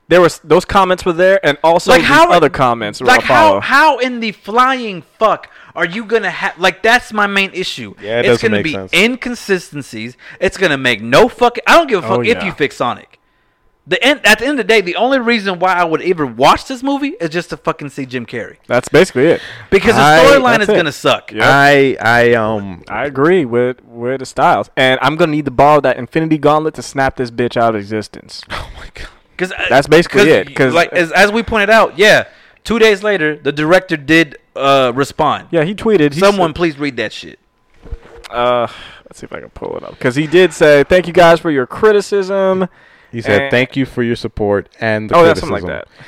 [SPEAKER 4] there was those comments were there, and also
[SPEAKER 3] Like
[SPEAKER 4] these
[SPEAKER 3] how-
[SPEAKER 4] other comments were
[SPEAKER 3] like how
[SPEAKER 4] follow.
[SPEAKER 3] how in the flying fuck are you gonna have like that's my main issue.
[SPEAKER 2] Yeah, it
[SPEAKER 3] it's
[SPEAKER 2] doesn't
[SPEAKER 3] gonna
[SPEAKER 2] make
[SPEAKER 3] be
[SPEAKER 2] sense.
[SPEAKER 3] inconsistencies. It's gonna make no fucking. I don't give a fuck
[SPEAKER 4] Oh,
[SPEAKER 3] if
[SPEAKER 4] yeah.
[SPEAKER 3] you fix Sonic. The end at the end of the day, the only reason why I would ever watch this movie is just to fucking see Jim Carrey
[SPEAKER 4] That's basically it.
[SPEAKER 3] because the
[SPEAKER 2] I-
[SPEAKER 3] storyline is
[SPEAKER 4] that's it.
[SPEAKER 3] gonna suck.
[SPEAKER 4] Yeah.
[SPEAKER 2] I I um
[SPEAKER 4] I agree with with the styles, and I'm gonna need to borrow that Infinity Gauntlet to snap this bitch out of existence.
[SPEAKER 2] Oh
[SPEAKER 3] Cause, uh,
[SPEAKER 4] That's basically it, 'cause-
[SPEAKER 3] like as, as we pointed out, yeah, two days later, the director did uh, respond.
[SPEAKER 4] Yeah, he tweeted. He
[SPEAKER 3] Someone
[SPEAKER 4] said-
[SPEAKER 3] please read that shit.
[SPEAKER 4] uh, let's see if I can pull it up because he did say, "Thank you guys for your criticism."
[SPEAKER 2] he said
[SPEAKER 4] And-
[SPEAKER 2] thank you for your support and the
[SPEAKER 4] Eh. oh, that's
[SPEAKER 2] criticism.
[SPEAKER 4] something like that.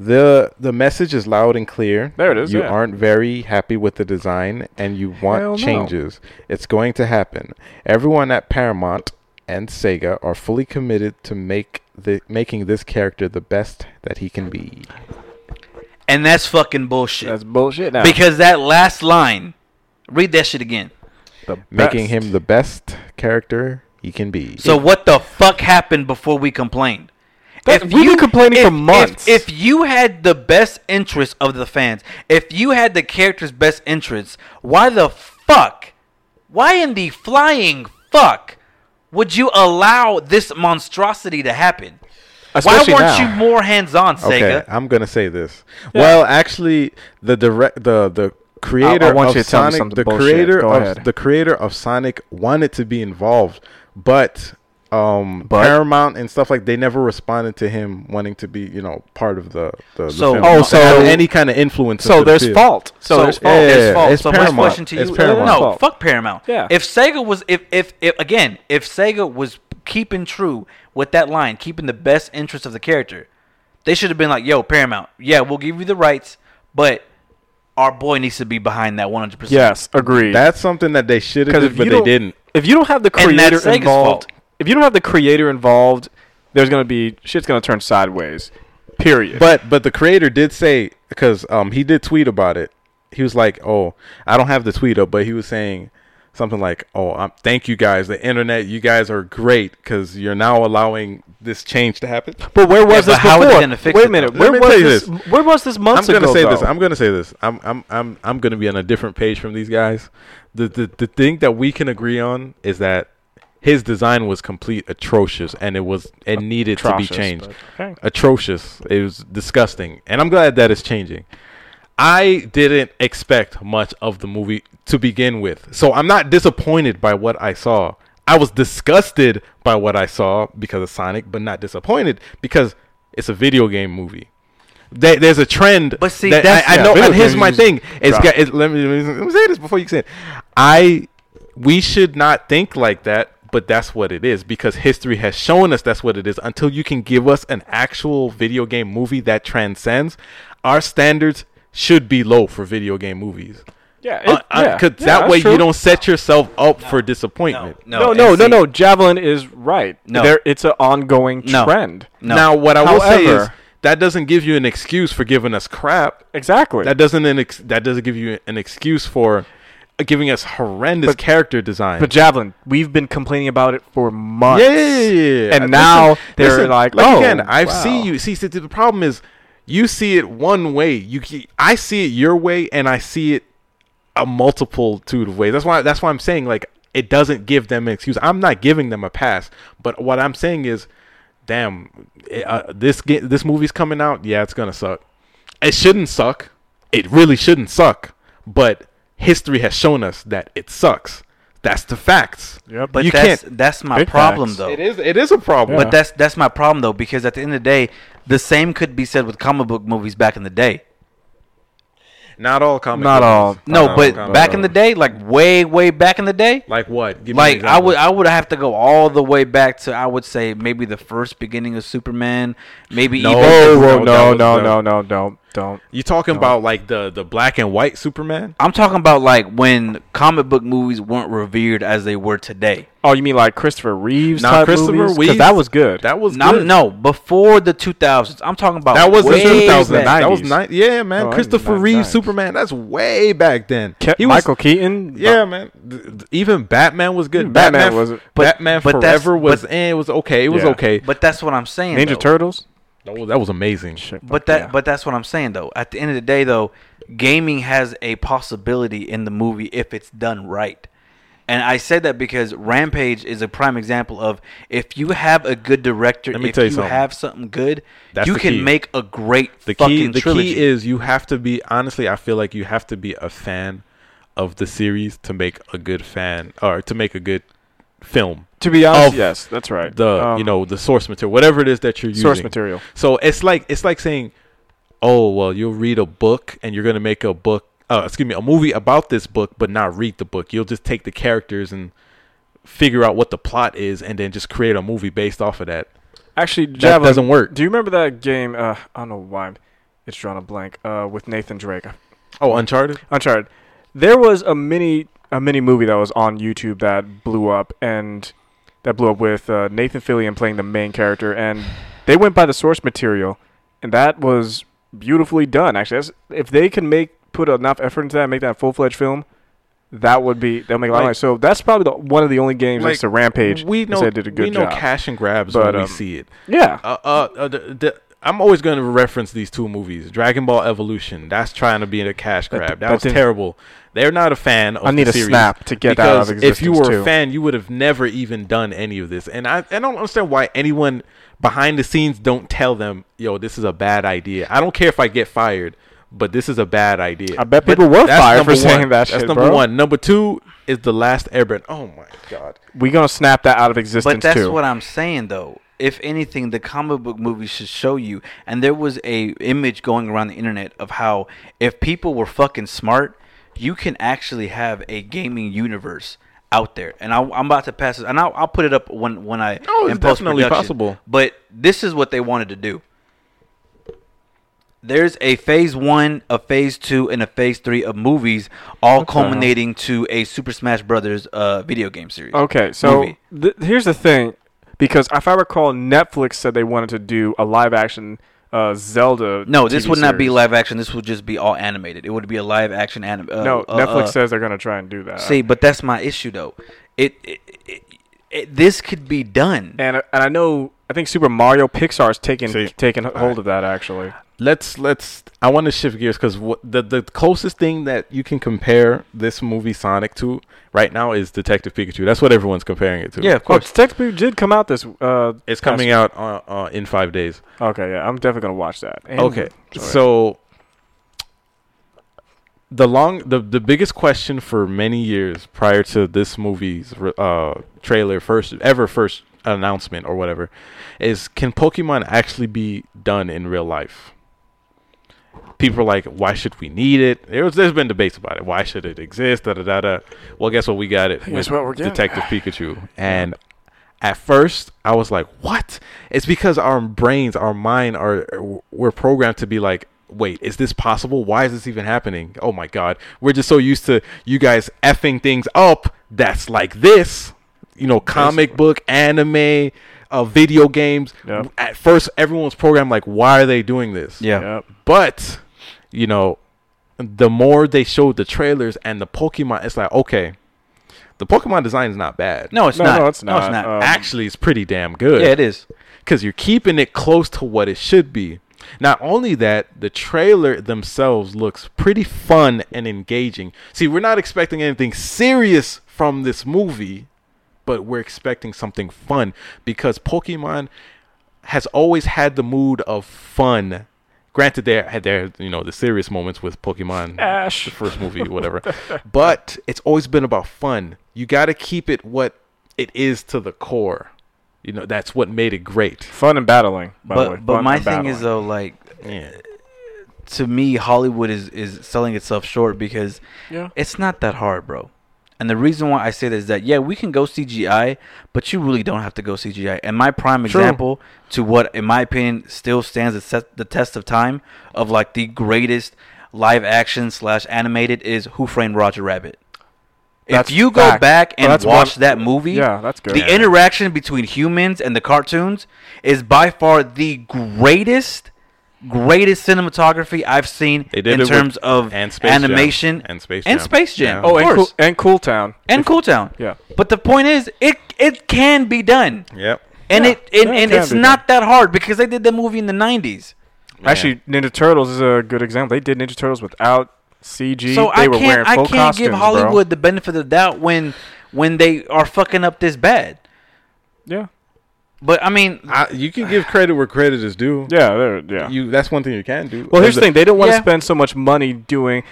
[SPEAKER 2] The the message is loud and clear.
[SPEAKER 4] There it is,
[SPEAKER 2] You
[SPEAKER 4] yeah.
[SPEAKER 2] aren't very happy with the design and you want
[SPEAKER 4] Hell no.
[SPEAKER 2] changes. It's going to happen. Everyone at Paramount and Sega are fully committed to make the making this character the best that he can be.
[SPEAKER 3] And that's fucking bullshit.
[SPEAKER 4] That's bullshit. Now.
[SPEAKER 3] because that last line, read that shit again.
[SPEAKER 4] the
[SPEAKER 2] Making
[SPEAKER 4] best.
[SPEAKER 2] him the best character he can be.
[SPEAKER 3] So what the fuck happened before we complained?
[SPEAKER 4] That- we've been complaining
[SPEAKER 3] if-
[SPEAKER 4] for months.
[SPEAKER 3] If, if you had the best interest of the fans, if you had the character's best interests, why the fuck, why in the flying fuck, would you allow this monstrosity to happen?
[SPEAKER 4] Especially
[SPEAKER 3] why weren't
[SPEAKER 4] now.
[SPEAKER 3] you more hands-on,
[SPEAKER 2] Okay,
[SPEAKER 3] Sega?
[SPEAKER 2] I'm gonna say this. Well, actually, the direct the the creator
[SPEAKER 4] I want
[SPEAKER 2] of
[SPEAKER 4] you to tell me
[SPEAKER 2] Sonic,
[SPEAKER 4] some
[SPEAKER 2] the
[SPEAKER 4] bullshit.
[SPEAKER 2] creator
[SPEAKER 4] Go
[SPEAKER 2] of
[SPEAKER 4] ahead.
[SPEAKER 2] the creator of Sonic wanted to be involved, but um
[SPEAKER 4] But?
[SPEAKER 2] Paramount and stuff like they never responded to him wanting to be you know part of the the, the
[SPEAKER 3] So-
[SPEAKER 2] film.
[SPEAKER 4] Oh,
[SPEAKER 2] to
[SPEAKER 4] so-
[SPEAKER 2] have any kind of influence.
[SPEAKER 4] So
[SPEAKER 2] into the
[SPEAKER 4] there's
[SPEAKER 2] field.
[SPEAKER 4] fault. So,
[SPEAKER 3] So,
[SPEAKER 4] there's
[SPEAKER 3] fault.
[SPEAKER 4] fault.
[SPEAKER 2] yeah,
[SPEAKER 3] There's fault.
[SPEAKER 2] it's
[SPEAKER 3] so my
[SPEAKER 2] Paramount.
[SPEAKER 3] question to you
[SPEAKER 2] It's
[SPEAKER 3] is
[SPEAKER 2] Paramount.
[SPEAKER 3] no,
[SPEAKER 4] Fault.
[SPEAKER 3] fuck Paramount.
[SPEAKER 4] Yeah.
[SPEAKER 3] If Sega was if, if if again, if Sega was keeping true with that line, keeping the best interest of the character, they should have been like, "Yo, Paramount, yeah, we'll give you the rights, but our boy needs to be behind that 100%."
[SPEAKER 4] Yes, agreed.
[SPEAKER 2] That's something that they should have
[SPEAKER 4] Because
[SPEAKER 2] did,
[SPEAKER 4] if
[SPEAKER 2] but
[SPEAKER 4] you
[SPEAKER 2] they
[SPEAKER 4] don't-
[SPEAKER 2] didn't.
[SPEAKER 4] If you don't have the
[SPEAKER 3] And that's
[SPEAKER 4] creator
[SPEAKER 3] Sega's
[SPEAKER 4] involved,
[SPEAKER 3] fault.
[SPEAKER 4] if you don't have the creator involved, there's gonna be shit's gonna turn sideways. Period.
[SPEAKER 2] But but the creator did say because um he did tweet about it. He was like, "Oh, I don't have the tweet up," but he was saying something like, "Oh, um, thank you guys, the internet. You guys are great because you're now allowing this change to happen."
[SPEAKER 4] but where was
[SPEAKER 3] but
[SPEAKER 4] this
[SPEAKER 3] how are they
[SPEAKER 4] before?
[SPEAKER 3] gonna fix
[SPEAKER 4] Wait
[SPEAKER 3] it,
[SPEAKER 4] a minute.
[SPEAKER 2] though? Let
[SPEAKER 4] Where
[SPEAKER 2] me
[SPEAKER 4] was
[SPEAKER 2] tell you
[SPEAKER 4] this?
[SPEAKER 2] this.
[SPEAKER 4] Where was this
[SPEAKER 2] I'm
[SPEAKER 4] months
[SPEAKER 2] gonna
[SPEAKER 4] ago?
[SPEAKER 2] say
[SPEAKER 4] though?
[SPEAKER 2] this. I'm gonna say this. I'm I'm I'm I'm gonna be on a different page from these guys. The the the thing that we can agree on is that his design was complete atrocious, and it was it needed to
[SPEAKER 4] Atrocious,
[SPEAKER 2] be changed.
[SPEAKER 4] but okay.
[SPEAKER 2] Atrocious. It was disgusting, and I'm glad that it's changing. I didn't expect much of the movie to begin with, so I'm not disappointed by what I saw. I was disgusted by what I saw because of Sonic, but not disappointed because it's a video game movie. There, there's a trend.
[SPEAKER 3] But see,
[SPEAKER 2] that
[SPEAKER 3] that's-
[SPEAKER 2] I, I
[SPEAKER 3] yeah,
[SPEAKER 2] know.
[SPEAKER 4] video
[SPEAKER 2] And here's
[SPEAKER 4] games
[SPEAKER 2] my
[SPEAKER 4] is
[SPEAKER 2] thing. It's
[SPEAKER 4] crap.
[SPEAKER 2] got. It, let, me, let me let me say this before you say it. I we should not think like that. But that's what it is because history has shown us that's what it is. Until you can give us an actual video game movie that transcends, our standards should be low for video game movies.
[SPEAKER 4] Yeah,
[SPEAKER 3] Uh,
[SPEAKER 2] Because
[SPEAKER 4] it- yeah. Yeah,
[SPEAKER 2] that
[SPEAKER 4] that's
[SPEAKER 2] way
[SPEAKER 4] true.
[SPEAKER 2] you don't set yourself up for disappointment.
[SPEAKER 4] No, no, no, no. Javelin is right.
[SPEAKER 3] No.
[SPEAKER 4] there, it's an ongoing
[SPEAKER 3] No.
[SPEAKER 4] trend.
[SPEAKER 3] No.
[SPEAKER 2] Now, what I will say is
[SPEAKER 4] However-
[SPEAKER 2] that doesn't give you an excuse for giving us crap.
[SPEAKER 4] Exactly.
[SPEAKER 2] That doesn't an ex- that doesn't give you an excuse for uh, giving us horrendous character design.
[SPEAKER 4] But Javelin, we've been complaining about it for months.
[SPEAKER 2] yeah, yeah, yeah, yeah, yeah.
[SPEAKER 4] And
[SPEAKER 2] Listen-
[SPEAKER 4] now they're
[SPEAKER 2] listen,
[SPEAKER 4] like, oh,
[SPEAKER 2] again, I
[SPEAKER 4] wow.
[SPEAKER 2] see you. See, see, the problem is, you see it one way. You, ke- I see it your way, and I see it a multitude of ways. That's why. That's why I'm saying like it doesn't give them an excuse. I'm not giving them a pass, but what I'm saying is, damn, eh, uh, this ga- this movie's coming out. Yeah, it's gonna suck. It shouldn't suck. It really shouldn't suck. But history has shown us that it sucks. That's the facts.
[SPEAKER 4] Yep.
[SPEAKER 3] But
[SPEAKER 2] you
[SPEAKER 3] that's
[SPEAKER 2] can't.
[SPEAKER 3] that's my
[SPEAKER 4] Big
[SPEAKER 3] problem
[SPEAKER 4] facts.
[SPEAKER 3] though.
[SPEAKER 2] It is. It is a problem.
[SPEAKER 4] Yeah.
[SPEAKER 3] But that's that's my problem though because at the end of the day, the same could be said with comic book movies back in the day.
[SPEAKER 2] Not all comic.
[SPEAKER 4] Not
[SPEAKER 2] book
[SPEAKER 4] all.
[SPEAKER 2] movies.
[SPEAKER 3] No,
[SPEAKER 2] Not all
[SPEAKER 3] but
[SPEAKER 2] comic
[SPEAKER 3] back
[SPEAKER 2] book
[SPEAKER 3] in the
[SPEAKER 2] movies.
[SPEAKER 3] day, like way way back in the day,
[SPEAKER 2] like what? Give me an
[SPEAKER 3] like I
[SPEAKER 2] example.
[SPEAKER 3] would I would have to go all the way back to I would say maybe the first beginning of Superman, maybe
[SPEAKER 2] No.
[SPEAKER 3] even
[SPEAKER 4] Oh,
[SPEAKER 2] No,
[SPEAKER 4] whoa,
[SPEAKER 2] that
[SPEAKER 4] no,
[SPEAKER 2] was
[SPEAKER 4] no,
[SPEAKER 2] the-
[SPEAKER 4] no, no, don't, don't.
[SPEAKER 2] You talking about like the the black and white Superman?
[SPEAKER 3] I'm talking about like when comic book movies weren't revered as they were today.
[SPEAKER 4] Oh, you mean like Christopher Reeves?
[SPEAKER 2] Nah,
[SPEAKER 4] type
[SPEAKER 2] Christopher
[SPEAKER 4] movies? 'Cause
[SPEAKER 2] Reeves-
[SPEAKER 4] That was good.
[SPEAKER 2] That was
[SPEAKER 3] No,
[SPEAKER 2] good.
[SPEAKER 3] no, before the 2000s. I'm talking about
[SPEAKER 2] That was the
[SPEAKER 3] way back.
[SPEAKER 2] 2009. That was
[SPEAKER 4] 90s.
[SPEAKER 2] nine. Yeah, man.
[SPEAKER 4] Oh,
[SPEAKER 2] Christopher
[SPEAKER 4] 90s.
[SPEAKER 2] Reeve Superman. That's way back then.
[SPEAKER 4] Ke-
[SPEAKER 2] He was-
[SPEAKER 4] Michael Keaton.
[SPEAKER 2] Yeah, man. Th- th- Even Batman was good.
[SPEAKER 4] Even Batman
[SPEAKER 2] Batman
[SPEAKER 4] was-
[SPEAKER 2] But,
[SPEAKER 3] but-
[SPEAKER 2] Batman
[SPEAKER 3] but that's-
[SPEAKER 2] Forever was.
[SPEAKER 3] but-
[SPEAKER 2] eh, it was okay. It was
[SPEAKER 4] Yeah.
[SPEAKER 2] okay.
[SPEAKER 3] But that's what I'm saying.
[SPEAKER 4] Ninja
[SPEAKER 3] though.
[SPEAKER 4] Turtles.
[SPEAKER 2] That was, that was amazing.
[SPEAKER 4] Check
[SPEAKER 3] But that, but that's what I'm saying though. At the end of the day, though, gaming has a possibility in the movie if it's done right. And I say that because Rampage is a prime example of if you have a good director,
[SPEAKER 2] Let me
[SPEAKER 3] if
[SPEAKER 2] tell you
[SPEAKER 3] you
[SPEAKER 2] something.
[SPEAKER 3] have something good,
[SPEAKER 2] That's
[SPEAKER 3] you
[SPEAKER 2] the
[SPEAKER 3] can
[SPEAKER 2] key.
[SPEAKER 3] make a great
[SPEAKER 2] the
[SPEAKER 3] fucking
[SPEAKER 2] key the
[SPEAKER 3] trilogy.
[SPEAKER 2] key is you have to be honestly i feel like you have to be a fan of the series to make a good fan or to make a good film
[SPEAKER 4] to be honest,
[SPEAKER 2] of
[SPEAKER 4] yes, that's right.
[SPEAKER 2] the
[SPEAKER 4] Um,
[SPEAKER 2] you know the source material whatever it is that you're using
[SPEAKER 4] source material.
[SPEAKER 2] so it's like it's like saying oh well you'll read a book and you're going to make a book uh, excuse me a movie about this book but not read the book you'll just take the characters and figure out what the plot is and then just create a movie based off of that
[SPEAKER 4] Actually,
[SPEAKER 2] that
[SPEAKER 4] Javelin,
[SPEAKER 2] doesn't work
[SPEAKER 4] do you remember that game? Uh, I don't know why it's drawn a blank. Uh, with Nathan Drake,
[SPEAKER 2] oh uncharted
[SPEAKER 4] Uncharted. There was a mini a mini movie that was on YouTube that blew up and that blew up with uh, Nathan Fillion playing the main character, and they went by the source material, and that was beautifully done. Actually, that's, if they can make put enough effort into that, and make that full fledged film, that would be they'll make a lot of
[SPEAKER 2] Like-
[SPEAKER 4] money. So that's probably the, one of the only games next to
[SPEAKER 2] Like,
[SPEAKER 4] Rampage.
[SPEAKER 2] we know
[SPEAKER 4] that did a good
[SPEAKER 2] we know
[SPEAKER 4] job.
[SPEAKER 2] cash and grabs
[SPEAKER 4] But,
[SPEAKER 2] when we
[SPEAKER 4] um,
[SPEAKER 2] see it
[SPEAKER 4] yeah,
[SPEAKER 2] uh, uh, uh, the, the, I'm always going to reference these two movies. Dragon Ball Evolution. That's trying to be a cash grab. That,
[SPEAKER 4] that
[SPEAKER 2] was
[SPEAKER 4] didn't-
[SPEAKER 2] terrible. They're not a fan of
[SPEAKER 4] I need
[SPEAKER 2] the
[SPEAKER 4] a
[SPEAKER 2] series
[SPEAKER 4] snap to get that out of
[SPEAKER 2] because If you
[SPEAKER 4] existence,
[SPEAKER 2] were
[SPEAKER 4] too.
[SPEAKER 2] a fan, you would have never even done any of this. And I, I don't understand why anyone behind the scenes don't tell them, yo, this is a bad idea. I don't care if I get fired, but this is a bad idea.
[SPEAKER 4] I bet
[SPEAKER 2] But
[SPEAKER 4] people were
[SPEAKER 2] that's
[SPEAKER 4] fired for
[SPEAKER 2] number
[SPEAKER 4] saying
[SPEAKER 2] one.
[SPEAKER 4] that
[SPEAKER 2] That's
[SPEAKER 4] shit,
[SPEAKER 2] number
[SPEAKER 4] bro.
[SPEAKER 2] one. Number two is The Last Airbender. Oh, my God.
[SPEAKER 4] we gonna snap that out of existence
[SPEAKER 3] But that's
[SPEAKER 4] too.
[SPEAKER 3] what I'm saying, though. If anything, the comic book movies should show you. And there was a image going around the internet of how if people were fucking smart, you can actually have a gaming universe out there. And I, I'm about to pass this, and I'll, I'll put it up when when I
[SPEAKER 2] No, it's definitely
[SPEAKER 3] post-production.
[SPEAKER 2] possible.
[SPEAKER 3] But this is what they wanted to do. There's a phase one, a phase two, and a phase three of movies, all culminating to a Super Smash Brothers uh, video game series.
[SPEAKER 4] Okay, so
[SPEAKER 3] movie.
[SPEAKER 4] th- here's the thing, because if I recall, Netflix said they wanted to do a live action uh, Zelda.
[SPEAKER 3] No, this
[SPEAKER 4] TV
[SPEAKER 3] would not be
[SPEAKER 4] series.
[SPEAKER 3] live action. This would just be all animated. It would be a live action anime. Uh,
[SPEAKER 4] No,
[SPEAKER 3] uh,
[SPEAKER 4] Netflix uh,
[SPEAKER 3] uh,
[SPEAKER 4] says they're gonna try and do that.
[SPEAKER 3] see, but that's my issue though. It, it, it, it this could be done.
[SPEAKER 4] and and I know I think Super Mario Pixar's taking
[SPEAKER 2] See.
[SPEAKER 4] taking hold of that actually.
[SPEAKER 2] let's let's i want to shift gears because what the, the closest thing that you can compare this movie sonic to right now is detective pikachu that's what everyone's comparing it to
[SPEAKER 3] yeah, of
[SPEAKER 4] Oh,
[SPEAKER 3] course.
[SPEAKER 4] Detective Pikachu did come out this. Uh,
[SPEAKER 2] it's coming out uh, uh, in five days
[SPEAKER 4] Okay, yeah, I'm definitely gonna watch that. And-
[SPEAKER 2] okay
[SPEAKER 4] Sorry.
[SPEAKER 2] so the long the, the biggest question for many years prior to this movie's re- uh trailer first ever first announcement or whatever is can pokemon actually be done in real life people are like why should we need it there's, there's been debates about it why should it exist da da da da well guess what we got it
[SPEAKER 4] Guess what we're getting.
[SPEAKER 2] detective pikachu and at first i was like what it's because our brains our mind are we're programmed to be like wait is this possible why is this even happening oh my god we're just so used to you guys effing things up that's like this you know comic book anime uh, video games
[SPEAKER 4] Yeah.
[SPEAKER 2] at first everyone's programmed like why are they doing this
[SPEAKER 3] Yeah.
[SPEAKER 4] Yep.
[SPEAKER 2] but you know, the more they showed the trailers and the Pokemon, it's like okay, the Pokemon design is not bad.
[SPEAKER 3] No, it's
[SPEAKER 4] No,
[SPEAKER 3] not.
[SPEAKER 4] no, it's
[SPEAKER 3] No, it's
[SPEAKER 4] not.
[SPEAKER 3] not.
[SPEAKER 4] Uh,
[SPEAKER 2] actually, it's pretty damn good.
[SPEAKER 3] Um, yeah, it is.
[SPEAKER 2] because you're keeping it close to what it should be. Not only that, the trailer themselves looks pretty fun and engaging. See, we're not expecting anything serious from this movie, but we're expecting something fun because Pokemon has always had the mood of fun. Granted, there had there you know the serious moments with Pokemon
[SPEAKER 3] Uh,
[SPEAKER 4] Ash.
[SPEAKER 2] the first movie, whatever. but it's always been about fun. You got to keep it what it is to the core. You know that's what made it great.
[SPEAKER 4] Fun and battling. By the way.
[SPEAKER 3] But but
[SPEAKER 4] Fun
[SPEAKER 3] my
[SPEAKER 4] and
[SPEAKER 3] thing is uh,
[SPEAKER 4] battling.
[SPEAKER 3] though, like
[SPEAKER 2] Yeah.
[SPEAKER 3] to me, Hollywood is is selling itself short because
[SPEAKER 4] Yeah.
[SPEAKER 3] it's not that hard, bro. And the reason why I say that is that yeah, we can go CGI, but you really don't have to go CGI. And my prime example to what, in my opinion, still stands the set- the test of time of like the greatest live action slash animated is Who Framed Roger Rabbit.
[SPEAKER 4] That's
[SPEAKER 3] if you go
[SPEAKER 4] fact.
[SPEAKER 3] back
[SPEAKER 4] Well,
[SPEAKER 3] and
[SPEAKER 4] that's
[SPEAKER 3] watch
[SPEAKER 4] one-
[SPEAKER 3] that movie,
[SPEAKER 4] Yeah, that's good.
[SPEAKER 3] the
[SPEAKER 4] Yeah.
[SPEAKER 3] interaction between humans and the cartoons is by far the greatest, greatest cinematography I've seen
[SPEAKER 2] They did
[SPEAKER 3] in
[SPEAKER 2] it with-
[SPEAKER 3] terms of
[SPEAKER 2] and Space Jam.
[SPEAKER 3] animation
[SPEAKER 2] And Space
[SPEAKER 3] and
[SPEAKER 2] Jam.
[SPEAKER 3] Space Jam.
[SPEAKER 2] Yeah.
[SPEAKER 3] of
[SPEAKER 4] Oh, and cool,
[SPEAKER 3] course.
[SPEAKER 4] and Cool Town.
[SPEAKER 3] and Cool Town.
[SPEAKER 4] Yeah.
[SPEAKER 3] But the point is, it it can be done.
[SPEAKER 2] Yep.
[SPEAKER 3] and
[SPEAKER 4] Yeah.
[SPEAKER 3] it and,
[SPEAKER 4] Yeah, it
[SPEAKER 3] and
[SPEAKER 4] can
[SPEAKER 3] it's
[SPEAKER 4] be
[SPEAKER 3] not that hard because they did that movie in the nineties.
[SPEAKER 4] Actually, Ninja Turtles is a good example. They did Ninja Turtles without CG.
[SPEAKER 3] So
[SPEAKER 4] they
[SPEAKER 3] I
[SPEAKER 4] were wearing
[SPEAKER 3] can't I
[SPEAKER 4] full
[SPEAKER 3] can't give
[SPEAKER 4] costumes, bro.
[SPEAKER 3] Hollywood the benefit of the doubt when when they are fucking up this bad.
[SPEAKER 4] Yeah,
[SPEAKER 3] But I mean,
[SPEAKER 2] I, you can give credit where credit is due.
[SPEAKER 4] yeah, they're, yeah.
[SPEAKER 2] You that's one thing you can do.
[SPEAKER 4] Well,
[SPEAKER 2] As
[SPEAKER 4] here's the
[SPEAKER 2] a-
[SPEAKER 4] thing: they didn't want to
[SPEAKER 3] Yeah.
[SPEAKER 4] spend so much money doing.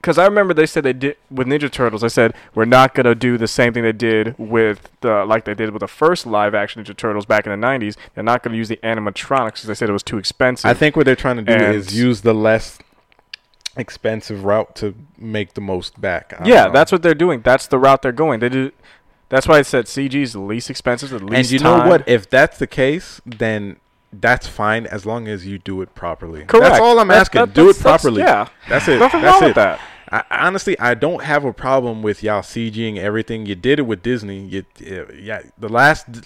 [SPEAKER 4] Because I remember they said they did with Ninja Turtles. They said we're not gonna do the same thing they did with the like they did with the first live action Ninja Turtles back in the '90s. They're not gonna use the animatronics because they said it was too expensive.
[SPEAKER 2] I think what they're trying to do
[SPEAKER 4] And-
[SPEAKER 2] is use the less expensive route to make the most back. I
[SPEAKER 4] yeah,
[SPEAKER 2] don't know.
[SPEAKER 4] that's what they're doing. That's the route they're going. They do. That's why I said CG is the least expensive, the least
[SPEAKER 2] And you
[SPEAKER 4] time.
[SPEAKER 2] know what? If that's the case, then that's fine as long as you do it properly.
[SPEAKER 4] Correct.
[SPEAKER 2] That's all I'm
[SPEAKER 4] That's-
[SPEAKER 2] asking.
[SPEAKER 4] that-
[SPEAKER 2] do it
[SPEAKER 4] that's- that's-
[SPEAKER 2] properly.
[SPEAKER 4] yeah.
[SPEAKER 2] That's it.
[SPEAKER 4] Nothing
[SPEAKER 2] that's
[SPEAKER 4] wrong
[SPEAKER 2] it.
[SPEAKER 4] with that.
[SPEAKER 2] I, I honestly, I don't have a problem with y'all CGing everything. You did it with Disney. You, yeah, yeah, the last d-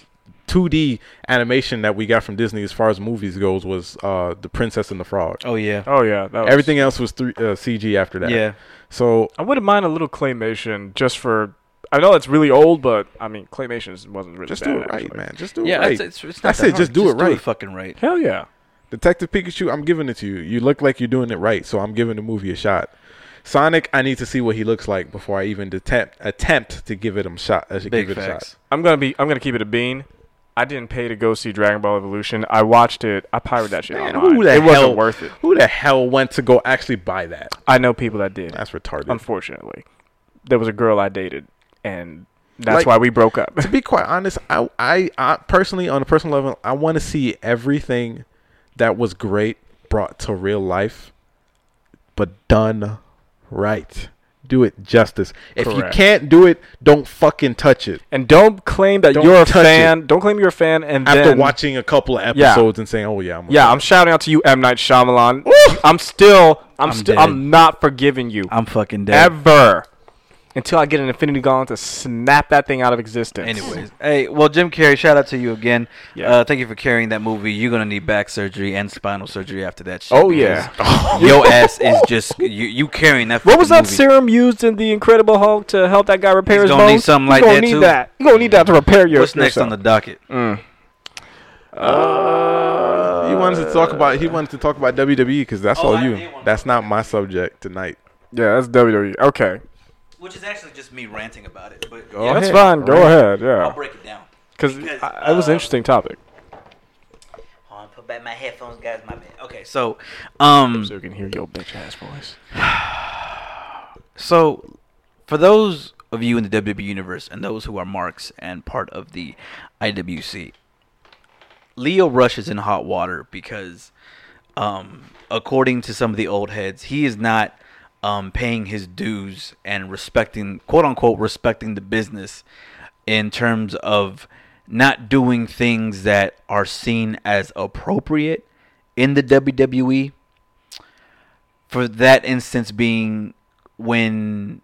[SPEAKER 2] 2D animation that we got from Disney, as far as movies goes, was uh, the Princess and the Frog.
[SPEAKER 3] oh yeah,
[SPEAKER 4] Oh yeah, that was,
[SPEAKER 2] Everything else was three, uh, CG after that.
[SPEAKER 3] yeah.
[SPEAKER 2] So
[SPEAKER 4] I wouldn't mind a little claymation just for. I know it's really old, but I mean, claymation wasn't really
[SPEAKER 2] just
[SPEAKER 4] bad,
[SPEAKER 2] do it right,
[SPEAKER 4] actually.
[SPEAKER 2] man. Just do it
[SPEAKER 3] Yeah,
[SPEAKER 2] right.
[SPEAKER 3] it's, it's, it's not
[SPEAKER 2] That's
[SPEAKER 3] that
[SPEAKER 2] it,
[SPEAKER 3] hard.
[SPEAKER 2] just do it right.
[SPEAKER 3] fucking right.
[SPEAKER 4] Hell yeah.
[SPEAKER 2] Detective Pikachu, I'm giving it to you. You look like you're doing it right, so I'm giving the movie a shot. Sonic, I need to see what he looks like before I even attempt attempt to give it him shot. I should
[SPEAKER 3] Big
[SPEAKER 2] give it
[SPEAKER 3] facts.
[SPEAKER 4] I'm gonna be. I'm gonna keep it a bean. I didn't pay to go see Dragon Ball Evolution. I watched it. I pirated that
[SPEAKER 2] a
[SPEAKER 4] shit
[SPEAKER 2] shot. Man,
[SPEAKER 4] online.
[SPEAKER 2] who the
[SPEAKER 4] it
[SPEAKER 2] hell,
[SPEAKER 4] wasn't worth it.
[SPEAKER 2] Who the hell went to go actually buy that?
[SPEAKER 4] I know people that did.
[SPEAKER 2] That's retarded.
[SPEAKER 4] Unfortunately, there was a girl I dated, and that's
[SPEAKER 2] Like-
[SPEAKER 4] why we broke up.
[SPEAKER 2] to be quite honest, I, I, I personally, on a personal level, I want to see everything that was great brought to real life, but done right. Do it justice. If you
[SPEAKER 4] Correct.
[SPEAKER 2] can't do it, don't fucking touch it.
[SPEAKER 4] and don't claim that
[SPEAKER 2] Don't
[SPEAKER 4] you're a
[SPEAKER 2] touch
[SPEAKER 4] fan. Don't claim you're a fan. And
[SPEAKER 2] After
[SPEAKER 4] then,
[SPEAKER 2] watching a couple of
[SPEAKER 4] Yeah.
[SPEAKER 2] episodes and saying, "Oh yeah, I'm a
[SPEAKER 4] yeah, I'm shouting out to you, M Night Shyamalan. I'm still. I'm,
[SPEAKER 3] I'm
[SPEAKER 4] still.
[SPEAKER 3] dead.
[SPEAKER 4] I'm not forgiving you
[SPEAKER 3] I'm fucking dead.
[SPEAKER 4] ever until I get an Infinity Gauntlet to snap that thing out of existence.
[SPEAKER 3] Anyways, hey, well, Jim Carrey, shout out to you again.
[SPEAKER 4] Yeah.
[SPEAKER 3] Uh, thank you for carrying that movie. You're gonna need back surgery and spinal surgery after that. Shit
[SPEAKER 4] Oh, yeah.
[SPEAKER 3] because your ass is just you, you carrying that.
[SPEAKER 4] What was
[SPEAKER 3] fucking
[SPEAKER 4] that
[SPEAKER 3] movie.
[SPEAKER 4] serum used in the Incredible Hulk to help that guy
[SPEAKER 3] He's
[SPEAKER 4] repair his
[SPEAKER 3] gonna
[SPEAKER 4] bones?
[SPEAKER 3] need something like
[SPEAKER 4] you gonna
[SPEAKER 3] that,
[SPEAKER 4] need
[SPEAKER 3] too.
[SPEAKER 4] that. You gonna need that to repair your.
[SPEAKER 3] What's next on the
[SPEAKER 4] yourself.
[SPEAKER 3] docket?
[SPEAKER 4] Uh,
[SPEAKER 2] He wanted to talk about he wanted to talk about WWE because that's all you. That's not my subject tonight.
[SPEAKER 4] Yeah, that's WWE. Okay,
[SPEAKER 3] Which is actually just me ranting about it, but
[SPEAKER 2] Go
[SPEAKER 4] that's
[SPEAKER 2] ahead.
[SPEAKER 4] fine. Go ahead.
[SPEAKER 3] I'll
[SPEAKER 4] Yeah,
[SPEAKER 3] break it down.
[SPEAKER 4] because
[SPEAKER 3] because,
[SPEAKER 4] that was an
[SPEAKER 3] uh,
[SPEAKER 4] interesting topic.
[SPEAKER 3] Hold on, put back my headphones, guys. My bad. Okay, so, um,
[SPEAKER 4] So you can hear your bitch ass voice.
[SPEAKER 3] so for those of you in the WWE universe and those who are marks and part of the IWC, Leo Rush is in hot water because, um, according to some of the old heads, he is not um, paying his dues and respecting, quote unquote, respecting the business in terms of not doing things that are seen as appropriate in the WWE. For that instance, being when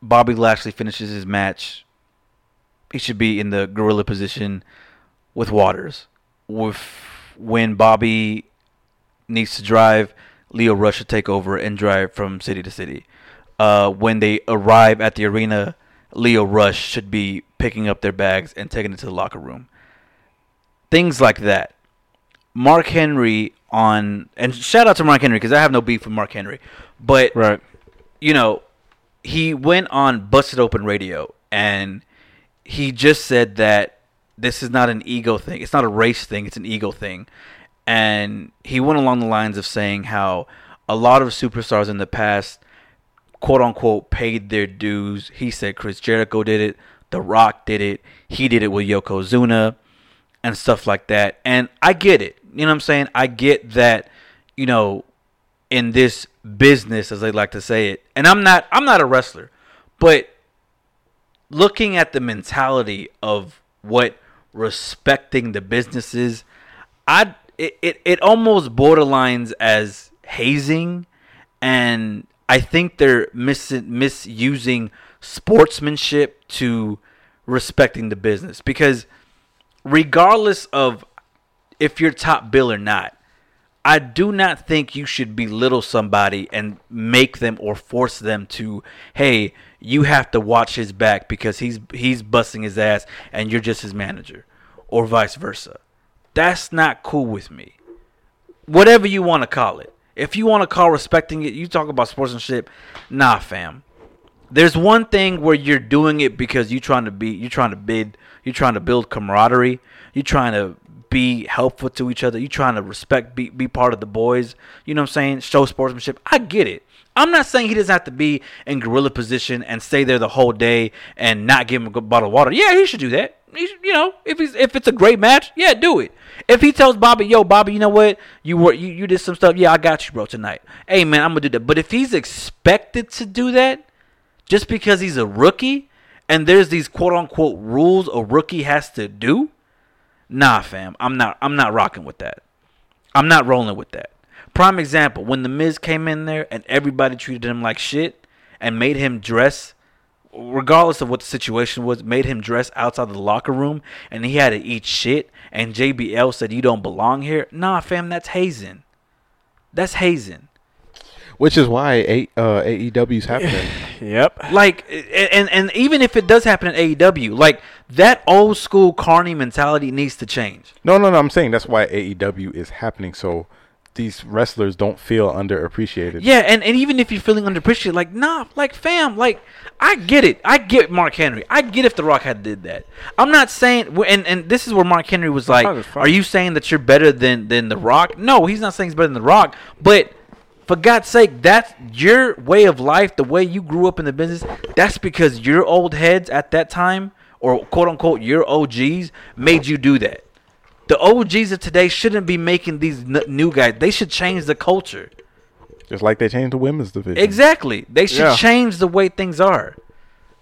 [SPEAKER 3] Bobby Lashley finishes his match, he should be in the gorilla position with Waters. With when Bobby needs to drive, Leo Rush should take over and drive from city to city. Uh, when they arrive at the arena, Leo Rush should be picking up their bags and taking it to the locker room. Things like that. Mark Henry on and shout out to Mark Henry because I have no beef with Mark Henry, but
[SPEAKER 4] Right.
[SPEAKER 3] you know, he went on Busted Open Radio and he just said that this is not an ego thing. It's not a race thing. It's an ego thing. And he went along the lines of saying how a lot of superstars in the past, quote unquote, paid their dues. He said Chris Jericho did it, The Rock did it, he did it with Yokozuna and stuff like that. And I get it. You know what I'm saying? I get that, you know, in this business as they like to say it. And I'm not I'm not a wrestler, but looking at the mentality of what respecting the business is, I it, it, it almost borderlines as hazing and I think they're mis- misusing sportsmanship to respecting the business because regardless of if you're top bill or not, I do not think you should belittle somebody and make them or force them to, hey, you have to watch his back because he's he's busting his ass and you're just his manager. or vice versa. That's not cool with me. Whatever you want to call it. If you want to call respecting it, you talk about sportsmanship. Nah, fam. There's one thing where you're doing it because you're trying to be, you're trying to bid, you're trying to build camaraderie, you're trying to be helpful to each other, you're trying to respect, be, be part of the boys. You know what I'm saying? Show sportsmanship. I get it. I'm not saying he doesn't have to be in gorilla position and stay there the whole day and not give him a good bottle of water. Yeah, he should do that. He should, you know, if he's if it's a great match, yeah, do it. If he tells Bobby, "Yo, Bobby, you know what? You were you, you did some stuff. Yeah, I got you, bro, tonight. Hey, man, I'm gonna do that." But if he's expected to do that, just because he's a rookie and there's these quote unquote rules a rookie has to do, nah, fam, I'm not I'm not rocking with that. I'm not rolling with that. Prime example, when the Miz came in there and everybody treated him like shit and made him dress regardless of what the situation was, made him dress outside the locker room and he had to eat shit and JBL said you don't belong here. Nah, fam, that's hazing. That's hazing.
[SPEAKER 2] Which is why A- uh, AEW's happening.
[SPEAKER 4] Yep.
[SPEAKER 3] Like and, and and even if it does happen in AEW, like that old school carny mentality needs to change.
[SPEAKER 2] no, no, no. I'm saying that's why AEW is happening. So these wrestlers don't feel underappreciated.
[SPEAKER 3] Yeah, and, and even if you're feeling underappreciated, like nah, like fam, like I get it. I get Mark Henry. I get if The Rock had did that. I'm not saying, and and this is where Mark Henry was like,
[SPEAKER 4] Motherfucker.
[SPEAKER 3] "Are you saying that you're better than than The Rock?" No, he's not saying he's better than The Rock, but for God's sake, that's your way of life, the way you grew up in the business. That's because your old heads at that time, or quote unquote your OGs, made you do that. The OGs of today shouldn't be making these n- new guys. They should change the culture.
[SPEAKER 2] Just like they changed the women's division.
[SPEAKER 3] Exactly. They should
[SPEAKER 4] Yeah.
[SPEAKER 3] change the way things are.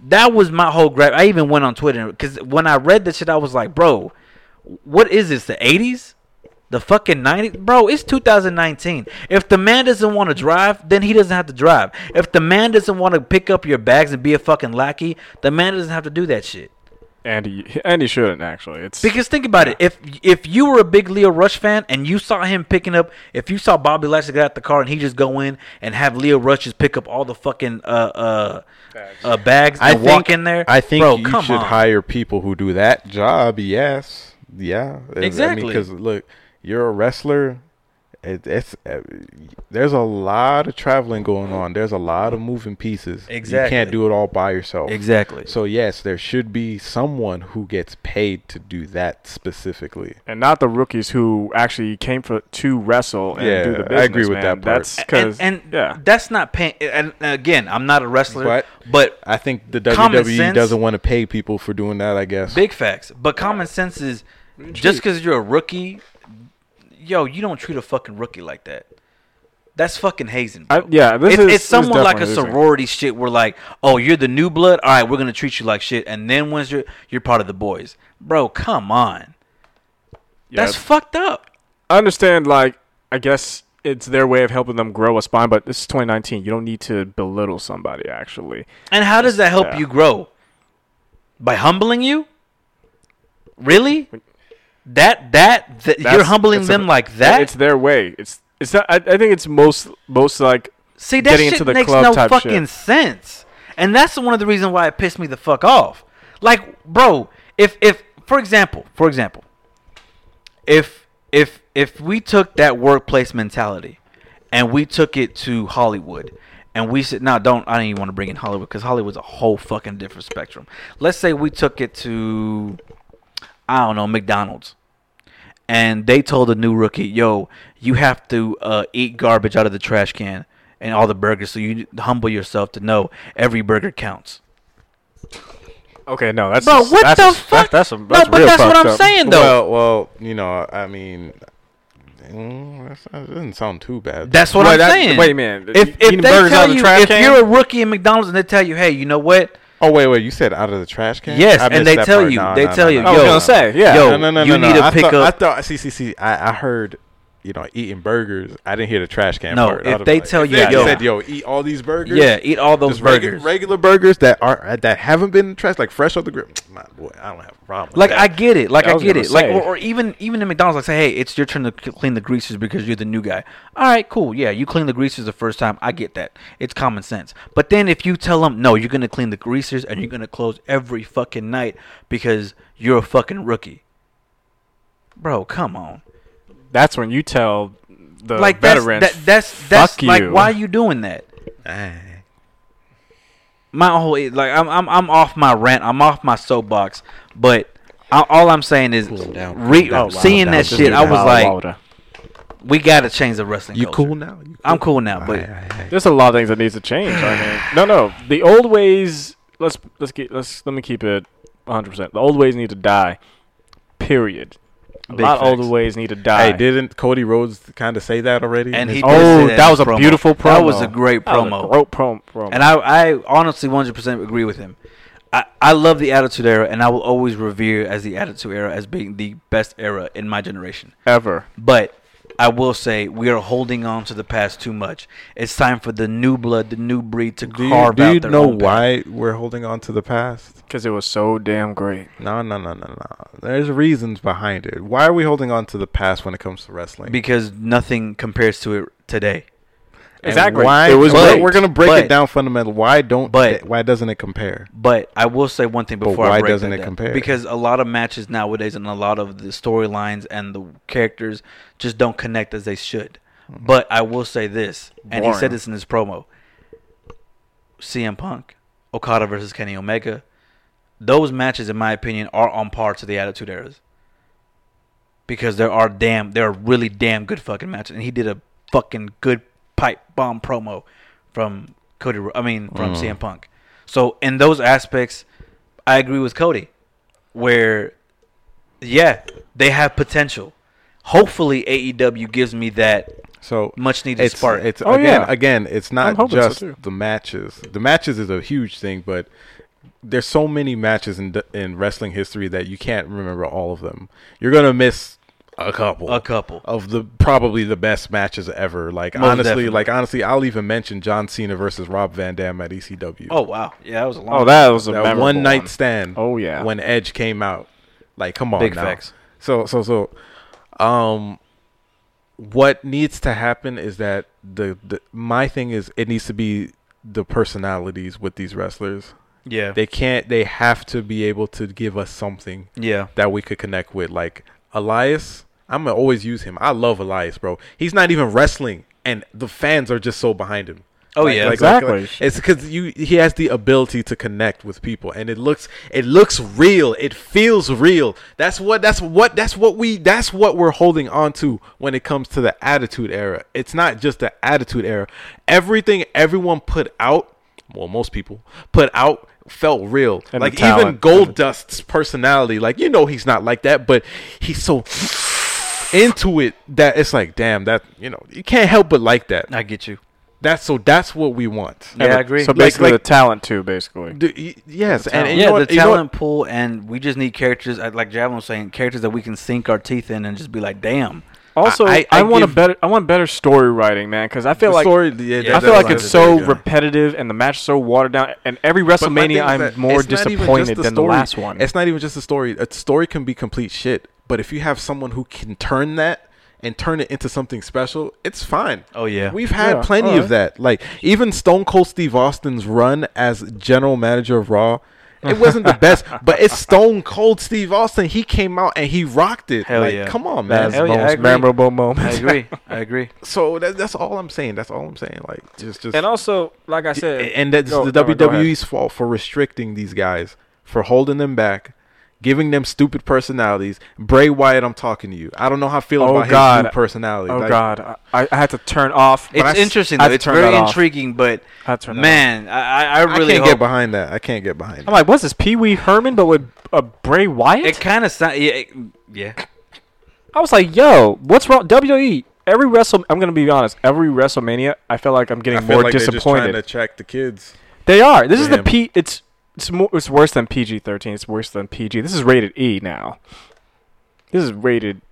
[SPEAKER 3] That was my whole grab. I even went on Twitter because when I read that shit, I was like, bro, what is this? The 80s? The fucking 90s? Bro, it's 2019. If the man doesn't want to drive, then he doesn't have to drive. If the man doesn't want to pick up your bags and be a fucking lackey, the man doesn't have to do that shit.
[SPEAKER 4] And he, and he shouldn't actually. It's
[SPEAKER 3] Because think about it. If if you were a big Leo Rush fan and you saw him picking up, if you saw Bobby Lashley get out the car and he just go in and have Leo Rush just pick up all the fucking uh uh bags, uh, bags and walk in there,
[SPEAKER 2] I think
[SPEAKER 3] bro,
[SPEAKER 2] you
[SPEAKER 3] come
[SPEAKER 2] should
[SPEAKER 3] on.
[SPEAKER 2] hire people who do that job. Yes, yeah,
[SPEAKER 3] Exactly.
[SPEAKER 2] Because look, you're a wrestler. It, it's uh, there's a lot of traveling going on. There's a lot of moving pieces. you
[SPEAKER 3] Exactly.
[SPEAKER 2] can't do it all by yourself.
[SPEAKER 3] Exactly.
[SPEAKER 2] So yes, there should be someone who gets paid to do that specifically.
[SPEAKER 4] and not the rookies who actually came for to wrestle and
[SPEAKER 2] Yeah,
[SPEAKER 4] do the
[SPEAKER 2] I
[SPEAKER 4] business.
[SPEAKER 2] agree with
[SPEAKER 4] man.
[SPEAKER 2] that part.
[SPEAKER 4] That's because
[SPEAKER 3] and, and
[SPEAKER 4] yeah,
[SPEAKER 3] that's not paying. And again, I'm not a wrestler,
[SPEAKER 2] But-
[SPEAKER 3] but
[SPEAKER 2] I think the
[SPEAKER 3] Common
[SPEAKER 2] WWE
[SPEAKER 3] sense.
[SPEAKER 2] doesn't want to pay people for doing that. I guess.
[SPEAKER 3] Big facts. But common sense is just because you're a rookie, yo, you don't treat a fucking rookie like that. That's fucking hazing. Bro.
[SPEAKER 4] I- yeah, this
[SPEAKER 3] it's,
[SPEAKER 4] is-
[SPEAKER 3] it's
[SPEAKER 4] this
[SPEAKER 3] someone like a
[SPEAKER 4] definitely hazing.
[SPEAKER 3] sorority shit. We're like, oh, you're the new blood. All right, we're gonna treat you like shit, and then once you're you're part of the boys, bro. Come on,
[SPEAKER 4] yeah.
[SPEAKER 3] that's fucked up.
[SPEAKER 4] I understand. Like I guess it's their way of helping them grow a spine. But this is 2019. You don't need to belittle somebody. Actually,
[SPEAKER 3] And how does that help
[SPEAKER 4] Yeah.
[SPEAKER 3] you grow? By humbling you? Really? That that, that you're
[SPEAKER 4] That's-
[SPEAKER 3] humbling
[SPEAKER 4] it's a-
[SPEAKER 3] them like that?
[SPEAKER 4] It's their way. It's it's not, I, I think it's most most like
[SPEAKER 3] See, that
[SPEAKER 4] getting
[SPEAKER 3] shit
[SPEAKER 4] into the
[SPEAKER 3] makes
[SPEAKER 4] club
[SPEAKER 3] no
[SPEAKER 4] type
[SPEAKER 3] fucking
[SPEAKER 4] shit.
[SPEAKER 3] sense. And that's one of the reasons why it pissed me the fuck off. Like, bro, if if for example, for example, if if if we took that workplace mentality and we took it to Hollywood and we said, no, don't. I don't even want to bring in Hollywood because Hollywood's a whole fucking different spectrum. Let's say we took it to, I don't know, McDonald's and they told the new rookie, "Yo, you have to uh, eat garbage out of the trash can and all the burgers, so you humble yourself to know every burger counts."
[SPEAKER 4] okay. No, that's
[SPEAKER 3] Bro,
[SPEAKER 4] just-
[SPEAKER 3] what
[SPEAKER 4] that's
[SPEAKER 3] the
[SPEAKER 4] just-
[SPEAKER 3] fuck?
[SPEAKER 4] That's, that's a, that's
[SPEAKER 3] no, but
[SPEAKER 4] real
[SPEAKER 3] that's what
[SPEAKER 4] fucked
[SPEAKER 3] I'm
[SPEAKER 4] up.
[SPEAKER 3] saying though.
[SPEAKER 2] Well, well, you know, I mean, mm, that's- that doesn't sound too bad.
[SPEAKER 3] that's what
[SPEAKER 4] Wait,
[SPEAKER 3] I'm
[SPEAKER 4] that-
[SPEAKER 3] saying.
[SPEAKER 4] wait a minute.
[SPEAKER 3] If,
[SPEAKER 4] Eating
[SPEAKER 3] if they
[SPEAKER 4] burgers out
[SPEAKER 3] tell
[SPEAKER 4] of the
[SPEAKER 3] you,
[SPEAKER 4] trash
[SPEAKER 3] if
[SPEAKER 4] can?
[SPEAKER 3] you're a rookie in McDonald's and they tell you, "Hey, you know what?
[SPEAKER 2] Oh wait, wait. You said out of the trash can.
[SPEAKER 3] Yes,
[SPEAKER 2] I
[SPEAKER 3] and
[SPEAKER 2] missed
[SPEAKER 3] they
[SPEAKER 2] that
[SPEAKER 3] tell
[SPEAKER 2] part.
[SPEAKER 3] you-
[SPEAKER 2] No,
[SPEAKER 3] they
[SPEAKER 2] no,
[SPEAKER 3] tell
[SPEAKER 2] no,
[SPEAKER 3] you,
[SPEAKER 2] no, Oh,
[SPEAKER 4] I was
[SPEAKER 2] no,
[SPEAKER 4] gonna
[SPEAKER 2] no.
[SPEAKER 4] say, yeah.
[SPEAKER 3] Yo,
[SPEAKER 2] no, no, no,
[SPEAKER 3] you
[SPEAKER 2] no,
[SPEAKER 3] need
[SPEAKER 2] no.
[SPEAKER 3] to
[SPEAKER 2] I
[SPEAKER 3] pick
[SPEAKER 2] thought,
[SPEAKER 3] up."
[SPEAKER 2] I thought. See, see, see. I, I heard. You know, eating burgers. I didn't hear the trash can
[SPEAKER 3] No,
[SPEAKER 2] part.
[SPEAKER 3] if
[SPEAKER 2] I'd have
[SPEAKER 3] they
[SPEAKER 2] been
[SPEAKER 3] tell
[SPEAKER 2] if
[SPEAKER 3] you,
[SPEAKER 2] they
[SPEAKER 3] yo-
[SPEAKER 2] said, "Yo, eat all these burgers."
[SPEAKER 3] yeah, eat all those
[SPEAKER 2] Just regu-
[SPEAKER 3] burgers.
[SPEAKER 2] regular burgers that are that haven't been in the trash, like fresh off the grill. My boy, I don't have a problem. With
[SPEAKER 3] Like
[SPEAKER 2] that.
[SPEAKER 3] I get it. Like
[SPEAKER 4] I
[SPEAKER 3] I,
[SPEAKER 4] was
[SPEAKER 3] get
[SPEAKER 4] gonna
[SPEAKER 3] it. Like
[SPEAKER 4] say.
[SPEAKER 3] or, or even even in McDonald's, like say, hey, it's your turn to c- clean the greasers because you're the new guy. All right, cool. Yeah, you clean the greasers the first time. I get that. It's common sense. But then if you tell them no, you're gonna clean the greasers and you're gonna close every fucking night because you're a fucking rookie. bro, come on.
[SPEAKER 4] That's when you tell the
[SPEAKER 3] like that's
[SPEAKER 4] Uh, veterans.
[SPEAKER 3] that, that's that's
[SPEAKER 4] fuck
[SPEAKER 3] like
[SPEAKER 4] you.
[SPEAKER 3] why are you doing that? My whole eh, like I'm I'm I'm off my rant. I'm off my soapbox. But I, all I'm saying is
[SPEAKER 2] Cool down, cool
[SPEAKER 3] re-
[SPEAKER 2] down,
[SPEAKER 3] seeing
[SPEAKER 2] cool
[SPEAKER 3] that
[SPEAKER 2] down.
[SPEAKER 3] shit, I was
[SPEAKER 4] Wow,
[SPEAKER 3] like,
[SPEAKER 4] wow, wow.
[SPEAKER 3] we gotta change the wrestling.
[SPEAKER 2] You
[SPEAKER 3] culture.
[SPEAKER 2] cool now? You
[SPEAKER 3] I'm cool now, but
[SPEAKER 2] Aight, aight, aight.
[SPEAKER 4] there's a lot of things that needs to change. I mean, no, no, the old ways. Let's let's get let's let me keep it 100. percent The old ways need to die. Period. A
[SPEAKER 3] Big
[SPEAKER 4] lot of older
[SPEAKER 3] facts.
[SPEAKER 4] ways need to die.
[SPEAKER 2] Hey, didn't Cody Rhodes kind of say that already?
[SPEAKER 3] and he did say
[SPEAKER 4] oh, that,
[SPEAKER 3] in
[SPEAKER 4] was a
[SPEAKER 3] the promo.
[SPEAKER 4] beautiful promo.
[SPEAKER 3] That was a great
[SPEAKER 4] That was a
[SPEAKER 3] promo.
[SPEAKER 4] great prom- promo.
[SPEAKER 3] And I, I honestly 100% agree with him. I, I love the Attitude Era, and I will always revere as the Attitude Era as being the best era in my generation.
[SPEAKER 4] ever.
[SPEAKER 3] But I will say we are holding on to the past too much. It's time for the new blood, the new breed to
[SPEAKER 2] do you,
[SPEAKER 3] carve
[SPEAKER 2] do
[SPEAKER 3] out
[SPEAKER 2] you
[SPEAKER 3] their
[SPEAKER 2] know
[SPEAKER 3] own path.
[SPEAKER 2] why we're holding on to the past?
[SPEAKER 4] Because it was so damn great.
[SPEAKER 2] No, no, no, no, no. There's reasons behind it. Why are we holding on to the past when it comes to wrestling?
[SPEAKER 3] Because nothing compares to it today.
[SPEAKER 2] And
[SPEAKER 4] Exactly.
[SPEAKER 2] Why,
[SPEAKER 4] It was
[SPEAKER 2] we're-
[SPEAKER 4] great.
[SPEAKER 2] We're gonna break
[SPEAKER 3] But-
[SPEAKER 2] it down fundamental. Why don't?
[SPEAKER 3] but-
[SPEAKER 2] it- why doesn't it compare?
[SPEAKER 3] But I will say one thing
[SPEAKER 2] But
[SPEAKER 3] before
[SPEAKER 2] why
[SPEAKER 3] I break
[SPEAKER 2] doesn't
[SPEAKER 3] that
[SPEAKER 2] it
[SPEAKER 3] down.
[SPEAKER 2] compare?
[SPEAKER 3] Because a lot of matches nowadays and a lot of the storylines and the characters just don't connect as they should. But I will say this, and he said
[SPEAKER 4] Boring.
[SPEAKER 3] this in his promo. CM Punk, Okada versus Kenny Omega, those matches, in my opinion, are on par to the Attitude Eras. Because there are damn, there are really damn good fucking matches, and he did a fucking good pipe bomb promo from Cody. Ro- I mean, from CM Punk. So in those aspects, I agree with Cody, where yeah, they have potential. Hopefully, AEW gives me that
[SPEAKER 2] So
[SPEAKER 3] much needed
[SPEAKER 2] it's
[SPEAKER 3] spark.
[SPEAKER 2] it's
[SPEAKER 4] Oh,
[SPEAKER 2] again
[SPEAKER 4] yeah.
[SPEAKER 2] again. It's
[SPEAKER 4] I'm
[SPEAKER 2] not
[SPEAKER 4] hoping so,
[SPEAKER 2] just
[SPEAKER 4] too.
[SPEAKER 2] the matches. The matches is a huge thing, but there's so many matches in in wrestling history that you can't remember all of them. You're gonna miss a couple.
[SPEAKER 3] a couple.
[SPEAKER 2] of the probably the best matches ever. Like
[SPEAKER 3] Most
[SPEAKER 2] honestly,
[SPEAKER 3] definitely.
[SPEAKER 2] like honestly, I'll even mention John Cena versus Rob Van Dam at E ECW.
[SPEAKER 3] Oh wow, yeah, that was a long.
[SPEAKER 4] Oh, that was a
[SPEAKER 2] that
[SPEAKER 4] memorable
[SPEAKER 2] one night stand.
[SPEAKER 4] Oh, yeah.
[SPEAKER 2] when Edge came out. Like, come on,
[SPEAKER 3] Big
[SPEAKER 2] now.
[SPEAKER 3] facts.
[SPEAKER 2] So so so, um, what needs to happen is that the, the my thing is it needs to be the personalities with these wrestlers.
[SPEAKER 3] yeah,
[SPEAKER 2] They can't. They have to be able to give us something
[SPEAKER 3] yeah.
[SPEAKER 2] that we could connect with. Like Elias, I'm gonna always use him. I love Elias, bro. He's not even wrestling, and the fans are just so behind him.
[SPEAKER 3] Oh, yeah.
[SPEAKER 4] Exactly.
[SPEAKER 2] it's because you he has the ability to connect with people, and it looks it looks real. It feels real. That's what that's what that's what we that's what we're holding on to when it comes to the attitude era. It's not just the attitude era. Everything everyone put out, well, most people put out felt real.
[SPEAKER 4] And the
[SPEAKER 2] like even
[SPEAKER 4] talent.
[SPEAKER 2] Gold Dust's personality, like you know he's not like that, but he's so into it that it's like, damn, that you know, you can't help but like that.
[SPEAKER 3] I get you.
[SPEAKER 2] That's so that's what we want.
[SPEAKER 3] Yeah, I agree.
[SPEAKER 4] So
[SPEAKER 2] Like-
[SPEAKER 4] basically,
[SPEAKER 2] like-
[SPEAKER 4] the talent too. Basically,
[SPEAKER 2] Do- y- yes, and, and
[SPEAKER 3] yeah,
[SPEAKER 2] you know what,
[SPEAKER 3] the
[SPEAKER 2] you know what-
[SPEAKER 3] talent pool, and we just need characters, uh, like Javelin was saying, characters that we can sink our teeth in and just be like, damn.
[SPEAKER 4] also,
[SPEAKER 2] I-
[SPEAKER 4] I,
[SPEAKER 2] I
[SPEAKER 4] want
[SPEAKER 2] give-
[SPEAKER 4] a better. I want better story writing, man. Because I feel
[SPEAKER 2] the
[SPEAKER 4] like
[SPEAKER 2] story- yeah,
[SPEAKER 3] I
[SPEAKER 4] I
[SPEAKER 2] that-
[SPEAKER 4] feel
[SPEAKER 2] that's
[SPEAKER 4] like
[SPEAKER 2] what
[SPEAKER 4] it's
[SPEAKER 2] I
[SPEAKER 4] so
[SPEAKER 2] said, yeah.
[SPEAKER 4] repetitive and the match so watered down. And every
[SPEAKER 2] But my thing
[SPEAKER 4] WrestleMania,
[SPEAKER 2] is that
[SPEAKER 4] I'm more
[SPEAKER 2] it's not even just
[SPEAKER 4] disappointed than the
[SPEAKER 2] story.
[SPEAKER 4] last one.
[SPEAKER 2] It's not even just the story. A story can be complete shit, but if you have someone who can turn that and turn it into something special, it's fine.
[SPEAKER 3] Oh, yeah.
[SPEAKER 2] we've had
[SPEAKER 4] Yeah,
[SPEAKER 2] plenty of
[SPEAKER 4] alright.
[SPEAKER 2] that. Like even Stone Cold Steve Austin's run as general manager of Raw. It wasn't the best, but it's Stone Cold Steve Austin. He came out and he rocked it.
[SPEAKER 3] Hell
[SPEAKER 2] like,
[SPEAKER 3] yeah.
[SPEAKER 2] come on, man.
[SPEAKER 4] That's
[SPEAKER 3] Hell
[SPEAKER 4] the
[SPEAKER 3] yeah, I
[SPEAKER 4] most
[SPEAKER 3] agree.
[SPEAKER 4] memorable
[SPEAKER 3] I
[SPEAKER 4] moment.
[SPEAKER 3] agree. I agree.
[SPEAKER 2] so that, that's all I'm saying. That's all I'm saying. Like just, just
[SPEAKER 4] And also, like I said,
[SPEAKER 2] and that's
[SPEAKER 4] Go-
[SPEAKER 2] the E
[SPEAKER 4] no, go ahead.
[SPEAKER 2] WWE's fault for restricting these guys, for holding them back, giving them stupid personalities. Bray Wyatt, I'm talking to you. I don't know how I feel
[SPEAKER 4] Oh,
[SPEAKER 2] about
[SPEAKER 4] God.
[SPEAKER 2] his new personality.
[SPEAKER 4] Oh
[SPEAKER 2] Like,
[SPEAKER 4] God, I, I had to turn off. but
[SPEAKER 3] It's
[SPEAKER 4] I s-
[SPEAKER 3] interesting,
[SPEAKER 4] I had
[SPEAKER 3] though.
[SPEAKER 4] to
[SPEAKER 3] It's
[SPEAKER 4] turn
[SPEAKER 3] very
[SPEAKER 4] that off.
[SPEAKER 3] intriguing, but
[SPEAKER 4] I had to turn that off.
[SPEAKER 3] man, I, I- I
[SPEAKER 2] I
[SPEAKER 3] really
[SPEAKER 2] can't
[SPEAKER 3] hope.
[SPEAKER 2] get behind that. I can't get behind.
[SPEAKER 4] oh. I'm
[SPEAKER 2] That.
[SPEAKER 4] like, what's this Pee Wee Herman, but with uh, Bray Wyatt?
[SPEAKER 3] it kind of sounds. Yeah, it- yeah.
[SPEAKER 4] I was like, yo, what's wrong? WWE. Every Wrestle, I'm gonna be honest. Every WrestleMania, I feel like I'm
[SPEAKER 2] I
[SPEAKER 4] getting
[SPEAKER 2] feel
[SPEAKER 4] more
[SPEAKER 2] like they're just trying
[SPEAKER 4] disappointed.
[SPEAKER 2] to attract the kids.
[SPEAKER 4] they are. This is the
[SPEAKER 2] Damn.
[SPEAKER 4] P. It's it's more. It's worse than PG-13. It's worse than PG. This is rated E now. This is rated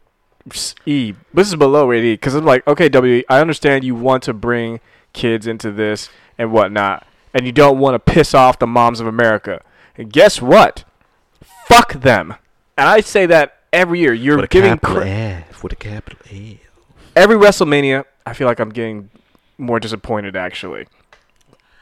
[SPEAKER 4] s- E. This is below rated E because I'm like, okay, WWE. I understand you want to bring kids into this and whatnot, and you don't want to piss off the moms of America. And guess what? Fuck them. And I say that every year. You're giving cra-
[SPEAKER 2] F with a capital A.
[SPEAKER 4] every WrestleMania, I feel like I'm getting more disappointed actually.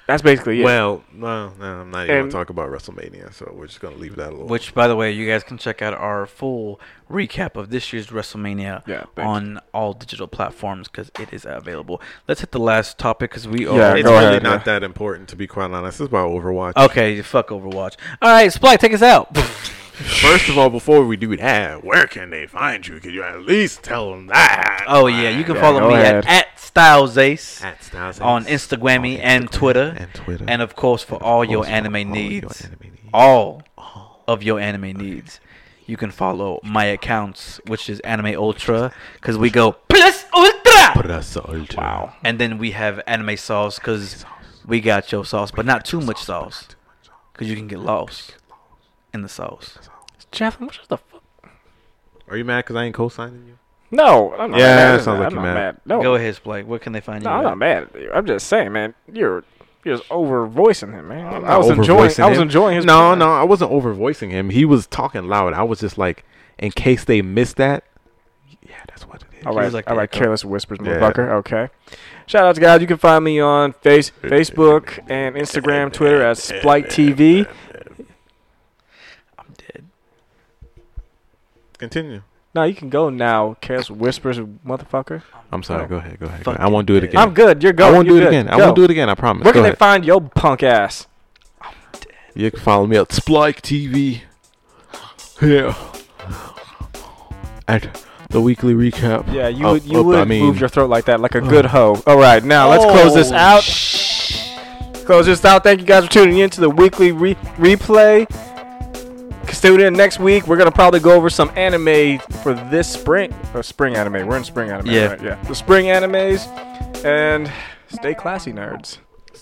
[SPEAKER 4] That's basically it.
[SPEAKER 2] Well, no, no, I'm not even
[SPEAKER 4] And-
[SPEAKER 2] gonna talk about WrestleMania, so we're just gonna leave that alone.
[SPEAKER 3] Which, by the way, you guys can check out our full recap of this year's WrestleMania
[SPEAKER 4] Yeah, thank you.
[SPEAKER 3] on all digital platforms because it is available. Let's hit the last topic because we
[SPEAKER 4] Yeah,
[SPEAKER 3] are.
[SPEAKER 2] it's
[SPEAKER 4] go
[SPEAKER 2] really
[SPEAKER 4] ahead, Oh,
[SPEAKER 2] not
[SPEAKER 4] yeah.
[SPEAKER 2] that important to be quite honest. It's about Overwatch.
[SPEAKER 3] Okay, fuck Overwatch. All right, Sply, take us out.
[SPEAKER 2] First of all, before we do that, where can they find you? Could you at least tell them that?
[SPEAKER 3] oh yeah, you can
[SPEAKER 4] Yeah,
[SPEAKER 3] follow
[SPEAKER 4] go
[SPEAKER 3] me at,
[SPEAKER 4] ahead.
[SPEAKER 3] at Styles Ace
[SPEAKER 2] At Styles
[SPEAKER 3] on
[SPEAKER 2] Ace.
[SPEAKER 3] Instagram
[SPEAKER 2] On
[SPEAKER 3] and
[SPEAKER 2] Instagram
[SPEAKER 3] Twitter,
[SPEAKER 2] and Twitter.
[SPEAKER 3] and of course for all your
[SPEAKER 2] course, for all
[SPEAKER 3] anime
[SPEAKER 2] your
[SPEAKER 3] needs,
[SPEAKER 2] anime needs.
[SPEAKER 3] all of your anime needs. You can follow my accounts, which is Anime Ultra, because we go plus ultra.
[SPEAKER 2] Wow.
[SPEAKER 3] and then we have anime sauce because we got your sauce, but not too much sauce because you can get lost in the sauce.
[SPEAKER 4] Javelin, what the fuck?
[SPEAKER 2] Are you mad because I ain't co-signing you?
[SPEAKER 4] No, I'm not
[SPEAKER 2] Yeah, it
[SPEAKER 4] mad. at
[SPEAKER 2] sounds like
[SPEAKER 4] I'm
[SPEAKER 2] you're
[SPEAKER 4] not
[SPEAKER 2] mad.
[SPEAKER 4] No,
[SPEAKER 3] Go ahead, Splay. Where can they find you?
[SPEAKER 4] Oh. no, I'm
[SPEAKER 3] at?
[SPEAKER 4] not mad at you. I'm just saying, man, you're you're just over voicing him, man. i was
[SPEAKER 2] Not
[SPEAKER 4] enjoying.
[SPEAKER 2] overvoicing
[SPEAKER 4] I was
[SPEAKER 2] him.
[SPEAKER 4] enjoying his.
[SPEAKER 2] No, no, I wasn't overvoicing him. He was talking loud. I was just like, in case they missed that. Yeah, that's what it is.
[SPEAKER 4] All right,
[SPEAKER 3] like the
[SPEAKER 4] all right.
[SPEAKER 3] echo.
[SPEAKER 4] Careless whispers,
[SPEAKER 2] Yeah.
[SPEAKER 4] motherfucker. Okay. Shout out to guys. You can find me on face Facebook and Instagram, Twitter at Splite TV.
[SPEAKER 3] I'm dead.
[SPEAKER 2] Continue.
[SPEAKER 4] No, you can go now. Careless whispers, motherfucker.
[SPEAKER 2] I'm sorry. Go ahead. Go ahead. Go
[SPEAKER 3] Fuck
[SPEAKER 2] ahead. I won't do it
[SPEAKER 3] it.
[SPEAKER 2] again.
[SPEAKER 4] I'm good. You're
[SPEAKER 2] I
[SPEAKER 4] going.
[SPEAKER 2] won't do
[SPEAKER 4] You're
[SPEAKER 2] it
[SPEAKER 4] good.
[SPEAKER 2] again. I
[SPEAKER 4] Go.
[SPEAKER 2] won't do it again. I promise.
[SPEAKER 4] Where
[SPEAKER 2] Go
[SPEAKER 4] can
[SPEAKER 2] ahead.
[SPEAKER 4] they find your punk ass?
[SPEAKER 2] You can follow me at Splike TV. Yeah. At the weekly recap.
[SPEAKER 4] Yeah, you
[SPEAKER 2] Up,
[SPEAKER 4] would you
[SPEAKER 2] up,
[SPEAKER 4] would
[SPEAKER 2] I mean, uh,
[SPEAKER 4] move your throat like that, like a good hoe. All right, now let's close this out. Close this out. Thank you guys for tuning in to the weekly re- replay. Stay in next week. We're gonna probably go over some anime for this spring. Or spring anime. We're in spring anime.
[SPEAKER 3] Yeah.
[SPEAKER 4] right? yeah. The spring animes, and stay classy, nerds.